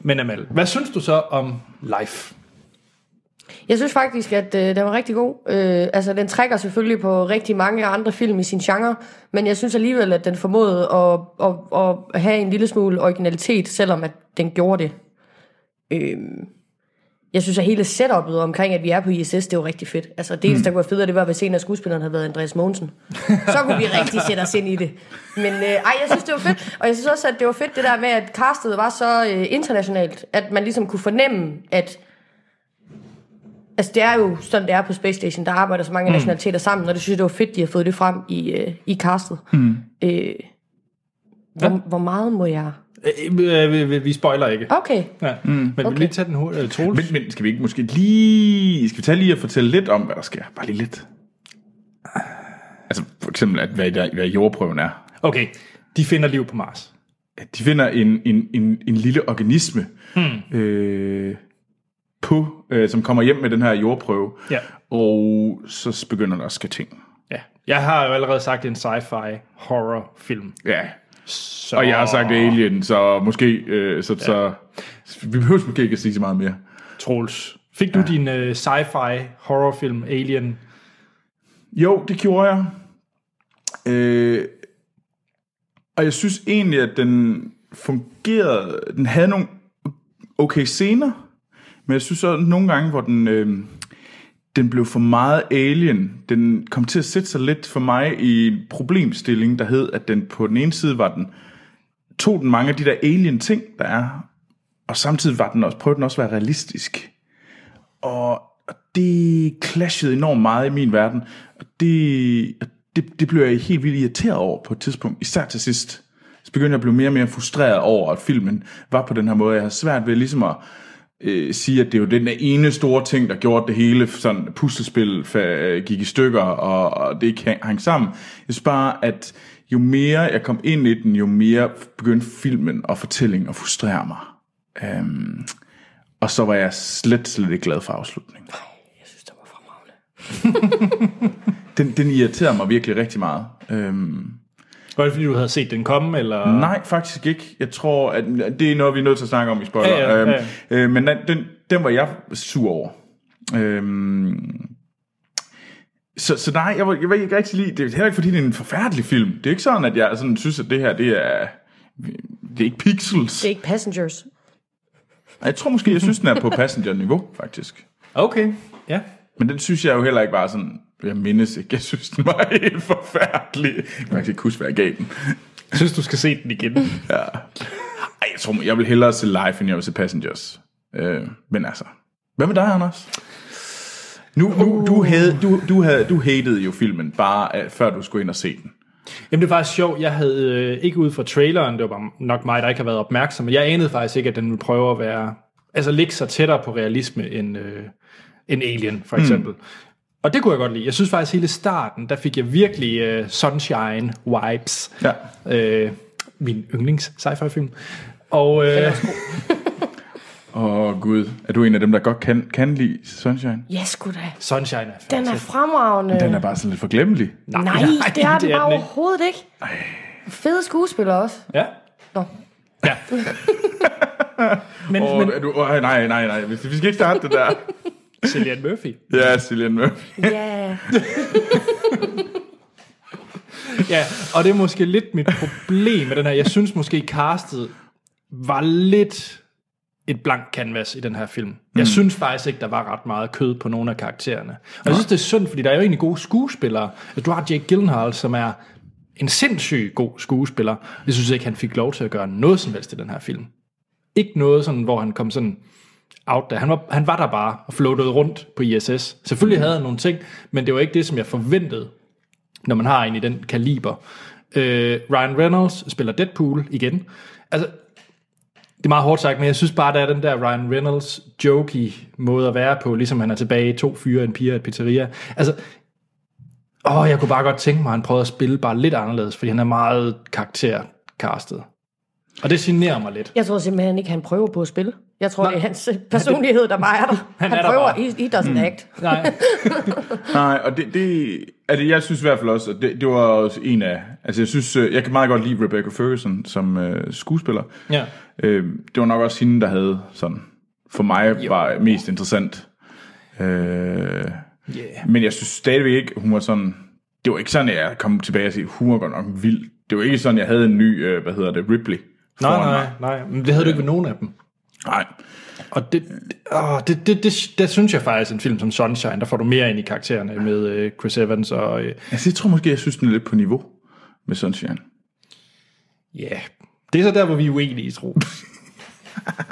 S1: Men Amal, hvad synes du så om Life?
S3: Jeg synes faktisk, at øh, den var rigtig god. Øh, altså, den trækker selvfølgelig på rigtig mange andre film i sin genre, men jeg synes alligevel, at den formåede at, at, at, at have en lille smule originalitet, selvom at den gjorde det. Øh, jeg synes, at hele setup'et omkring, at vi er på ISS, det er jo rigtig fedt. Altså, det eneste, der kunne være federe, det var, hvis en af skuespillerne havde været Andreas Mogensen. Så kunne vi rigtig sætte os ind i det. Men øh, ej, jeg synes, det var fedt. Og jeg synes også, at det var fedt, det der med, at castet var så øh, internationalt, at man ligesom kunne fornemme, at Altså, det er jo sådan, det er på Space Station. Der arbejder så mange mm. nationaliteter sammen, og det synes jeg, det var fedt, de har fået det frem i, øh, i castet. Mm. Øh, hvor, hvor meget må jeg...
S1: Øh, øh, vi- vi spoiler ikke.
S3: Okay.
S1: Ja. Mm, men vi vil
S3: okay.
S1: lige tage den hurtigt. Øh, Troels?
S2: Men, men skal vi ikke måske lige... Skal vi tage lige og fortælle lidt om, hvad der sker? Bare lige lidt. Altså for eksempel, at hvad, der, hvad jordprøven er.
S1: Okay, de finder liv på Mars.
S2: At de finder en, en, en, en lille organisme, hmm. øh, på, øh, som kommer hjem med den her jordprøve.
S1: Ja.
S2: Og så begynder der at ske ting.
S1: Ja. Jeg har jo allerede sagt, det er en sci-fi horror film.
S2: Ja.
S1: Så...
S2: Og jeg har sagt Alien, så måske... Øh, så, ja. så, vi behøver måske ikke at sige så meget mere.
S1: Troels, fik du ja. din øh, sci-fi horrorfilm Alien?
S2: Jo, det gjorde jeg. Øh, og jeg synes egentlig, at den fungerede. Den havde nogle okay scener, men jeg synes så nogle gange, hvor den, øh, den blev for meget alien. Den kom til at sætte sig lidt for mig i en problemstilling, der hed, at den på den ene side var den, tog den mange af de der alien ting, der er, og samtidig var den også, prøvede den også at være realistisk. Og og det clashede enormt meget i min verden. Og det, og det, det blev jeg helt vildt irriteret over på et tidspunkt, især til sidst. Så begyndte jeg at blive mere og mere frustreret over, at filmen var på den her måde. Jeg havde svært ved ligesom at øh, sige, at det er jo den der ene store ting, der gjorde det hele. Sådan puslespil fa- øh, gik i stykker, og, og det ikke hang, hang sammen. Jeg synes bare, at jo mere jeg kom ind i den, jo mere begyndte filmen og fortællingen at frustrere mig. Øhm, og så var jeg slet, slet ikke glad for afslutningen.
S3: Jeg synes, det var fremragende.
S2: Den, den irriterer mig virkelig rigtig meget. Øhm,
S1: Var det, fordi du havde set den komme, eller...
S2: nej, faktisk ikke. Jeg tror, at det er noget, vi er nødt til at snakke om i spoiler.
S1: Ja, ja, ja.
S2: Øhm, øh, men den, den, den var jeg sur over. Øhm, så, så nej, jeg, var, jeg, var, jeg kan ikke lide, det er heller ikke fordi, det er en forfærdelig film. Det er ikke sådan, at jeg sådan, synes, at det her, det er... Det er ikke pixels.
S3: Det er ikke Passengers.
S2: Jeg tror måske, jeg synes, den er på passenger-niveau, faktisk.
S1: Okay, ja.
S2: Men den synes jeg jo heller ikke var sådan, jeg mindes ikke, jeg synes den var <laughs> helt forfærdelig. Jeg kan faktisk ikke huske, hvad jeg gav den.
S1: Jeg synes, du skal se den igen.
S2: Ej, jeg tror, jeg vil hellere se live, end jeg vil se Passengers. Øh, men altså, hvad med dig, Anders? Nu, nu,
S1: Uh.
S2: du, havde, du, du, havde, du hated jo filmen, bare øh, før du skulle ind og se den.
S1: Jamen, det var faktisk sjovt. Jeg havde øh, ikke ud fra traileren, det var bare nok mig, der ikke har været opmærksom, men jeg anede faktisk ikke, at den ville prøve at være... Altså, ligge sig tættere på realisme end, øh, end Alien, for eksempel. Mm. Og det kunne jeg godt lide. Jeg synes faktisk, hele starten, der fik jeg virkelig øh, sunshine-vibes.
S2: Ja.
S1: Øh, min yndlings sci-fi film. Og øh,
S2: Åh oh, gud, er du en af dem, der godt kan, kan lide Sunshine?
S3: Ja, sgu da.
S1: Sunshine er
S3: Den er fremragende.
S2: Den er bare sådan lidt forglemmelig.
S3: nej, nej,
S1: <laughs>
S3: det er den bare
S1: ikke.
S3: overhovedet ikke. Fede skuespiller også.
S1: Ja.
S3: Nå.
S1: Ja.
S3: <laughs>
S1: men,
S2: Åh,
S1: men
S2: oh, du, oh, nej, nej, nej, vi skal ikke starte det
S1: <laughs>
S2: der.
S1: Cillian Murphy.
S2: Ja, Cillian Murphy.
S3: Ja,
S1: <laughs> Ja, og det er måske lidt mit problem med den her. Jeg synes måske, castet var lidt et blank canvas i den her film. Jeg synes faktisk ikke, der var ret meget kød på nogle af karaktererne. Og jeg synes, det er synd, fordi der er jo egentlig gode skuespillere. Altså, du har Jake Gyllenhaal, som er en sindssyg god skuespiller. Jeg synes ikke, han fik lov til at gøre noget som helst i den her film. Ikke noget, sådan, hvor han kom sådan out der. Han var, han var der bare og floatede rundt på ISS. Selvfølgelig havde han nogle ting, men det var ikke det, som jeg forventede når man har en i den kaliber. Øh, Ryan Reynolds spiller Deadpool igen. Altså, det er meget hårdt sagt, men jeg synes bare, der er den der Ryan Reynolds jokey måde at være på, ligesom han er tilbage i to fyre, en pige og et pizzeria. Altså, åh, jeg kunne bare godt tænke mig, at han prøvede at spille bare lidt anderledes, fordi han er meget karakterkastet. Og det generer mig lidt.
S3: jeg tror simpelthen ikke, han prøver på at spille. Jeg tror, Nej. det er hans personlighed, der bare er der. Han,
S1: er der
S3: prøver,
S1: bare.
S3: he, he doesn't mm. act.
S1: Nej,
S2: Nej, og det, det, altså jeg synes i hvert fald også, at det, det var også en af, altså jeg synes, øh, jeg kan meget godt lide Rebecca Ferguson som øh, skuespiller.
S1: Ja.
S2: Øh, det var nok også hende, der havde sådan, for mig jo. var mest interessant. Øh, yeah. Men jeg synes stadigvæk ikke, hun var sådan, det var ikke sådan, at jeg kom tilbage og sagde, hun var godt nok vild. Det var ikke sådan, jeg havde en ny, øh, hvad hedder det, Ripley.
S1: nej,
S2: foran
S1: nej,
S2: mig.
S1: nej. Men det havde du ikke ved nogen af dem.
S2: Nej.
S1: Og det, åh, det, det, det, det synes jeg faktisk, en film som Sunshine, der får du mere ind i karaktererne med øh, Chris Evans og... Øh,
S2: Altså, jeg tror måske, jeg synes, den er lidt på niveau med Sunshine.
S1: ja, det er så der, hvor vi er uenige, tro. <laughs>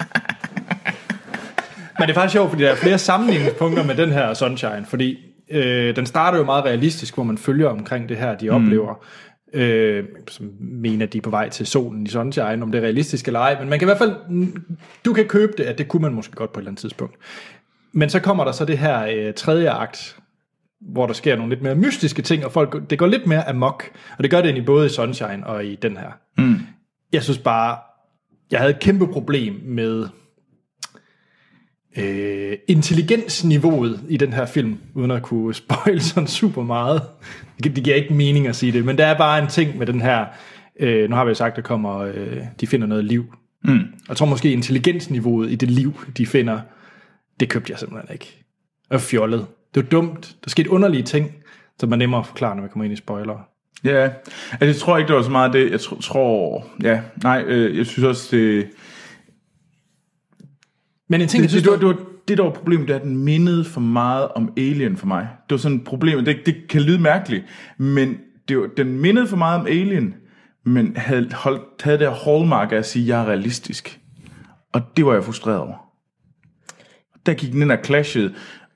S1: Men det er faktisk sjovt, fordi der er flere sammenligningspunkter med den her Sunshine, fordi øh, den starter jo meget realistisk, hvor man følger omkring det her, de oplever. Øh, som mener, de er på vej til solen i Sunshine, om det er realistisk eller ej, men man kan i hvert fald, du kan købe det, at det kunne man måske godt på et eller andet tidspunkt. Men så kommer der så det her øh, tredje akt, hvor der sker nogle lidt mere mystiske ting, og folk, det går lidt mere amok, og det gør det egentlig både i Sunshine og i den her. Mm. Jeg synes bare, jeg havde et kæmpe problem med øh, intelligensniveauet i den her film, uden at kunne spoil sådan super meget. Det gi- Det giver ikke mening at sige det, men der er bare en ting med den her, øh, nu har vi jo sagt, der kommer, øh, de finder noget liv. Mm. Jeg tror måske intelligensniveauet i det liv, de finder, det købte jeg simpelthen ikke. Og fjollet. Det var dumt. Der skete underlige ting, som man nemmere forklarer, når man kommer ind i spoilere.
S2: Ja, altså, jeg tror ikke, det var så meget det. Jeg tr- tror... Ja, nej, øh, jeg synes også, det...
S1: Men en ting, jeg
S2: Det,
S1: synes,
S2: det, det, var, det, var, det der var problemet, det er, at den mindede for meget om Alien for mig. Det var sådan et problem, det, det kan lyde mærkeligt, men det var, den mindede for meget om Alien, men havde, holdt, havde det her hallmark af at sige, at jeg er realistisk. Og det var jeg frustreret over. Der gik den ind og clashede.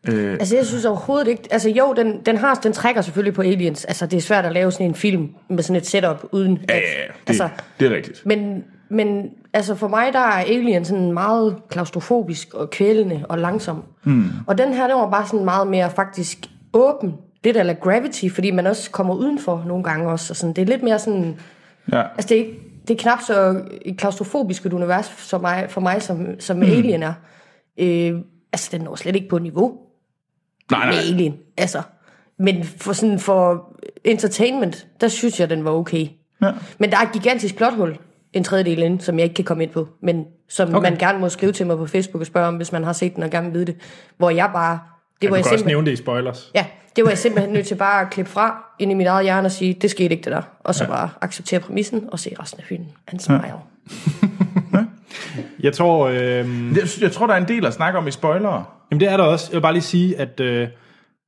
S2: Øh,
S3: Altså, jeg synes overhovedet ikke... Altså, jo, den, den, har, den trækker selvfølgelig på Aliens. Altså, det er svært at lave sådan en film med sådan et setup uden...
S2: ja,
S3: at-
S2: ja, det,
S3: altså,
S2: det er rigtigt.
S3: men, men altså, for mig, der er Alien sådan meget klaustrofobisk og kvælende og langsom. Mm. Og den her, den var bare sådan meget mere faktisk åben. Lidt eller Gravity, fordi man også kommer udenfor nogle gange også. Og sådan. Det er lidt mere sådan...
S2: Ja.
S3: Altså, det er, ikke, det er knap så et klaustrofobisk et univers for mig, for mig som, som mm. Alien er. Øh, altså, den når slet ikke på niveau
S2: Nej,
S3: med
S2: nej.
S3: Alien. Altså. Men for, sådan for entertainment, der synes jeg, den var okay.
S2: Ja.
S3: Men der er et gigantisk plothul, en tredjedel inde, som jeg ikke kan komme ind på. Men som okay. man gerne må skrive til mig på Facebook og spørge om, hvis man har set den og gerne vil vide det. Hvor jeg bare... Det
S1: du kan
S3: var jeg
S1: også
S3: simpelthen,
S1: nævne det i spoilers.
S3: ja, det var jeg simpelthen nødt til bare at klippe fra ind i mit eget hjerne og sige, det skete ikke det der. Og så ja. bare acceptere præmissen og se resten af filmen. And smile. Ja.
S1: Jeg tror... Øh,
S2: Jeg, synes- jeg tror, der er en del at snakke om i spoilere.
S1: Jamen det er der også. Jeg vil bare lige sige, at øh,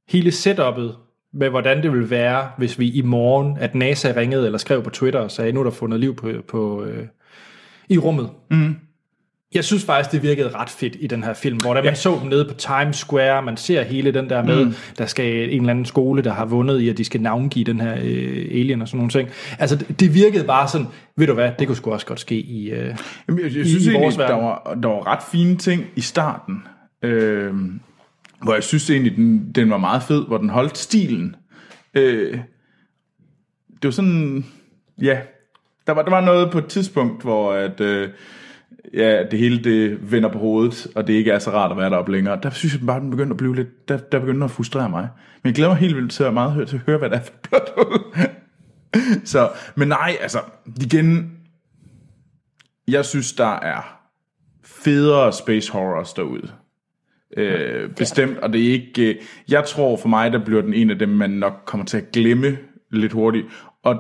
S1: hele setup'et med, hvordan det ville være, hvis vi i morgen, at NASA ringede eller skrev på Twitter og sagde, nu er der fundet liv på, på, øh, i rummet. Mm. Jeg synes faktisk, det virkede ret fedt i den her film, hvor da man så dem nede på Times Square, man ser hele den der med, mm. der skal en eller anden skole, der har vundet i, at de skal navngive den her øh, alien og sådan nogle ting. Altså, det, det virkede bare sådan, ved du hvad, det kunne sgu også godt ske i... Øh,
S2: Jamen, jeg, jeg
S1: i
S2: synes
S1: vores
S2: egentlig, der
S1: verden.
S2: var, der var ret fine ting i starten, øh, hvor jeg synes egentlig, den, den var meget fed, hvor den holdt stilen. Øh, det var sådan, ja, der var, der var noget på et tidspunkt, hvor at, øh, ja, det hele det vender på hovedet, og det ikke er så rart at være deroppe længere. Der synes jeg bare, den begyndte at blive lidt, der, der begyndte den at frustrere mig. Men jeg glæder mig helt vildt til at, meget, høre- til at høre, hvad der er for plot <laughs> Så, men nej, altså, igen, jeg synes, der er federe space horrors derude. Øh, bestemt, og det er ikke... Øh, jeg tror for mig, der bliver den en af dem, man nok kommer til at glemme lidt hurtigt. Og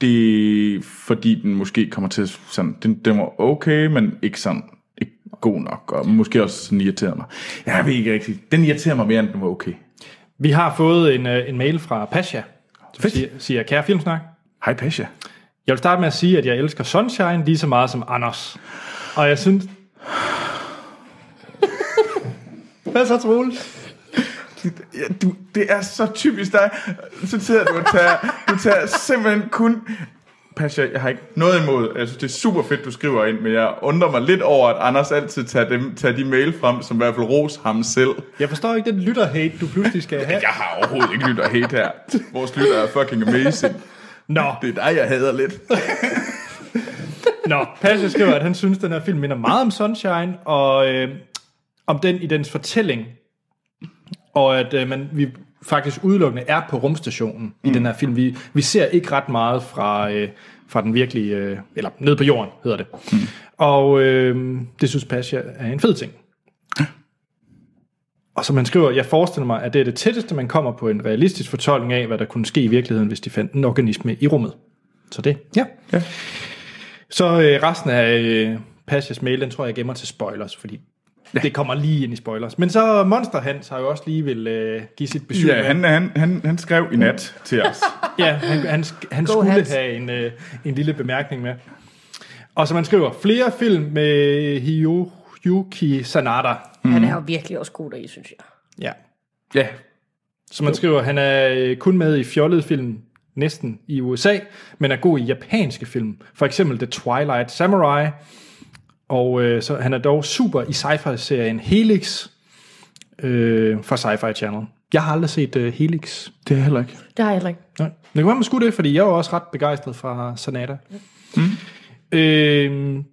S2: det er, fordi den måske kommer til at- sådan... Den, den var okay, men ikke sådan ikke god nok, og måske også sådan irriterer mig. Jeg ved ikke rigtigt. Den irriterer mig mere, end den var okay.
S1: Vi har fået en, øh, en mail fra Pasha, som
S2: Fedt.
S1: siger, siger, kære filmsnak,
S2: Hej, Pasha.
S1: Jeg vil starte med at sige, at jeg elsker Sunshine lige så meget som Anders. Og jeg synes... <laughs> Hvad så, Troels?
S2: Ja, du, det er så typisk dig. Så sidder du og tager, du tager simpelthen kun... Pasha, jeg har ikke noget imod. Jeg synes, det er super fedt, du skriver ind, men jeg undrer mig lidt over, at Anders altid tager, dem, tager de mail frem, som i hvert fald ros ham selv.
S1: Jeg forstår ikke den lytterhate, du pludselig skal <laughs> have.
S2: Jeg har overhovedet ikke lytter helt her. Vores lytter er fucking amazing.
S1: Nå,
S2: Det er dig, jeg hader lidt.
S1: nå. Pasha skriver, at han synes, den her film minder meget om Sunshine, og øh, om den i dens fortælling. Og at øh, man, vi faktisk udelukkende er på rumstationen mm. i den her film. Vi, vi ser ikke ret meget fra, øh, fra den virkelige... Øh, eller ned på jorden, hedder det. Mm. Og øh, det synes Pasha er en fed ting. Og som han skriver, jeg forestiller mig, at det er det tætteste, man kommer på en realistisk fortolkning af, hvad der kunne ske i virkeligheden, hvis de fandt en organisme i rummet. Så det, ja. ja. Så øh, resten af øh, Pashes mail, den tror jeg, jeg gemmer til spoilers, fordi ja. det kommer lige ind i spoilers. Men så Monster Hans har jo også lige vil øh, give sit besøg.
S2: Ja, han, han, han, han skrev i nat til os.
S1: ja, han, han, han
S3: Go
S1: skulle
S3: Hans.
S1: have en, øh, en lille bemærkning med. Og som han skriver, flere film med Hiroyuki Sanada.
S3: Han er jo virkelig også god deri, synes jeg.
S1: Ja.
S2: Ja.
S1: Som man skriver, han er øh, kun med i fjollede film næsten i USA, men er god i japanske film. For eksempel The Twilight Samurai. Og øh, så han er dog super i sci-fi-serien Helix øh, fra Sci-Fi Channel. Jeg har aldrig set øh, Helix.
S2: Det er jeg heller ikke.
S3: Det har jeg heller ikke.
S1: Nej. Det kan være, man skulle det, fordi jeg var også ret begejstret fra Sonata. Mm. Øhm,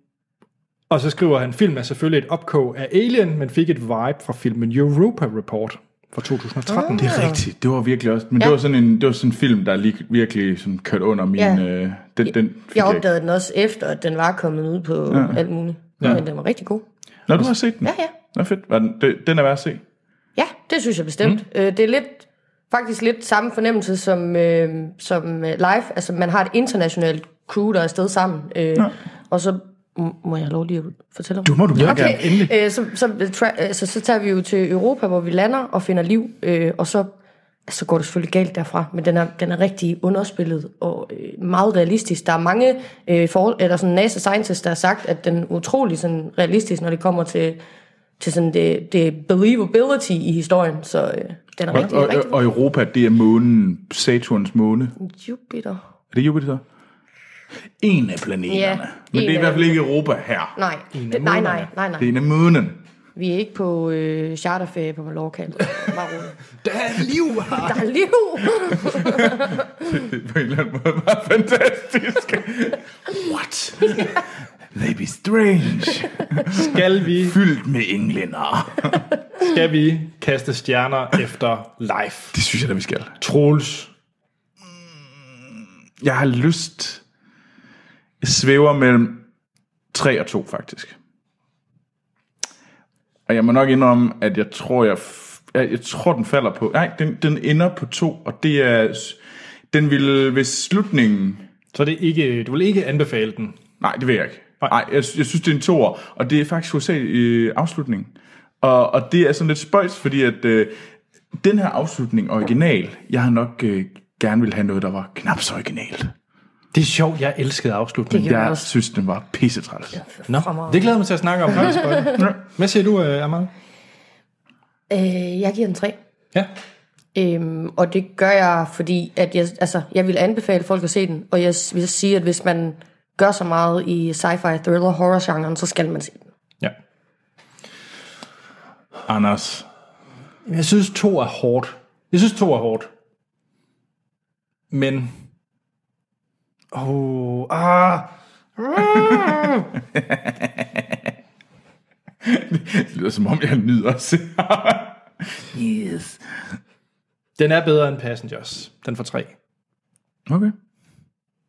S1: og så skriver han, film er selvfølgelig et opkog af Alien, men fik et vibe fra filmen Europa Report fra 2013.
S2: Det er rigtigt. Det var virkelig også... Men ja. det var sådan en det var sådan en film, der lige, virkelig sådan kørte under min...
S3: Ja.
S2: Ja. Øh, den, den fik
S3: Jeg
S2: jeg ikke.
S3: opdagede den også efter, at den var kommet ud på ja. alt muligt. Ja. Men den var rigtig god.
S2: Nå, du har set den?
S3: Ja, ja.
S2: Nå, fedt. Var den, det- den er værd at se.
S3: Ja, det synes jeg bestemt. Mm. Øh, det er lidt, faktisk lidt samme fornemmelse som, øh, som øh, live. Altså, man har et internationalt crew, der er afsted sammen. Øh, og så m- må jeg have lov lige at fortælle om det?
S2: Du må du gerne.
S3: Okay,
S2: gerne. Endelig.
S3: øh, så, så, tra- altså, så tager vi jo til Europa, hvor vi lander og finder liv, øh, og så så går det selvfølgelig galt derfra, men den er, den er rigtig underspillet og øh, meget realistisk. Der er mange øh, for, eller sådan NASA scientists, der har sagt, at den er utrolig sådan, realistisk, når det kommer til, til sådan det, det believability i historien. Så øh, den er
S2: Og,
S3: rigtig,
S2: og,
S3: rigtig
S2: og Europa, det er månen, Saturns måne.
S3: Jupiter.
S2: Er det Jupiter så? En af planeterne.
S3: Ja,
S2: Men det er
S3: en
S2: i
S3: af
S2: hvert fald ikke Europa her.
S3: Nej, det, nej, nej, nej,
S2: Det er
S3: nej.
S2: en af månen.
S3: Vi er ikke på øh, charterferie på
S2: <laughs>
S3: Mallorca. Bare rolig.
S1: Der er liv her!
S3: Der er liv!
S2: Det er på en eller anden måde bare fantastisk.
S3: <laughs>
S2: What? They be strange.
S1: Skal vi,
S2: Fyldt med englænder.
S1: skal vi kaste stjerner efter live?
S2: Det synes jeg da, vi skal. Mm,
S1: Troels.
S2: Jeg har lyst... Jeg svæver mellem 3 og 2, faktisk. Og jeg må nok indrømme, at jeg tror, jeg, f- jeg, jeg tror den falder på... Nej, den, den ender på 2, og det er... s- Den vil... Hvis slutningen...
S1: Så det er ikke, du vil ikke anbefale den.
S2: Nej, det vil jeg ikke.
S1: Nej.
S2: Nej, jeg, sy- jeg synes, det er en toer, og det er faktisk USA øh, afslutningen. Og, og det er sådan lidt spøjs, fordi at øh, den her afslutning original, jeg har nok øh, gerne vil have noget, der var knap så originalt.
S1: Det er sjovt, jeg elskede afslutningen.
S3: Det
S2: Jeg
S3: også.
S2: synes, den var pissetræls. Ja.
S1: Nå, det glæder jeg mig til at snakke om. faktisk, Bøje. Hvad siger du, øh, Amal?
S3: Øh, jeg giver den tre.
S1: Ja.
S3: Øhm, og det gør jeg, fordi at jeg, altså, jeg vil anbefale folk at se den, og jeg vil sige, at hvis man gør så meget i sci-fi, thriller, horror-genren, så skal man se den.
S1: ja.
S2: Anders,
S1: Jeg synes, to er hårdt. Jeg synes, to er hårdt. Men... Åh, ah,
S2: <laughs> det lyder som om, jeg nyder at se <laughs> Yes.
S1: den er bedre end Passengers. Den får tre.
S2: Okay.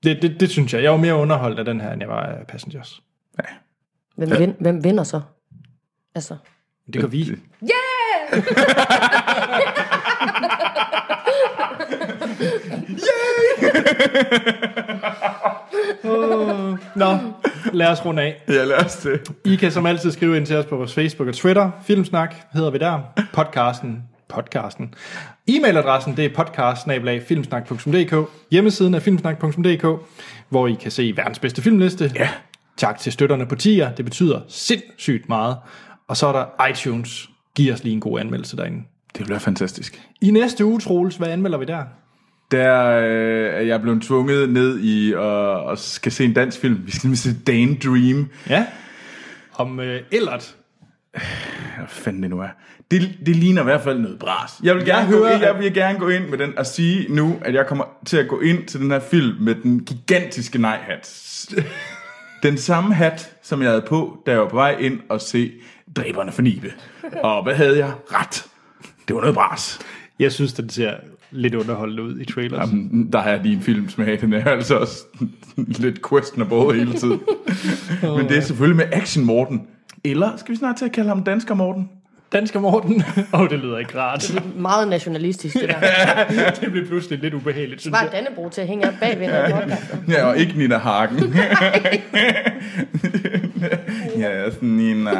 S1: Det, det, det synes jeg. Jeg var mere underholdt af den her, end jeg var af Passengers.
S3: Hvem, ja. vind, hvem vinder så? Altså,
S1: Det kan vi. Nå, lad os runde af.
S2: Ja, lad os det.
S1: I kan som altid skrive ind til os på vores Facebook og Twitter. Filmsnak hedder vi der. Podcasten. Podcasten. E-mailadressen det er podcast-filmsnak.dk. Hjemmesiden er filmsnak.dk, hvor I kan se verdens bedste filmliste. Ja. Tak til støtterne på tier. Det betyder sindssygt meget. Og så er der iTunes. Giv os lige en god anmeldelse derinde.
S2: Det bliver fantastisk.
S1: I næste uge, Troels, hvad anmelder vi der?
S2: Der øh, er jeg blevet tvunget ned i og, og skal se en dansk film. Vi skal nemlig se Dane Dream.
S1: Ja. Om øh, Ellert.
S2: Hvad fanden det nu er. Det, det ligner i hvert fald noget bras. Jeg vil, gerne
S1: Jeg
S2: jeg, hører,
S1: hører,
S2: gå, ind- jeg
S1: at-
S2: vil gerne gå ind med den og sige nu, at jeg kommer til at gå ind til den her film med den gigantiske nej-hat. Den samme hat, som jeg havde på, da jeg var på vej ind og se Dræberne for Nibe. Og hvad havde jeg? Ret. Det var noget bras.
S1: Jeg synes, den ser lidt underholdende ud i trailers.
S2: Jamen, der er din filmsmag, den er altså også lidt questionable hele tiden. Men det er selvfølgelig med Action Morten. Eller skal vi snart til at kalde ham Dansker Morten?
S1: Dansker Morten. <laughs> Åh, oh, det lyder ikke rart.
S3: <laughs> meget nationalistisk det der.
S1: <laughs> Det blev pludselig lidt ubehageligt, synes
S3: Bare
S1: jeg.
S3: Dannebro til at hænge op bagved, når jeg
S2: Ja, og ikke Nina Hagen. <laughs> Ja, jeg er sådan en... Uh...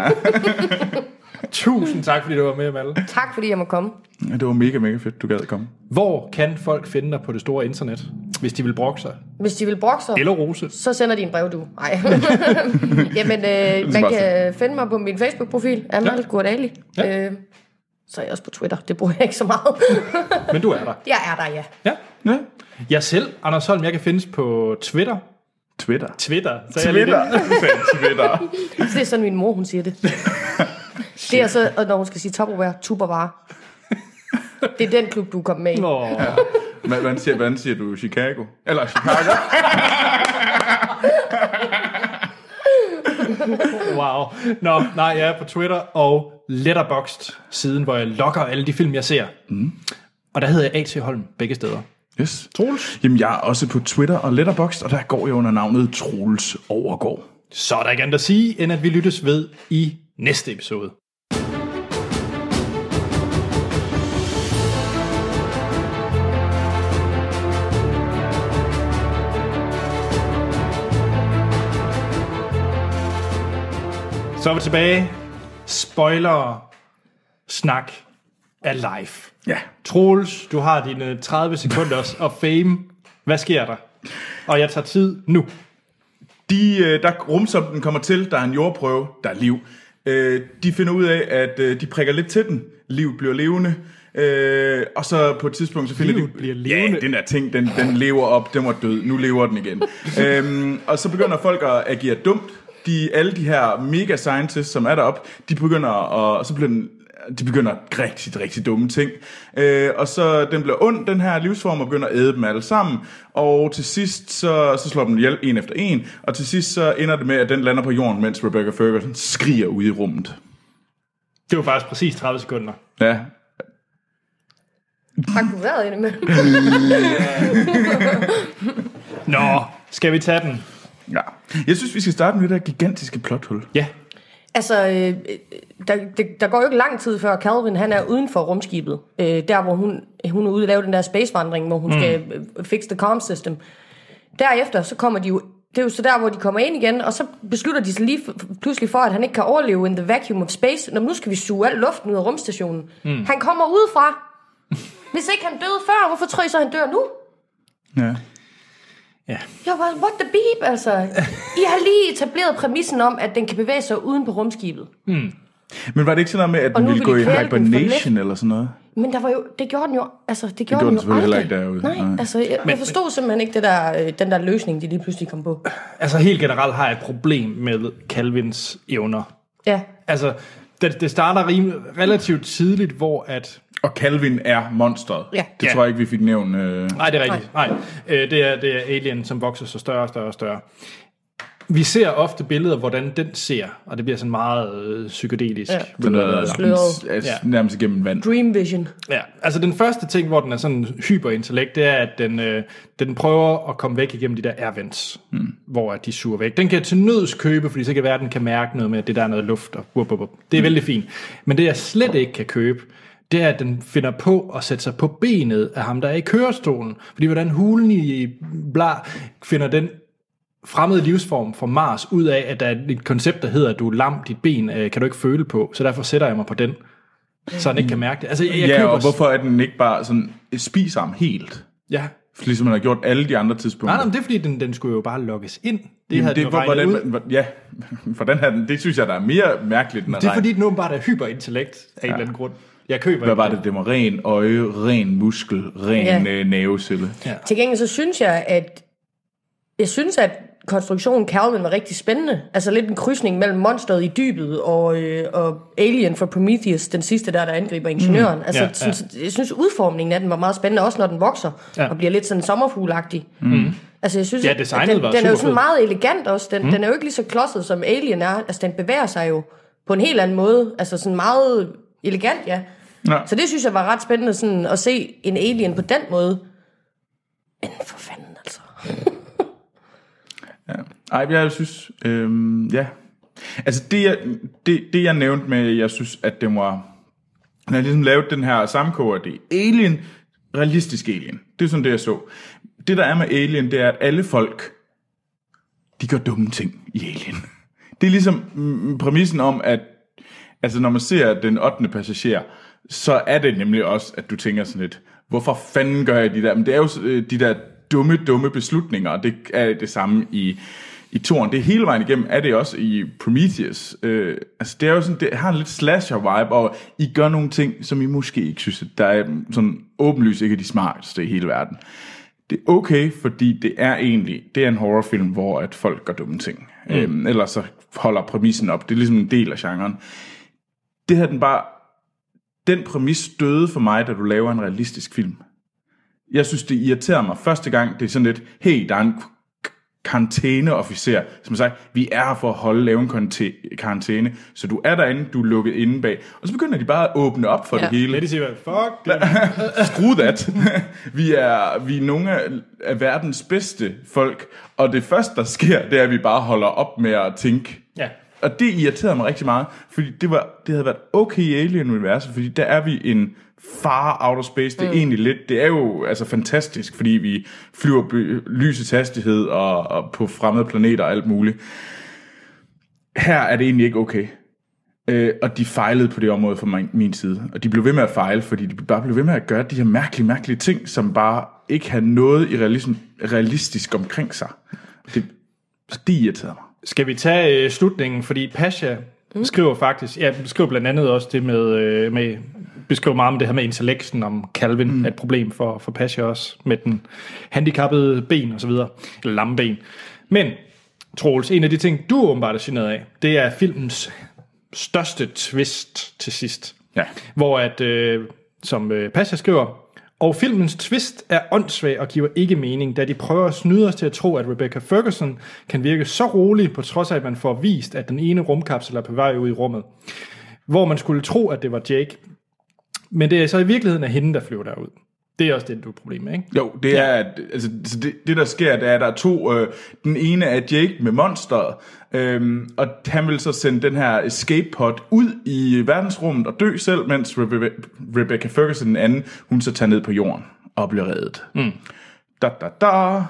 S1: Tusind tak, fordi du var med, Malle.
S3: Tak, fordi jeg må komme.
S2: det var mega, mega fedt, du gad komme.
S1: Hvor kan folk finde dig på det store internet, hvis de vil brokke sig?
S3: Hvis de vil brokke sig,
S1: Eller rose?
S3: så sender de en brev, du. <laughs> Nej. Jamen, øh, man kan finde mig på min Facebook-profil, Amal ja. Gurdali.
S1: Ja.
S3: Øh, så er jeg også på Twitter. Det bruger jeg ikke så meget.
S1: Men du er der.
S3: jeg er der, ja.
S1: Ja.
S2: Ja.
S1: Jeg selv, Anders Holm, jeg kan findes på Twitter.
S2: Twitter.
S1: Twitter. Så
S2: Twitter. Du sagde Twitter.
S3: Det er sådan, min mor, hun siger det. det er så, og når hun skal sige topperware, tuberware. Det er den klub, du kom med i.
S1: Åh,
S2: Hvad- Hvordan siger, hvordan siger du Chicago? Eller Chicago?
S1: wow. Nå, nej, jeg er på Twitter og Letterboxd, siden hvor jeg logger alle de film, jeg ser. Mm. Og der hedder jeg A.T. Holm begge steder.
S2: Yes. Troels? Jamen, jeg er også på Twitter og Letterboxd, og der går jeg under navnet Troels Overgaard.
S1: Så er der ikke andet at sige, end at vi lyttes ved i næste episode. Så er vi tilbage. Spoiler. Snak er live.
S2: Ja.
S1: Troels, du har dine 30 sekunders og fame. Hvad sker der? Og jeg tager tid nu.
S2: De, øh, der rumsom den kommer til, der er en jordprøve, der er liv. Øh, De finder ud af, at øh, de prikker lidt til den. Liv bliver levende. Øh, og så på et tidspunkt, så finder
S1: Liv
S2: de...
S1: bliver levende?
S2: Ja, den der ting, den, den lever op, den var død, nu lever den igen. øhm, og så begynder folk at agere dumt. De, alle de her mega scientists, som er deroppe, de begynder at... Så bliver den, de begynder rigtig, rigtig dumme ting. Øh, og så den bliver ond, den her livsform, og begynder at æde dem alle sammen. Og til sidst, så, så slår den ihjel en efter en. Og til sidst, så ender det med, at den lander på jorden, mens Rebecca Ferguson skriger ude i rummet.
S1: Det var faktisk præcis 30 sekunder.
S2: Ja,
S3: Har du været inde med?
S1: Nå, skal vi tage den?
S2: ja. Jeg synes, vi skal starte med det der gigantiske plothul.
S1: Ja.
S3: Altså, øh, der, det, der går jo ikke lang tid før Calvin, han er uden for rumskibet. Øh, der, hvor hun, hun er ude og lave den der spacevandring, hvor hun mm. skal øh, fixe the comm system. Derefter, så kommer de jo... Det er jo så der, hvor de kommer ind igen, og så beslutter de sig lige f- pludselig for, at han ikke kan overleve in the vacuum of space. Nå, men nu skal vi suge al luften ud af rumstationen. Mm. Han kommer udefra. Hvis ikke han døde før, hvorfor tror I så, han dør nu?
S2: Ja.
S3: Jeg var, what the beep, altså. I har lige etableret præmissen om, at den kan bevæge sig uden på rumskibet.
S2: Men var det ikke sådan noget med, at den
S3: nu
S2: ville
S3: vil
S2: gå
S3: de
S2: i
S3: kvæle den for
S2: hibernation eller sådan noget?
S3: Men der var jo, det gjorde den jo, altså det
S2: gjorde
S3: gjorde,
S2: den
S3: den jo
S2: selvfølgelig heller
S3: aldrig.
S2: ikke derude.
S3: Nej,
S2: Nej.
S3: altså jeg, men, jeg forstod simpelthen ikke det der, øh, den der løsning, de lige pludselig kom på.
S1: Altså helt generelt har jeg et problem med Calvins evner.
S3: Ja,
S1: Altså, det, det starter rim- relativt tidligt, hvor at...
S2: Og Calvin er monstret.
S3: Ja.
S2: Det
S1: Ja.
S2: tror jeg ikke, vi fik nævnt. Øh.
S1: Nej, det er rigtigt. Nej. Øh, det, er, det er alien, som vokser så større og større og større. Vi ser ofte billeder, hvordan den ser, og det bliver sådan meget øh, psykedelisk. Ja.
S2: Den er
S3: Sløret.
S2: altså,
S1: Ja.
S2: nærmest igennem vand.
S3: Dream Vision.
S1: ja. Altså den første ting, hvor den er sådan hyperintellekt, det er, at den, øh, den prøver at komme væk igennem de der airvents, mm. hvor at de suger væk. Den kan til nøds købe, fordi så kan være, at den kan mærke noget med, at det der er noget luft. Og wup, wup, wup. Det er
S2: Mm.
S1: vældig fint. Men det, jeg slet ikke kan købe, det er, at den finder på at sætte sig på benet af ham, der er i kørestolen. Fordi hvordan hulen i bla finder den fremmed livsform fra Mars ud af, at der er et koncept, der hedder, at du er lam, dit ben øh, kan du ikke føle på, så derfor sætter jeg mig på den, så han ikke kan mærke det. Altså, jeg, jeg
S2: Mm. Ja,
S1: køber
S2: og hvorfor er den ikke bare sådan, spiser ham helt?
S1: Ja.
S2: Ligesom man har gjort alle de andre tidspunkter.
S1: Nej, nej, men det er fordi, den, den skulle jo bare logges ind. Det
S2: Jamen,
S1: havde
S2: det,
S1: den
S2: hvor,
S1: jo regnet
S2: hvordan,
S1: ud.
S2: man- hvor- ja, <laughs> hvordan har den, det synes jeg, der er mere mærkeligt, end at
S1: Det er
S2: regne.
S1: fordi, den åbenbart er hyperintellekt af ja. en eller anden grund. Jeg køber
S2: Hvad
S1: ikke
S2: var det? Det var ren øje, ren muskel, ren
S3: Ja.
S2: øh, nervecelle. Ja.
S3: Til gengæld så synes jeg, at jeg synes, at konstruktionen Calvin var rigtig spændende. Altså lidt en krydsning mellem monsteret i dybet og, øh, og Alien fra Prometheus, den sidste der, der angriber ingeniøren. Mm, altså,
S1: ja,
S3: ja, synes, jeg synes, udformningen af den var meget spændende, også når den vokser
S1: Ja.
S3: ja. og bliver lidt sådan sommerfuglagtig. Mm. Altså, jeg synes,
S1: Ja,
S3: at- at
S1: designet
S3: den,
S1: var
S3: den er jo
S1: superfed.
S3: sådan meget elegant også. Den, mm. den er jo ikke lige så klodset, som Alien er. Altså, den bevæger sig jo på en helt anden måde. Altså, sådan meget elegant, ja.
S2: Nå,
S3: Så det synes jeg var ret spændende sådan, at se en alien på den måde. Men for fanden altså.
S2: ja. Ej, men jeg synes, øhm, ja. Altså det jeg, det, det, jeg nævnte med, jeg synes, at det var... Når jeg ligesom lavede den her samkoger, det er alien, realistisk alien. Det er sådan det, jeg så. Det, der er med alien, det er, at alle folk, de gør dumme ting i alien. Det er ligesom mm, præmissen om, at altså, når man ser den 8. passager, så er det nemlig også, at du tænker sådan lidt, hvorfor fanden gør jeg de der? Men det er jo øh, de der dumme, dumme beslutninger, og det er det samme i, i toren. Det er hele vejen igennem, er det også i Prometheus. Øh, altså, det er jo sådan, det har en lidt slasher-vibe, og I gør nogle ting, som I måske ikke synes, at der er mm, sådan åbenlyst ikke er de smarteste i hele verden. Det er okay, fordi det er egentlig, det er en horrorfilm, hvor at folk gør dumme ting. Mm. Øhm, ellers så holder præmissen op. Det er ligesom en del af genren. Det her, den bare, den præmis støde for mig, da du laver en realistisk film. Jeg synes, det irriterer mig første gang, det er sådan lidt, hey, der er en karantæneofficer, som sagde, vi er her for at holde lave en karantæ- karantæne, så du er derinde, du er lukket inde bag. Og så begynder de bare at åbne op for ja.
S3: Ja.
S2: det hele.
S1: Lad de sige, hvad fuck, det
S2: Screw that. <laughs> vi, er, vi er nogle af, af verdens bedste folk, og det første, der sker, det er, at vi bare holder op med at tænke.
S1: Ja.
S2: Og det irriterede mig rigtig meget, fordi det, var, det havde været okay i Alien-universet, fordi der er vi en far outer space. Det er mm. egentlig lidt, det er jo altså fantastisk, fordi vi flyver by, lysets hastighed og, og på fremmede planeter og alt muligt. Her er det egentlig ikke okay. Øh, og de fejlede på det område fra min, min side. Og de blev ved med at fejle, fordi de bare blev ved med at gøre de her mærkelige, mærkelige ting, som bare ikke havde noget i realism, realistisk omkring sig. Det, så det irriterede mig.
S1: Skal vi tage øh, slutningen, fordi Pasha mm. skriver faktisk, ja, skriver blandt andet også det med, øh, med beskriver meget om det her med intellektsen, om Calvin mm. er et problem for, for Pasha også, med den handicappede ben og så videre, eller lammeben. Men, Troels, en af de ting, du åbenbart er generet af, det er filmens største twist til sidst.
S2: Ja.
S1: Hvor at, øh, som øh, Pasha skriver, og filmens twist er åndssvag og giver ikke mening, da de prøver at snyde os til at tro, at Rebecca Ferguson kan virke så rolig, på trods af, at man får vist, at den ene rumkapsel er på vej ud i rummet. Hvor man skulle tro, at det var Jake. Men det er så i virkeligheden af hende, der flyver derud. Det er også det, du er problemet, ikke?
S2: Jo, det ja. er, at- altså, så det, det der sker, det er, at der er to, øh, den ene er Jake med monsteret, øhm, og han vil så sende den her escape pod ud i verdensrummet og dø selv, mens Rebe- Rebecca Ferguson, den anden, hun så tager ned på jorden og bliver reddet. Mm. Da, da, da. Det er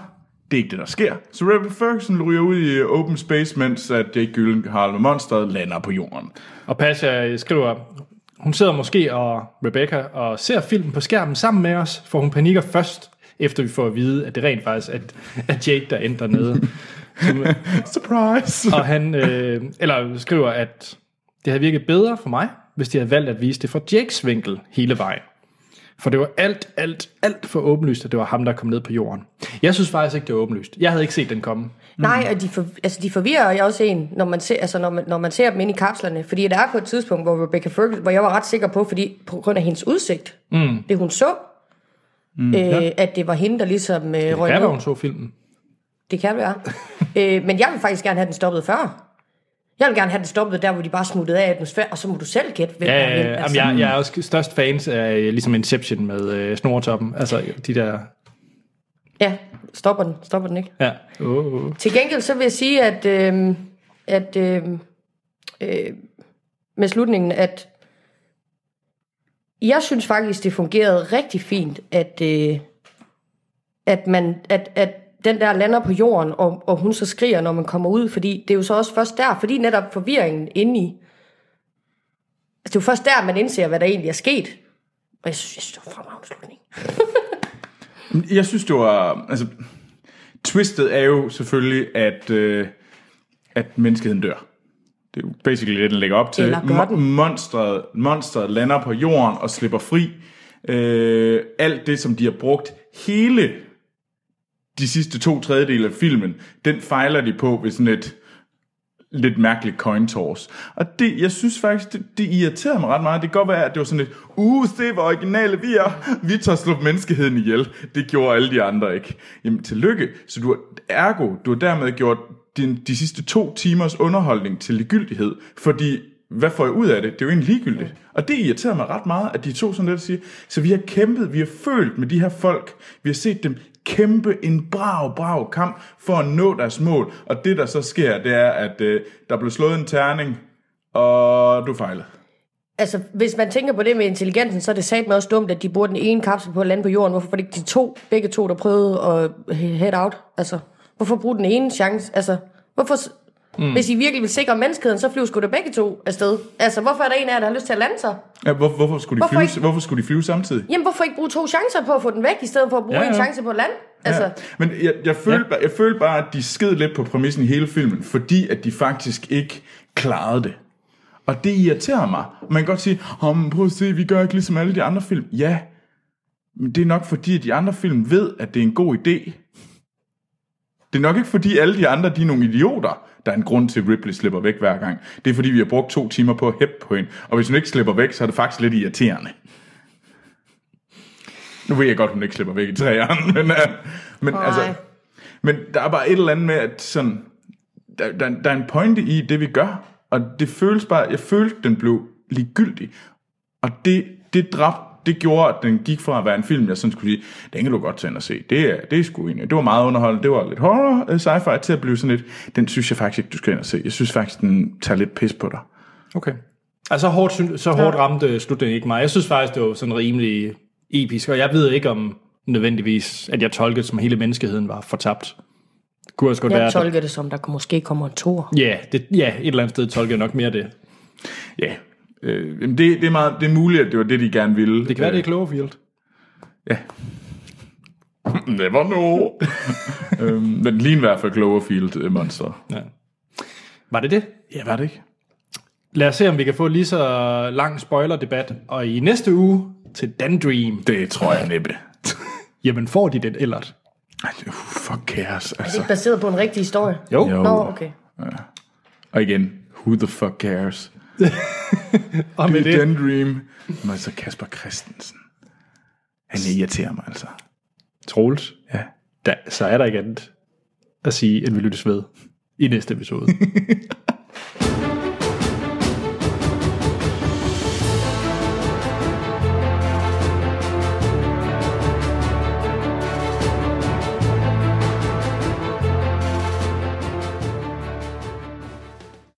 S2: ikke det, der sker. Så Rebecca Ferguson ryger ud i øh, open space, mens at Jake Gyllenhaal med monsteret lander på jorden.
S1: Og Pasha øh, skriver, hun sidder måske og Rebecca og ser filmen på skærmen sammen med os, for hun panikker først, efter vi får at vide, at det rent faktisk er, er Jake, der ændrer nede. Som,
S2: <laughs> Surprise!
S1: og han øh, eller skriver, at det havde virket bedre for mig, hvis de havde valgt at vise det fra Jakes vinkel hele vejen. For det var alt, alt, alt for åbenlyst, at det var ham, der kom ned på jorden. Jeg synes faktisk ikke, det var åbenlyst. Jeg havde ikke set den komme.
S3: Nej, og de, for, altså, de forvirrer jo også en, når man, ser, altså, når, man, når man ser dem inde i kapslerne. Fordi der er på et tidspunkt, hvor Rebecca Ferguson, hvor jeg var ret sikker på, fordi på grund af hendes udsigt, mm. det hun så, mm, øh, at det var hende, der ligesom øh, røg
S1: Ja, da
S3: ned.
S1: hun så filmen.
S3: Det
S1: <laughs>
S3: kan være. øh, men jeg vil faktisk gerne have den stoppet før. Jeg vil gerne have den stoppet der, hvor de bare smuttede af atmosfæren, og så må du selv gætte, hvem
S1: Ja,
S3: der er hvem.
S1: ja,
S3: Altså.
S1: ja. Jeg, jeg er også størst fans af øh, ligesom Inception med øh, snortoppen. Altså de der...
S3: ja, stopper den. Stopper den ikke.
S1: Ja. Oh, oh.
S3: Til gengæld så vil jeg sige, at, øh, at øh, øh, med slutningen, at jeg synes faktisk, det fungerede rigtig fint, at, øh, at, man, at, at den der lander på jorden, og, og hun så skriger, når man kommer ud, fordi det er jo så også først der, fordi netop forvirringen inde i, altså det er jo først der, man indser, hvad der egentlig er sket. Og jeg synes, jeg synes det var en fremragende slutning.
S2: Jeg synes, det var... Altså, twistet er jo selvfølgelig, at, øh, at menneskeheden dør. Det er jo basically det, den lægger op til.
S3: Eller gør
S2: Mo-
S3: den.
S2: Monstret, monstret lander på jorden og slipper fri. Øh, alt det, som de har brugt hele de sidste to tredjedele af filmen, den fejler de på ved sådan et lidt mærkeligt coin toss. Og det, jeg synes faktisk, det, det irriterede mig ret meget. Det kan godt være, at det var sådan lidt, uh, se hvor originale vi er. Vi tager slå menneskeheden ihjel. Det gjorde alle de andre ikke. Jamen, tillykke. Så du har, ergo, du har dermed gjort din, de sidste to timers underholdning til ligegyldighed. Fordi, hvad får jeg ud af det? Det er jo egentlig ligegyldigt. Og det irriterer mig ret meget, at de to sådan lidt siger, så vi har kæmpet, vi har følt med de her folk. Vi har set dem kæmpe en brav, brav kamp for at nå deres mål. Og det, der så sker, det er, at øh, der blev slået en terning, og du fejlede.
S3: Altså, hvis man tænker på det med intelligensen, så er det satme også dumt, at de bruger den ene kapsel på at lande på jorden. Hvorfor var det ikke de to, begge to, der prøvede at he- head out? Altså, hvorfor bruge den ene chance? Altså, hvorfor... s- Mm. Hvis I virkelig vil sikre menneskeheden, så flyver sgu da begge to afsted. Altså, hvorfor er der en af jer, der har lyst til at lande sig?
S2: Ja, hvor, hvorfor, skulle de
S3: Hvorfor
S2: hvorfor, flyve,
S3: ikke?
S2: hvorfor skulle de flyve samtidig?
S3: Jamen, hvorfor ikke bruge to chancer på at få den væk, i stedet for at bruge
S2: Ja,
S3: ja,
S2: ja.
S3: ja. en chance på at lande? Altså,
S2: Ja. Men jeg, jeg, følte, ja. jeg følte bare, at de sked lidt på præmissen i hele filmen, fordi at de faktisk ikke klarede det. Og det irriterer mig. Man kan godt sige, "Åh, men prøv at se, vi gør ikke ligesom alle de andre film. Ja, men det er nok fordi, at de andre film ved, at det er en god idé. Det er nok ikke fordi, alle de andre de er nogle idioter, der er en grund til, at Ripley slipper væk hver gang. Det er fordi, vi har brugt to timer på at hæppe på hende. Og hvis hun ikke slipper væk, så er det faktisk lidt irriterende. Nu ved jeg godt, hun ikke slipper væk i træerne, <laughs> men, øh, men altså... Men der er bare et eller andet med, at sådan, der, der, der er en pointe i det, vi gør, og det føles bare, jeg følte, den blev ligegyldig. Og det, det drab, det gjorde, at den gik fra at være en film, jeg sådan skulle sige, den kan du godt tage ind og se. Det er, det er sgu egentlig. Det var meget underholdende. Det var lidt horror øh, sci-fi til at blive sådan lidt, den synes jeg faktisk ikke, du skal ind og se. Jeg synes faktisk, den tager lidt pis på dig.
S1: Okay. Altså så hårdt, syn- så hårdt ramte slutningen ikke mig. Jeg synes faktisk, det var sådan rimelig episk, og jeg ved ikke om nødvendigvis, at jeg tolkede det som, at hele menneskeheden var fortabt. Det kunne også godt være...
S3: jeg
S1: at-
S3: tolker det som, der måske kommer en tor.
S1: Ja, det, ja, et eller andet sted tolkede jeg nok mere det.
S2: Ja, øh, jamen det, det, er meget, det er muligt, at det var det, de gerne ville.
S1: Det kan være, det er
S2: Øh,
S1: Cloverfield.
S2: Never know. <laughs> øhm, men den ligner i hvert fald øh, Cloverfield-monster.
S1: Ja. Var det det?
S2: Ja, var det ikke?
S1: Lad os se, om vi kan få lige så lang spoiler-debat. Og i næste uge til Dandream,
S2: Det tror jeg næppe.
S1: jamen får de den ellert?
S2: Ej, det- uh, fuck kaos,
S3: Det er
S2: altså.
S3: ikke baseret på en rigtig historie.
S1: Jo.
S2: Jo.
S1: jo.
S3: Nå, okay.
S2: Og igen, who the fuck cares?
S1: Og
S2: Det
S1: med
S2: er
S1: det,
S2: den dream. Men altså Kasper Christensen. Han irriterer mig altså.
S1: Troels,
S2: Ja.
S1: da, så er der ikke andet at sige, end vi lyttes ved i næste episode.